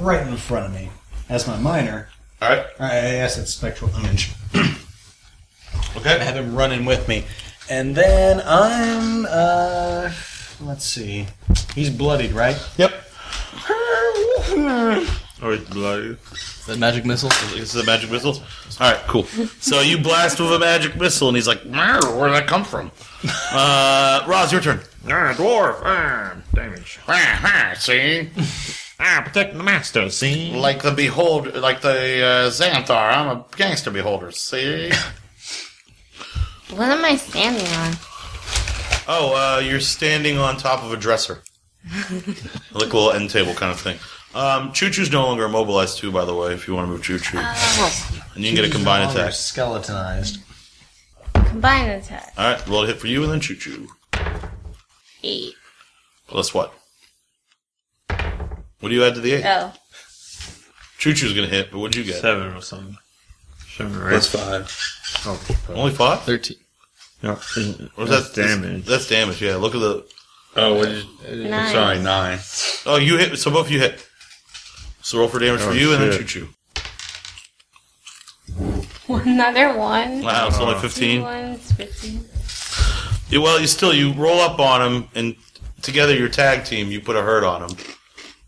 [SPEAKER 8] right in front of me as my minor.
[SPEAKER 3] All right.
[SPEAKER 8] I yes, it's spectral image. I
[SPEAKER 3] Okay.
[SPEAKER 8] have him running with me, and then I'm. uh... Let's see. He's bloodied, right?
[SPEAKER 3] Yep.
[SPEAKER 5] Oh, it's bloody.
[SPEAKER 4] Is that magic missile?
[SPEAKER 3] This is a magic missile. All right, cool. So you blast with a magic missile, and he's like, "Meow, "Where did that come from?" Uh, Roz, your turn.
[SPEAKER 5] Ah, dwarf. Ah, damage.
[SPEAKER 3] Ah, see,
[SPEAKER 5] Ah, protecting the master. See.
[SPEAKER 3] like the beholder, like the uh, Xanthar. I'm a gangster beholder. See.
[SPEAKER 11] What am I standing on?
[SPEAKER 3] Oh, uh, you're standing on top of a dresser, like a little end table kind of thing. Um, Choo Choo's no longer immobilized too, by the way. If you want to move Choo Choo,
[SPEAKER 11] Oh,
[SPEAKER 3] and you can get a combined
[SPEAKER 8] Longer
[SPEAKER 3] attack.
[SPEAKER 8] Skeletonized.
[SPEAKER 11] combined attack.
[SPEAKER 3] All right, roll a hit for you, and then Choo Choo.
[SPEAKER 11] Eight.
[SPEAKER 3] Plus what? What do you add to the eight?
[SPEAKER 11] Oh.
[SPEAKER 3] Choo Choo's gonna hit, but what'd you get?
[SPEAKER 5] Seven or something. Seven or
[SPEAKER 6] Plus
[SPEAKER 5] eight.
[SPEAKER 6] five.
[SPEAKER 3] Only five?
[SPEAKER 4] Thirteen.
[SPEAKER 5] No,
[SPEAKER 3] Or is
[SPEAKER 5] that's
[SPEAKER 3] that-
[SPEAKER 5] damage.
[SPEAKER 3] That's damage. Yeah. Look at the.
[SPEAKER 6] Oh, what did you,
[SPEAKER 11] Nine.
[SPEAKER 6] sorry, nine.
[SPEAKER 3] Oh, you hit. So both of you hit. So roll for damage
[SPEAKER 5] Oh,
[SPEAKER 3] for you, and then
[SPEAKER 5] shit.
[SPEAKER 3] Choo Choo.
[SPEAKER 11] Another one.
[SPEAKER 3] Wow, it's only
[SPEAKER 11] Two
[SPEAKER 3] fifteen.
[SPEAKER 11] ones, 15.
[SPEAKER 3] Yeah, Well, you still you roll up on him, and together your tag team, you put a hurt on him,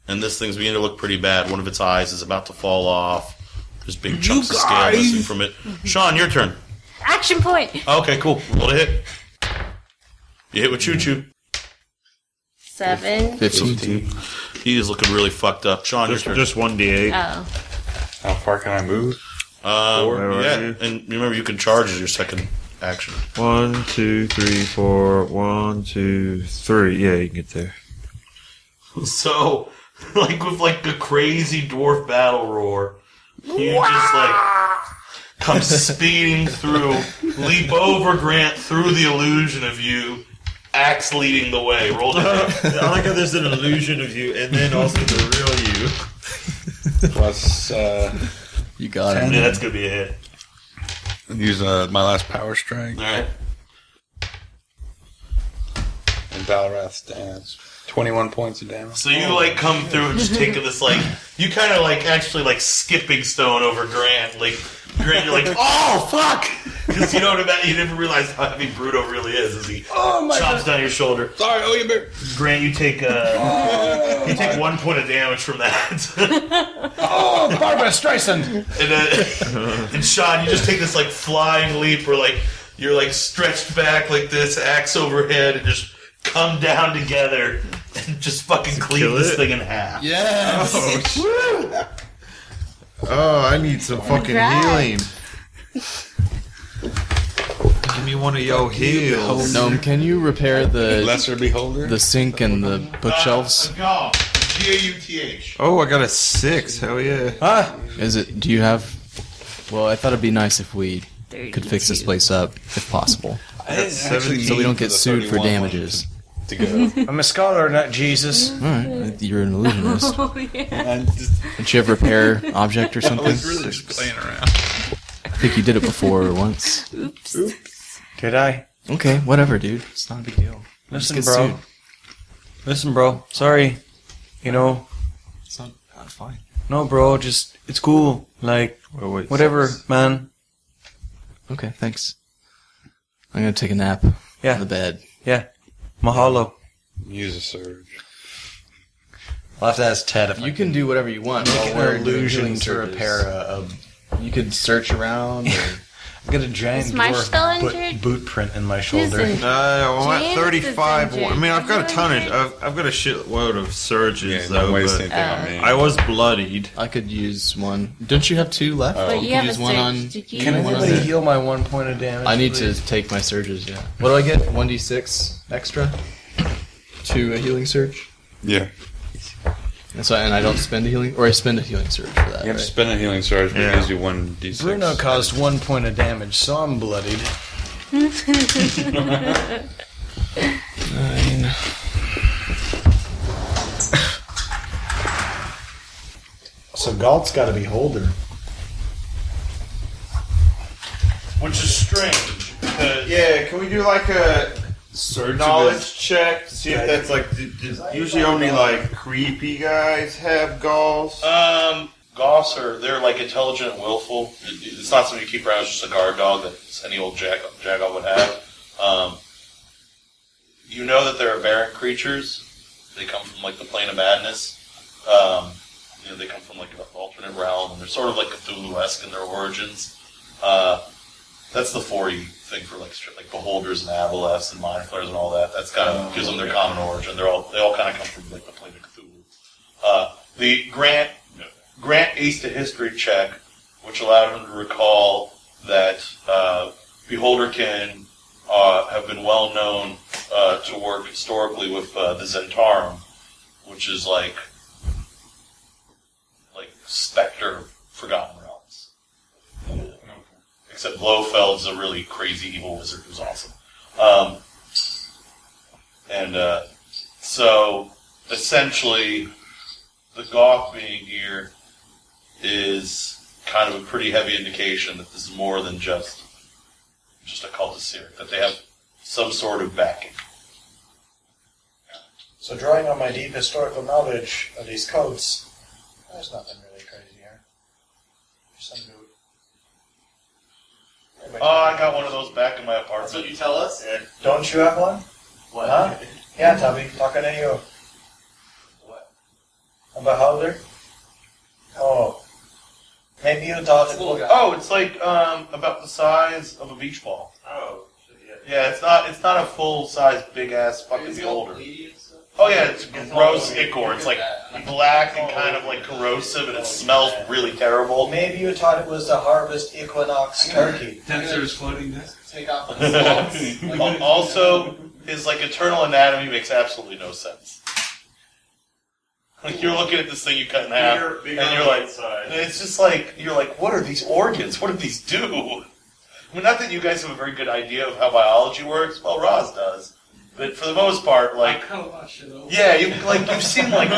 [SPEAKER 3] and this thing's beginning to look pretty bad. One of its eyes is about to fall off. There's big chunks of scale missing from it. Sean, your turn.
[SPEAKER 11] Action point.
[SPEAKER 3] Okay, cool. Roll to hit. You hit with Choo Choo.
[SPEAKER 11] Seven.
[SPEAKER 4] Fifteen.
[SPEAKER 3] He is looking really fucked up. Sean,
[SPEAKER 5] Just,
[SPEAKER 3] your turn.
[SPEAKER 5] just one d8.
[SPEAKER 11] Oh.
[SPEAKER 6] How far can I move?
[SPEAKER 3] Um,
[SPEAKER 5] four,
[SPEAKER 3] yeah,
[SPEAKER 5] right?
[SPEAKER 3] and remember you can charge as your second action.
[SPEAKER 5] One, two, three, four. One, two, three. Yeah, you can get there.
[SPEAKER 3] So, like with like a crazy dwarf battle roar, you just like come speeding through, leap over Grant through the illusion of you, axe leading the way. Roll down.
[SPEAKER 5] Uh, I like how there's an illusion of you, and then also the real you.
[SPEAKER 6] Plus, uh,
[SPEAKER 4] You got
[SPEAKER 6] Ten.
[SPEAKER 4] it.
[SPEAKER 3] Yeah, that's gonna be a hit.
[SPEAKER 12] And Use uh, my last power strike.
[SPEAKER 3] All right.
[SPEAKER 6] and Valrath stands. 21 points of damage.
[SPEAKER 3] So you like come through and just take this like you kind of like actually like skipping stone over Grant like Grant you're like oh fuck because you know what I mean you never realize how heavy Bruto really is as he chops down your shoulder.
[SPEAKER 6] Oh, Sorry, oh, you bear.
[SPEAKER 3] Grant you take uh, you take one point of damage from that.
[SPEAKER 13] Oh, Barbara Streisand!
[SPEAKER 3] And, uh, and Sean, you just take this like flying leap where like you're like stretched back like this, axe overhead, and just come down together and just fucking cleave
[SPEAKER 14] kill
[SPEAKER 3] this
[SPEAKER 14] it.
[SPEAKER 3] thing in half.
[SPEAKER 4] Yes.
[SPEAKER 5] Oh, I need some fucking
[SPEAKER 11] Congrats.
[SPEAKER 5] healing.
[SPEAKER 6] Give me one of your heels.
[SPEAKER 4] Gnome, can you repair the
[SPEAKER 6] Lesser beholder.
[SPEAKER 4] the sink and the bookshelves?
[SPEAKER 3] G A U T H.
[SPEAKER 6] oh, I got a six. Hell yeah.
[SPEAKER 4] Is it? Do you have? Well, I thought it'd be nice if we could fix this
[SPEAKER 11] 32.
[SPEAKER 4] place up if possible,
[SPEAKER 13] I didn't actually
[SPEAKER 4] so we
[SPEAKER 13] need
[SPEAKER 4] don't get
[SPEAKER 13] the
[SPEAKER 4] sued for
[SPEAKER 13] 31
[SPEAKER 4] damages.
[SPEAKER 13] To go.
[SPEAKER 8] I'm a scholar, not Jesus.
[SPEAKER 4] All right, you're an illusionist.
[SPEAKER 11] Oh, yeah.
[SPEAKER 8] And just-
[SPEAKER 4] Did you have repair object or something?
[SPEAKER 6] really just playing around.
[SPEAKER 4] I think you did it before or once.
[SPEAKER 8] did I?
[SPEAKER 4] Okay, whatever, dude. It's not a big deal.
[SPEAKER 15] Listen,
[SPEAKER 4] get
[SPEAKER 15] bro.
[SPEAKER 4] sued.
[SPEAKER 15] Listen, bro. Sorry. You know,
[SPEAKER 4] It's not, not fine.
[SPEAKER 15] no, bro. Just it's cool. Like
[SPEAKER 5] Oh,
[SPEAKER 15] whatever, man.
[SPEAKER 4] Okay, thanks. I'm gonna take a nap on
[SPEAKER 15] Yeah,
[SPEAKER 4] the bed.
[SPEAKER 15] yeah. Mahalo.
[SPEAKER 6] Use a surge.
[SPEAKER 8] I'll have to ask Ted if
[SPEAKER 4] You can do whatever you want.
[SPEAKER 8] I
[SPEAKER 4] while
[SPEAKER 8] can
[SPEAKER 4] we're doing
[SPEAKER 8] illusion to
[SPEAKER 4] searches.
[SPEAKER 8] repair a, a
[SPEAKER 4] You could search around. Or...
[SPEAKER 8] I've got a giant
[SPEAKER 11] Is my
[SPEAKER 8] dwarf
[SPEAKER 11] skull
[SPEAKER 8] boot,
[SPEAKER 11] injured?
[SPEAKER 8] boot print in my
[SPEAKER 11] Who's
[SPEAKER 8] shoulder.
[SPEAKER 11] in-
[SPEAKER 14] Uh, well, I'm
[SPEAKER 11] Jesus
[SPEAKER 14] at 35.
[SPEAKER 11] is injured.
[SPEAKER 14] I mean, I've got a
[SPEAKER 11] Is he
[SPEAKER 14] tonnage.
[SPEAKER 11] okay?
[SPEAKER 14] I've, I've got a shitload of
[SPEAKER 6] Yeah,
[SPEAKER 14] surges,
[SPEAKER 6] no
[SPEAKER 14] though.
[SPEAKER 6] waste
[SPEAKER 14] But
[SPEAKER 6] anything on me.
[SPEAKER 14] I was bloodied.
[SPEAKER 4] I could use one. Don't you have two left?
[SPEAKER 11] But you
[SPEAKER 4] can
[SPEAKER 11] have
[SPEAKER 4] use
[SPEAKER 11] a
[SPEAKER 4] one
[SPEAKER 11] surge.
[SPEAKER 4] on-
[SPEAKER 11] Did
[SPEAKER 4] can
[SPEAKER 11] you
[SPEAKER 8] Can
[SPEAKER 4] I one
[SPEAKER 11] use one?
[SPEAKER 4] of
[SPEAKER 8] anybody
[SPEAKER 4] the-
[SPEAKER 8] heal my one point of damage?
[SPEAKER 4] I need
[SPEAKER 8] please?
[SPEAKER 4] to take my surges. Yeah. What do I get? One d six extra to a healing surge.
[SPEAKER 6] Yeah.
[SPEAKER 4] And so, and I don't spend a healing, or I spend a healing surge for that.
[SPEAKER 6] You have to
[SPEAKER 4] right?
[SPEAKER 6] spend a healing surge, but
[SPEAKER 14] Yeah.
[SPEAKER 6] it gives you 1d6.
[SPEAKER 8] Bruno caused one point of damage, so I'm bloodied. So Galt's got to be holder.
[SPEAKER 3] Which is strange because
[SPEAKER 5] Yeah, can we do like a
[SPEAKER 3] surge
[SPEAKER 5] knowledge check to see if that's like d- d- usually only like creepy guys have galls?
[SPEAKER 3] Um, Goss are they're like intelligent and willful. It- It's not something you keep around. It's just a guard dog that any old jack jackal would have. Um, you know that they're aberrant creatures. They come from like the plane of madness. Um, you know, they come from like an alternate realm, and they're sort of like Cthulhu-esque in their origins. Uh, that's the 40 thing for like stri- like beholders and aboleths and mind flayers and all that. That's kind of gives them their common origin. They're all they all kind of come from like the plane of Cthulhu. Uh, the Grant Grant aced a history check, which allowed him to recall that uh, Beholderkin uh, have been well known uh, to work historically with uh, the Zentarum, which is like like specter of forgotten realms. Except Blofeld's a really crazy evil wizard who's awesome. Um, and uh, so essentially the Goth being here is kind of a pretty heavy indication that this is more than just just a cult of Syriac, that they have some sort of backing.
[SPEAKER 8] So drawing on my deep historical knowledge of these codes, there's nothing really crazy here. Some dude. Everybody-
[SPEAKER 3] Oh,
[SPEAKER 8] Uh,
[SPEAKER 3] I got one of those back in my apartment.
[SPEAKER 16] So you tell us?
[SPEAKER 3] Yeah.
[SPEAKER 8] Don't you have one?
[SPEAKER 16] What?
[SPEAKER 8] Huh? Yeah, Tubby, talking to you.
[SPEAKER 16] What?
[SPEAKER 8] I'm a holder. Oh. Maybe you thought it
[SPEAKER 16] Little guy.
[SPEAKER 3] Oh, it's like um, about the size of a beach ball.
[SPEAKER 16] Oh, shit, yeah.
[SPEAKER 3] Yeah, it's not it's not a full size big ass fucking
[SPEAKER 16] Is it all
[SPEAKER 3] beholder.
[SPEAKER 16] bleedy and stuff?
[SPEAKER 3] Oh yeah, it's
[SPEAKER 16] It's
[SPEAKER 3] gross
[SPEAKER 16] all-
[SPEAKER 3] ichor. It's like
[SPEAKER 16] Yeah.
[SPEAKER 3] black and kind of like corrosive, and it smells really terrible.
[SPEAKER 8] Maybe you thought it was the harvest equinox turkey.
[SPEAKER 16] Dexter's
[SPEAKER 6] floating disc.
[SPEAKER 16] Take off the socks.
[SPEAKER 3] Al- also, his like eternal anatomy makes absolutely no sense. Like you're looking at this thing you cut in half,
[SPEAKER 16] Bigger- bigger
[SPEAKER 3] and you're
[SPEAKER 16] on
[SPEAKER 3] like,
[SPEAKER 16] one side.
[SPEAKER 3] and it's just like you're like, what are these organs? What do these do? I mean, not that you guys have a very good idea of how biology works. Well, Roz does, but for the most part, like, yeah, you like you've seen like,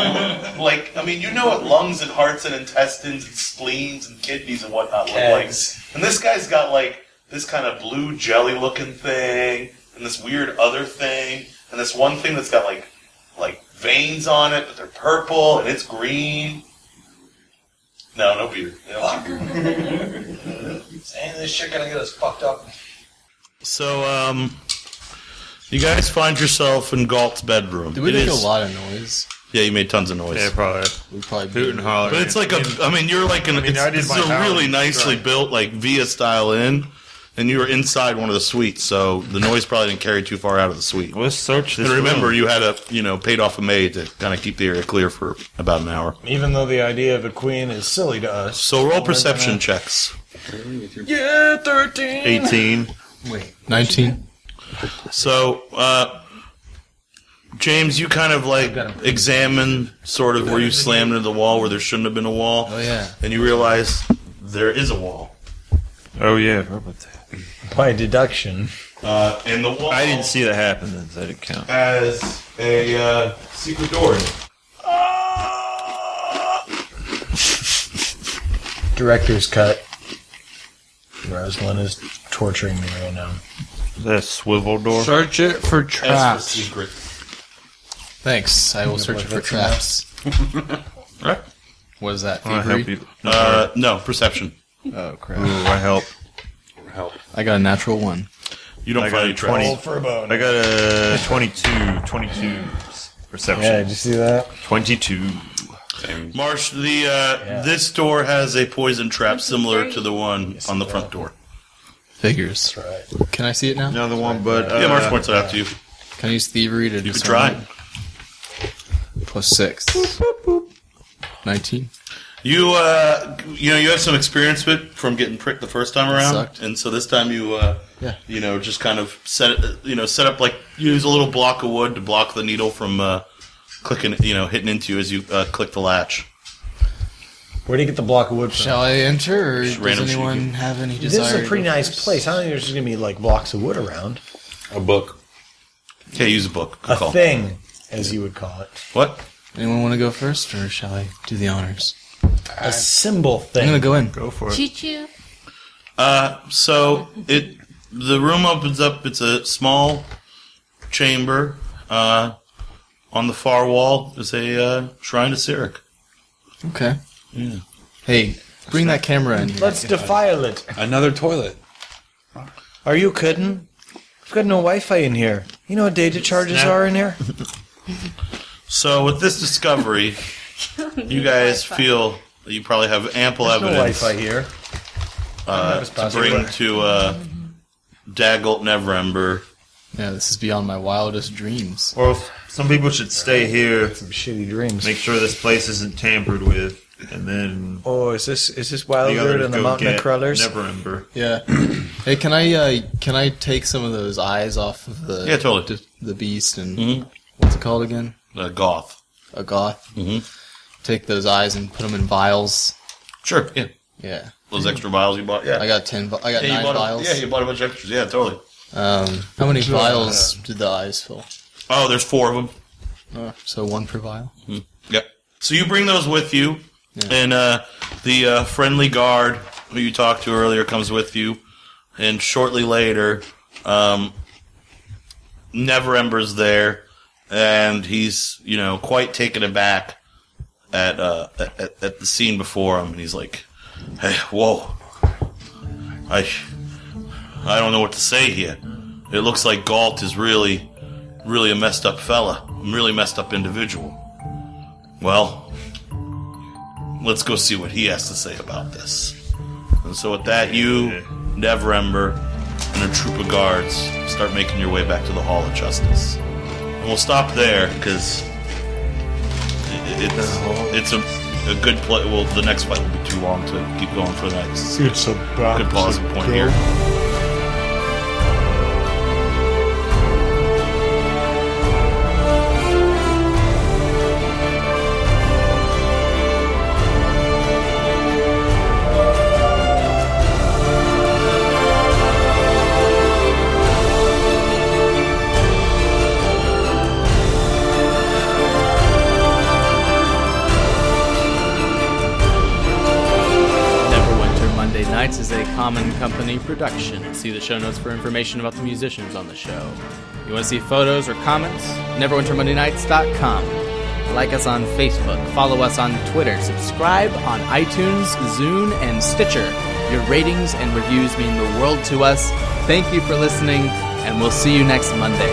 [SPEAKER 3] like I mean, you know what lungs and hearts and intestines and spleens and kidneys and whatnot look like.
[SPEAKER 8] Kegs.
[SPEAKER 3] And this guy's got like this kind of blue jelly looking thing and this weird other thing.
[SPEAKER 10] and this one thing that's got like like veins on it, but they're purple and it's green. No, no beer. They don't do beer. Saying this shit gonna get us fucked up.
[SPEAKER 3] So, um, you guys find yourself in Galt's bedroom.
[SPEAKER 4] Did we
[SPEAKER 3] It
[SPEAKER 4] make
[SPEAKER 3] is-
[SPEAKER 4] a lot of noise?
[SPEAKER 3] Yeah, you made tons of noise.
[SPEAKER 5] Yeah, probably.
[SPEAKER 4] We probably
[SPEAKER 5] Hoot and holler.
[SPEAKER 3] But it's like a. I mean, you're like an.
[SPEAKER 5] I mean, I
[SPEAKER 3] it's,
[SPEAKER 5] did
[SPEAKER 3] this is
[SPEAKER 5] my
[SPEAKER 3] a
[SPEAKER 5] house,
[SPEAKER 3] really nicely
[SPEAKER 5] right.
[SPEAKER 3] built, like via style inn, and you were inside one of the suites, so the noise probably didn't carry too far out of the suite.
[SPEAKER 5] Let's search this.
[SPEAKER 3] And remember,
[SPEAKER 5] room.
[SPEAKER 3] you had a you know paid off a maid to kind of keep the area clear for about an hour.
[SPEAKER 8] Even though the idea of a queen is silly to us.
[SPEAKER 3] So
[SPEAKER 8] we're
[SPEAKER 3] roll
[SPEAKER 8] gonna-
[SPEAKER 3] perception checks.
[SPEAKER 8] Yeah, 13.
[SPEAKER 5] 18.
[SPEAKER 4] Wait, nineteen.
[SPEAKER 3] So, uh, James, you kind of like examine sort of where you slammed into the wall where there shouldn't have been a wall.
[SPEAKER 4] Oh yeah.
[SPEAKER 3] And you realize there is a wall.
[SPEAKER 5] Oh yeah, I forgot about that.
[SPEAKER 8] By deduction.
[SPEAKER 3] Uh, and the wall
[SPEAKER 5] I didn't see that happen. Then that didn't count.
[SPEAKER 3] has a uh, secret door. in it.
[SPEAKER 8] Director's cut. Rosalind is torturing me right now.
[SPEAKER 5] That swivel door.
[SPEAKER 17] Search it for
[SPEAKER 3] That's
[SPEAKER 17] traps.
[SPEAKER 3] the secret.
[SPEAKER 4] Thanks. I will search for traps.
[SPEAKER 3] Right.
[SPEAKER 4] What is that?
[SPEAKER 5] I help
[SPEAKER 4] thievery?
[SPEAKER 5] you.
[SPEAKER 3] Uh, no, perception.
[SPEAKER 4] Oh
[SPEAKER 5] Ooh,
[SPEAKER 4] crap!
[SPEAKER 5] I help.
[SPEAKER 4] I got a natural one.
[SPEAKER 3] You don't
[SPEAKER 5] I got
[SPEAKER 3] find any
[SPEAKER 5] a
[SPEAKER 3] traps.
[SPEAKER 5] 20.
[SPEAKER 8] Hold for a bone.
[SPEAKER 5] I got a 22. 22 perception.
[SPEAKER 8] Yeah, did you see that?
[SPEAKER 5] 22.
[SPEAKER 3] Marsh, the uh,
[SPEAKER 8] Yeah.
[SPEAKER 3] this door has a poison trap similar to the one on the front door.
[SPEAKER 4] Figures.
[SPEAKER 8] That's
[SPEAKER 4] Can I see it now?
[SPEAKER 5] Another one, but uh,
[SPEAKER 3] yeah, Marsh points it out to you.
[SPEAKER 4] Can I use thievery to
[SPEAKER 3] You could
[SPEAKER 4] discern
[SPEAKER 3] try.
[SPEAKER 4] it? Plus six. Nineteen.
[SPEAKER 3] You uh, you know, you have some experience with from getting pricked the first time around,
[SPEAKER 4] Sucked.
[SPEAKER 3] and so this time you uh,
[SPEAKER 4] Yeah.
[SPEAKER 3] you know, just kind of set it, you know, set up like use a little block of wood to block the needle from uh, clicking, you know, hitting into you as you uh, click the latch.
[SPEAKER 8] Where do you get the block of wood from?
[SPEAKER 4] Shall I enter, or does
[SPEAKER 3] random
[SPEAKER 4] anyone
[SPEAKER 3] shaking.
[SPEAKER 4] have any
[SPEAKER 8] This
[SPEAKER 4] desire?
[SPEAKER 8] is a
[SPEAKER 4] to
[SPEAKER 8] pretty
[SPEAKER 4] go
[SPEAKER 8] nice
[SPEAKER 4] first?
[SPEAKER 8] place. I don't think there's just gonna be like blocks of wood around.
[SPEAKER 6] A book.
[SPEAKER 3] Okay, use a book. Good
[SPEAKER 8] A
[SPEAKER 3] call.
[SPEAKER 8] thing, as you would call it.
[SPEAKER 3] What?
[SPEAKER 4] Anyone want to go first, or shall I do the honors?
[SPEAKER 8] A symbol
[SPEAKER 4] I'm
[SPEAKER 8] thing.
[SPEAKER 4] gonna go in.
[SPEAKER 5] go for it.
[SPEAKER 11] Choo choo.
[SPEAKER 3] Uh, so it the room opens up. It's a small chamber. Uh, on the far wall is a uh, shrine to Sirik.
[SPEAKER 4] Okay. Hey, bring that camera in. here.
[SPEAKER 8] Let's defile it.
[SPEAKER 6] Another toilet.
[SPEAKER 8] Are you kidding? We've got no Wi-Fi in here. You know what data charges
[SPEAKER 3] Snap.
[SPEAKER 8] are in here?
[SPEAKER 3] So with this discovery, you guys feel that you probably have ample
[SPEAKER 8] There's no
[SPEAKER 3] evidence
[SPEAKER 8] Wi-Fi here.
[SPEAKER 3] uh,
[SPEAKER 8] That was
[SPEAKER 3] to
[SPEAKER 8] possible.
[SPEAKER 3] bring to uh, Dagult Nevrember.
[SPEAKER 4] Yeah, this is beyond my wildest dreams.
[SPEAKER 5] Or if some people should stay here,
[SPEAKER 8] Some shitty dreams.
[SPEAKER 5] make sure this place isn't tampered with, and then
[SPEAKER 8] Oh, is this is this Wild
[SPEAKER 5] the others
[SPEAKER 8] Bird and the
[SPEAKER 5] go
[SPEAKER 8] Mountain
[SPEAKER 5] get
[SPEAKER 8] of Crawlers?
[SPEAKER 5] Neverember.
[SPEAKER 4] Yeah. hey, can I uh, can I take some of those eyes off of the
[SPEAKER 3] Yeah, totally.
[SPEAKER 4] d- the beast and
[SPEAKER 3] Mhm.
[SPEAKER 4] what's it called again?
[SPEAKER 3] Uh, Goth.
[SPEAKER 4] A goth.
[SPEAKER 3] Mhm.
[SPEAKER 4] Take those eyes and put them in vials.
[SPEAKER 3] Sure. Yeah.
[SPEAKER 4] Yeah,
[SPEAKER 3] Those extra vials you bought. Yeah.
[SPEAKER 4] I got ten. vi- I got
[SPEAKER 3] yeah, you
[SPEAKER 4] nine
[SPEAKER 3] bought a-
[SPEAKER 4] vials.
[SPEAKER 3] yeah, you bought a bunch of extras. Yeah, totally.
[SPEAKER 4] um, how many vials did the eyes fill?
[SPEAKER 3] Oh, there's four of them.
[SPEAKER 4] Uh, so one per vial.
[SPEAKER 3] Yep. So you bring those with you,
[SPEAKER 4] Yeah.
[SPEAKER 3] and uh, the uh, friendly guard who you talked to earlier comes with you, and shortly later, um, Never Ember's there, and he's you know quite taken aback at uh, at, at the scene before him, and he's like, "Hey, whoa, I I don't know what to say here. It looks like Galt is really." Really a messed up fella. I'm really messed up individual. Well, let's go see what he has to say about this. And so, with that, you, Never Ember, and a troop of guards start making your way back to the Hall of Justice. And we'll stop there because it's it's a, a good play. Well, the next fight will be too long to keep going for that. It's a good pausing point here.
[SPEAKER 4] Neverwinter Monday night
[SPEAKER 18] Nights is a Common Company production. See the show notes for information about the musicians on the show. You want to see photos or comments? NeverWinterMondayNights.com. Like us on Facebook, follow us on Twitter, subscribe on iTunes, Zune, and Stitcher. Your ratings and reviews mean the world to us. Thank you for listening, and we'll see you next Monday.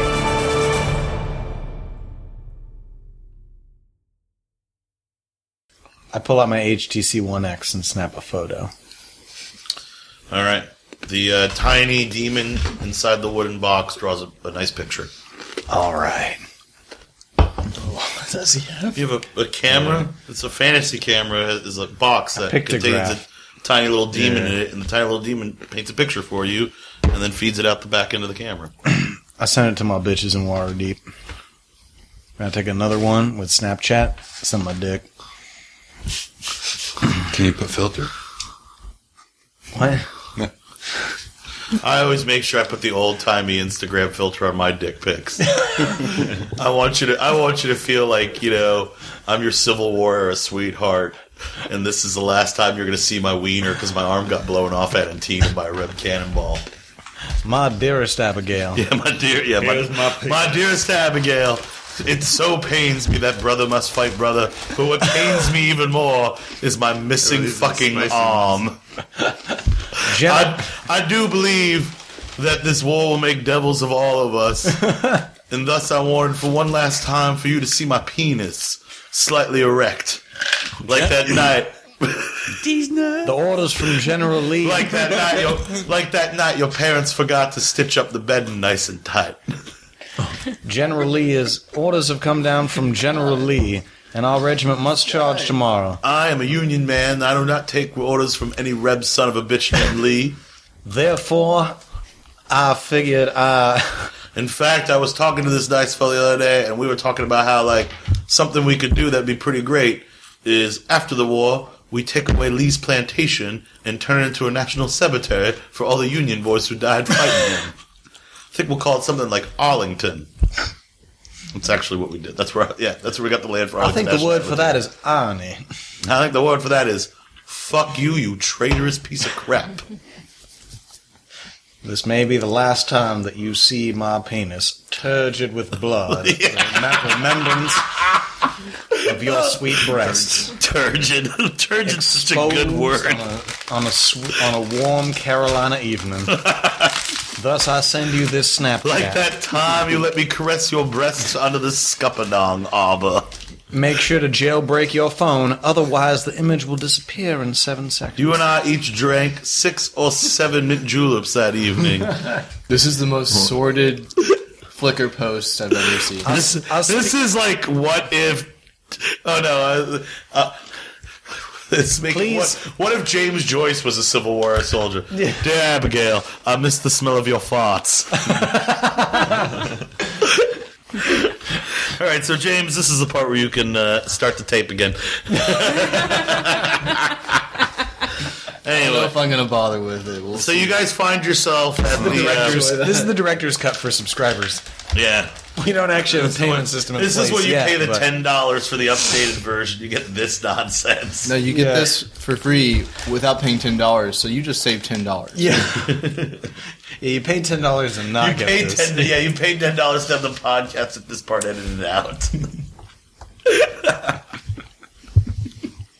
[SPEAKER 8] I pull out my HTC One X and snap a photo.
[SPEAKER 3] All right. The uh, tiny demon inside the wooden box draws a, a nice picture.
[SPEAKER 8] All right. Does he have?
[SPEAKER 3] You have a, a camera. It's a fantasy camera. It's a box that contains
[SPEAKER 8] pictograph.
[SPEAKER 3] a tiny little demon
[SPEAKER 8] Yeah.
[SPEAKER 3] in it, and the tiny little demon paints a picture for you, and then feeds it out the back end of the camera.
[SPEAKER 8] I sent it to my bitches in water deep. I take another one with Snapchat. Send my dick.
[SPEAKER 6] Can you put filter?
[SPEAKER 8] What?
[SPEAKER 3] I always make sure I put the old timey Instagram filter on my dick pics. I want you to I want you to feel like, you know, I'm your Civil War era sweetheart and this is the last time you're gonna see my wiener because my arm got blown off at Antina by a red cannonball.
[SPEAKER 8] My dearest Abigail.
[SPEAKER 3] Yeah, my dear yeah, my, my dearest Abigail. It so pains me that brother must fight brother, but what pains me even more is my missing fucking arm. I, I do believe that this war will make devils of all of us, and thus I warn for one last time for you to see my penis slightly erect, like that night.
[SPEAKER 8] The orders from General Lee.
[SPEAKER 3] like that night, your, like that night, your parents forgot to stitch up the bed nice and tight.
[SPEAKER 8] General Lee is orders have come down from General Lee, and our regiment must charge tomorrow.
[SPEAKER 3] I am a Union man. I do not take orders from any Reb son of a bitch named Lee.
[SPEAKER 8] Therefore, I figured I.
[SPEAKER 3] In fact, I was talking to this nice fellow the other day, and we were talking about how like something we could do that'd be pretty great is after the war we take away Lee's plantation and turn it into a national cemetery for all the Union boys who died fighting him. I think we'll call it something like Arlington. That's actually what we did. That's where, yeah, that's where we got the land for.
[SPEAKER 8] I
[SPEAKER 3] Arlington
[SPEAKER 8] think the
[SPEAKER 3] National
[SPEAKER 8] word for
[SPEAKER 3] Cemetery.
[SPEAKER 8] that is irony.
[SPEAKER 3] I think the word for that is "fuck you, you traitorous piece of crap."
[SPEAKER 8] This may be the last time that you see my penis turgid with blood, in remembrance of your sweet breasts.
[SPEAKER 3] Turgid, turgid, such a good
[SPEAKER 8] Exposed
[SPEAKER 3] word.
[SPEAKER 8] On a, on a, sw- on a warm Carolina evening. Thus, I send you this Snapchat.
[SPEAKER 3] Like that time you let me caress your breasts under the scupperdong arbor.
[SPEAKER 8] Make sure to jailbreak your phone, otherwise the image will disappear in seven seconds.
[SPEAKER 3] You and I each drank six or seven mint juleps that evening.
[SPEAKER 4] This is the most sordid Flickr post I've ever seen.
[SPEAKER 3] This, this is like what if? Oh no! Uh, uh, it's making,
[SPEAKER 8] Please.
[SPEAKER 3] What, what if James Joyce was a Civil War soldier?
[SPEAKER 8] Yeah.
[SPEAKER 3] Dear Abigail, I miss the smell of your farts. All right, so James, this is the part where you can uh, start the tape again.
[SPEAKER 4] I don't know
[SPEAKER 3] anyway,
[SPEAKER 4] if I'm gonna bother with it. We'll
[SPEAKER 3] so you guys find yourself at the,
[SPEAKER 8] The director's-
[SPEAKER 3] uh,
[SPEAKER 8] this is the director's cut for subscribers.
[SPEAKER 3] yeah.
[SPEAKER 8] We don't actually have a payment system in
[SPEAKER 3] This
[SPEAKER 8] place
[SPEAKER 3] is where you
[SPEAKER 8] yet,
[SPEAKER 3] pay the
[SPEAKER 8] but-
[SPEAKER 3] ten dollars for the updated version. You get this nonsense.
[SPEAKER 4] No, you get
[SPEAKER 3] Yeah.
[SPEAKER 4] this for free without paying ten dollars, so you just save ten dollars.
[SPEAKER 8] Yeah. yeah, you pay ten dollars and
[SPEAKER 3] you pay ten. Yeah, you paid ten dollars to have the podcast at this part edited out.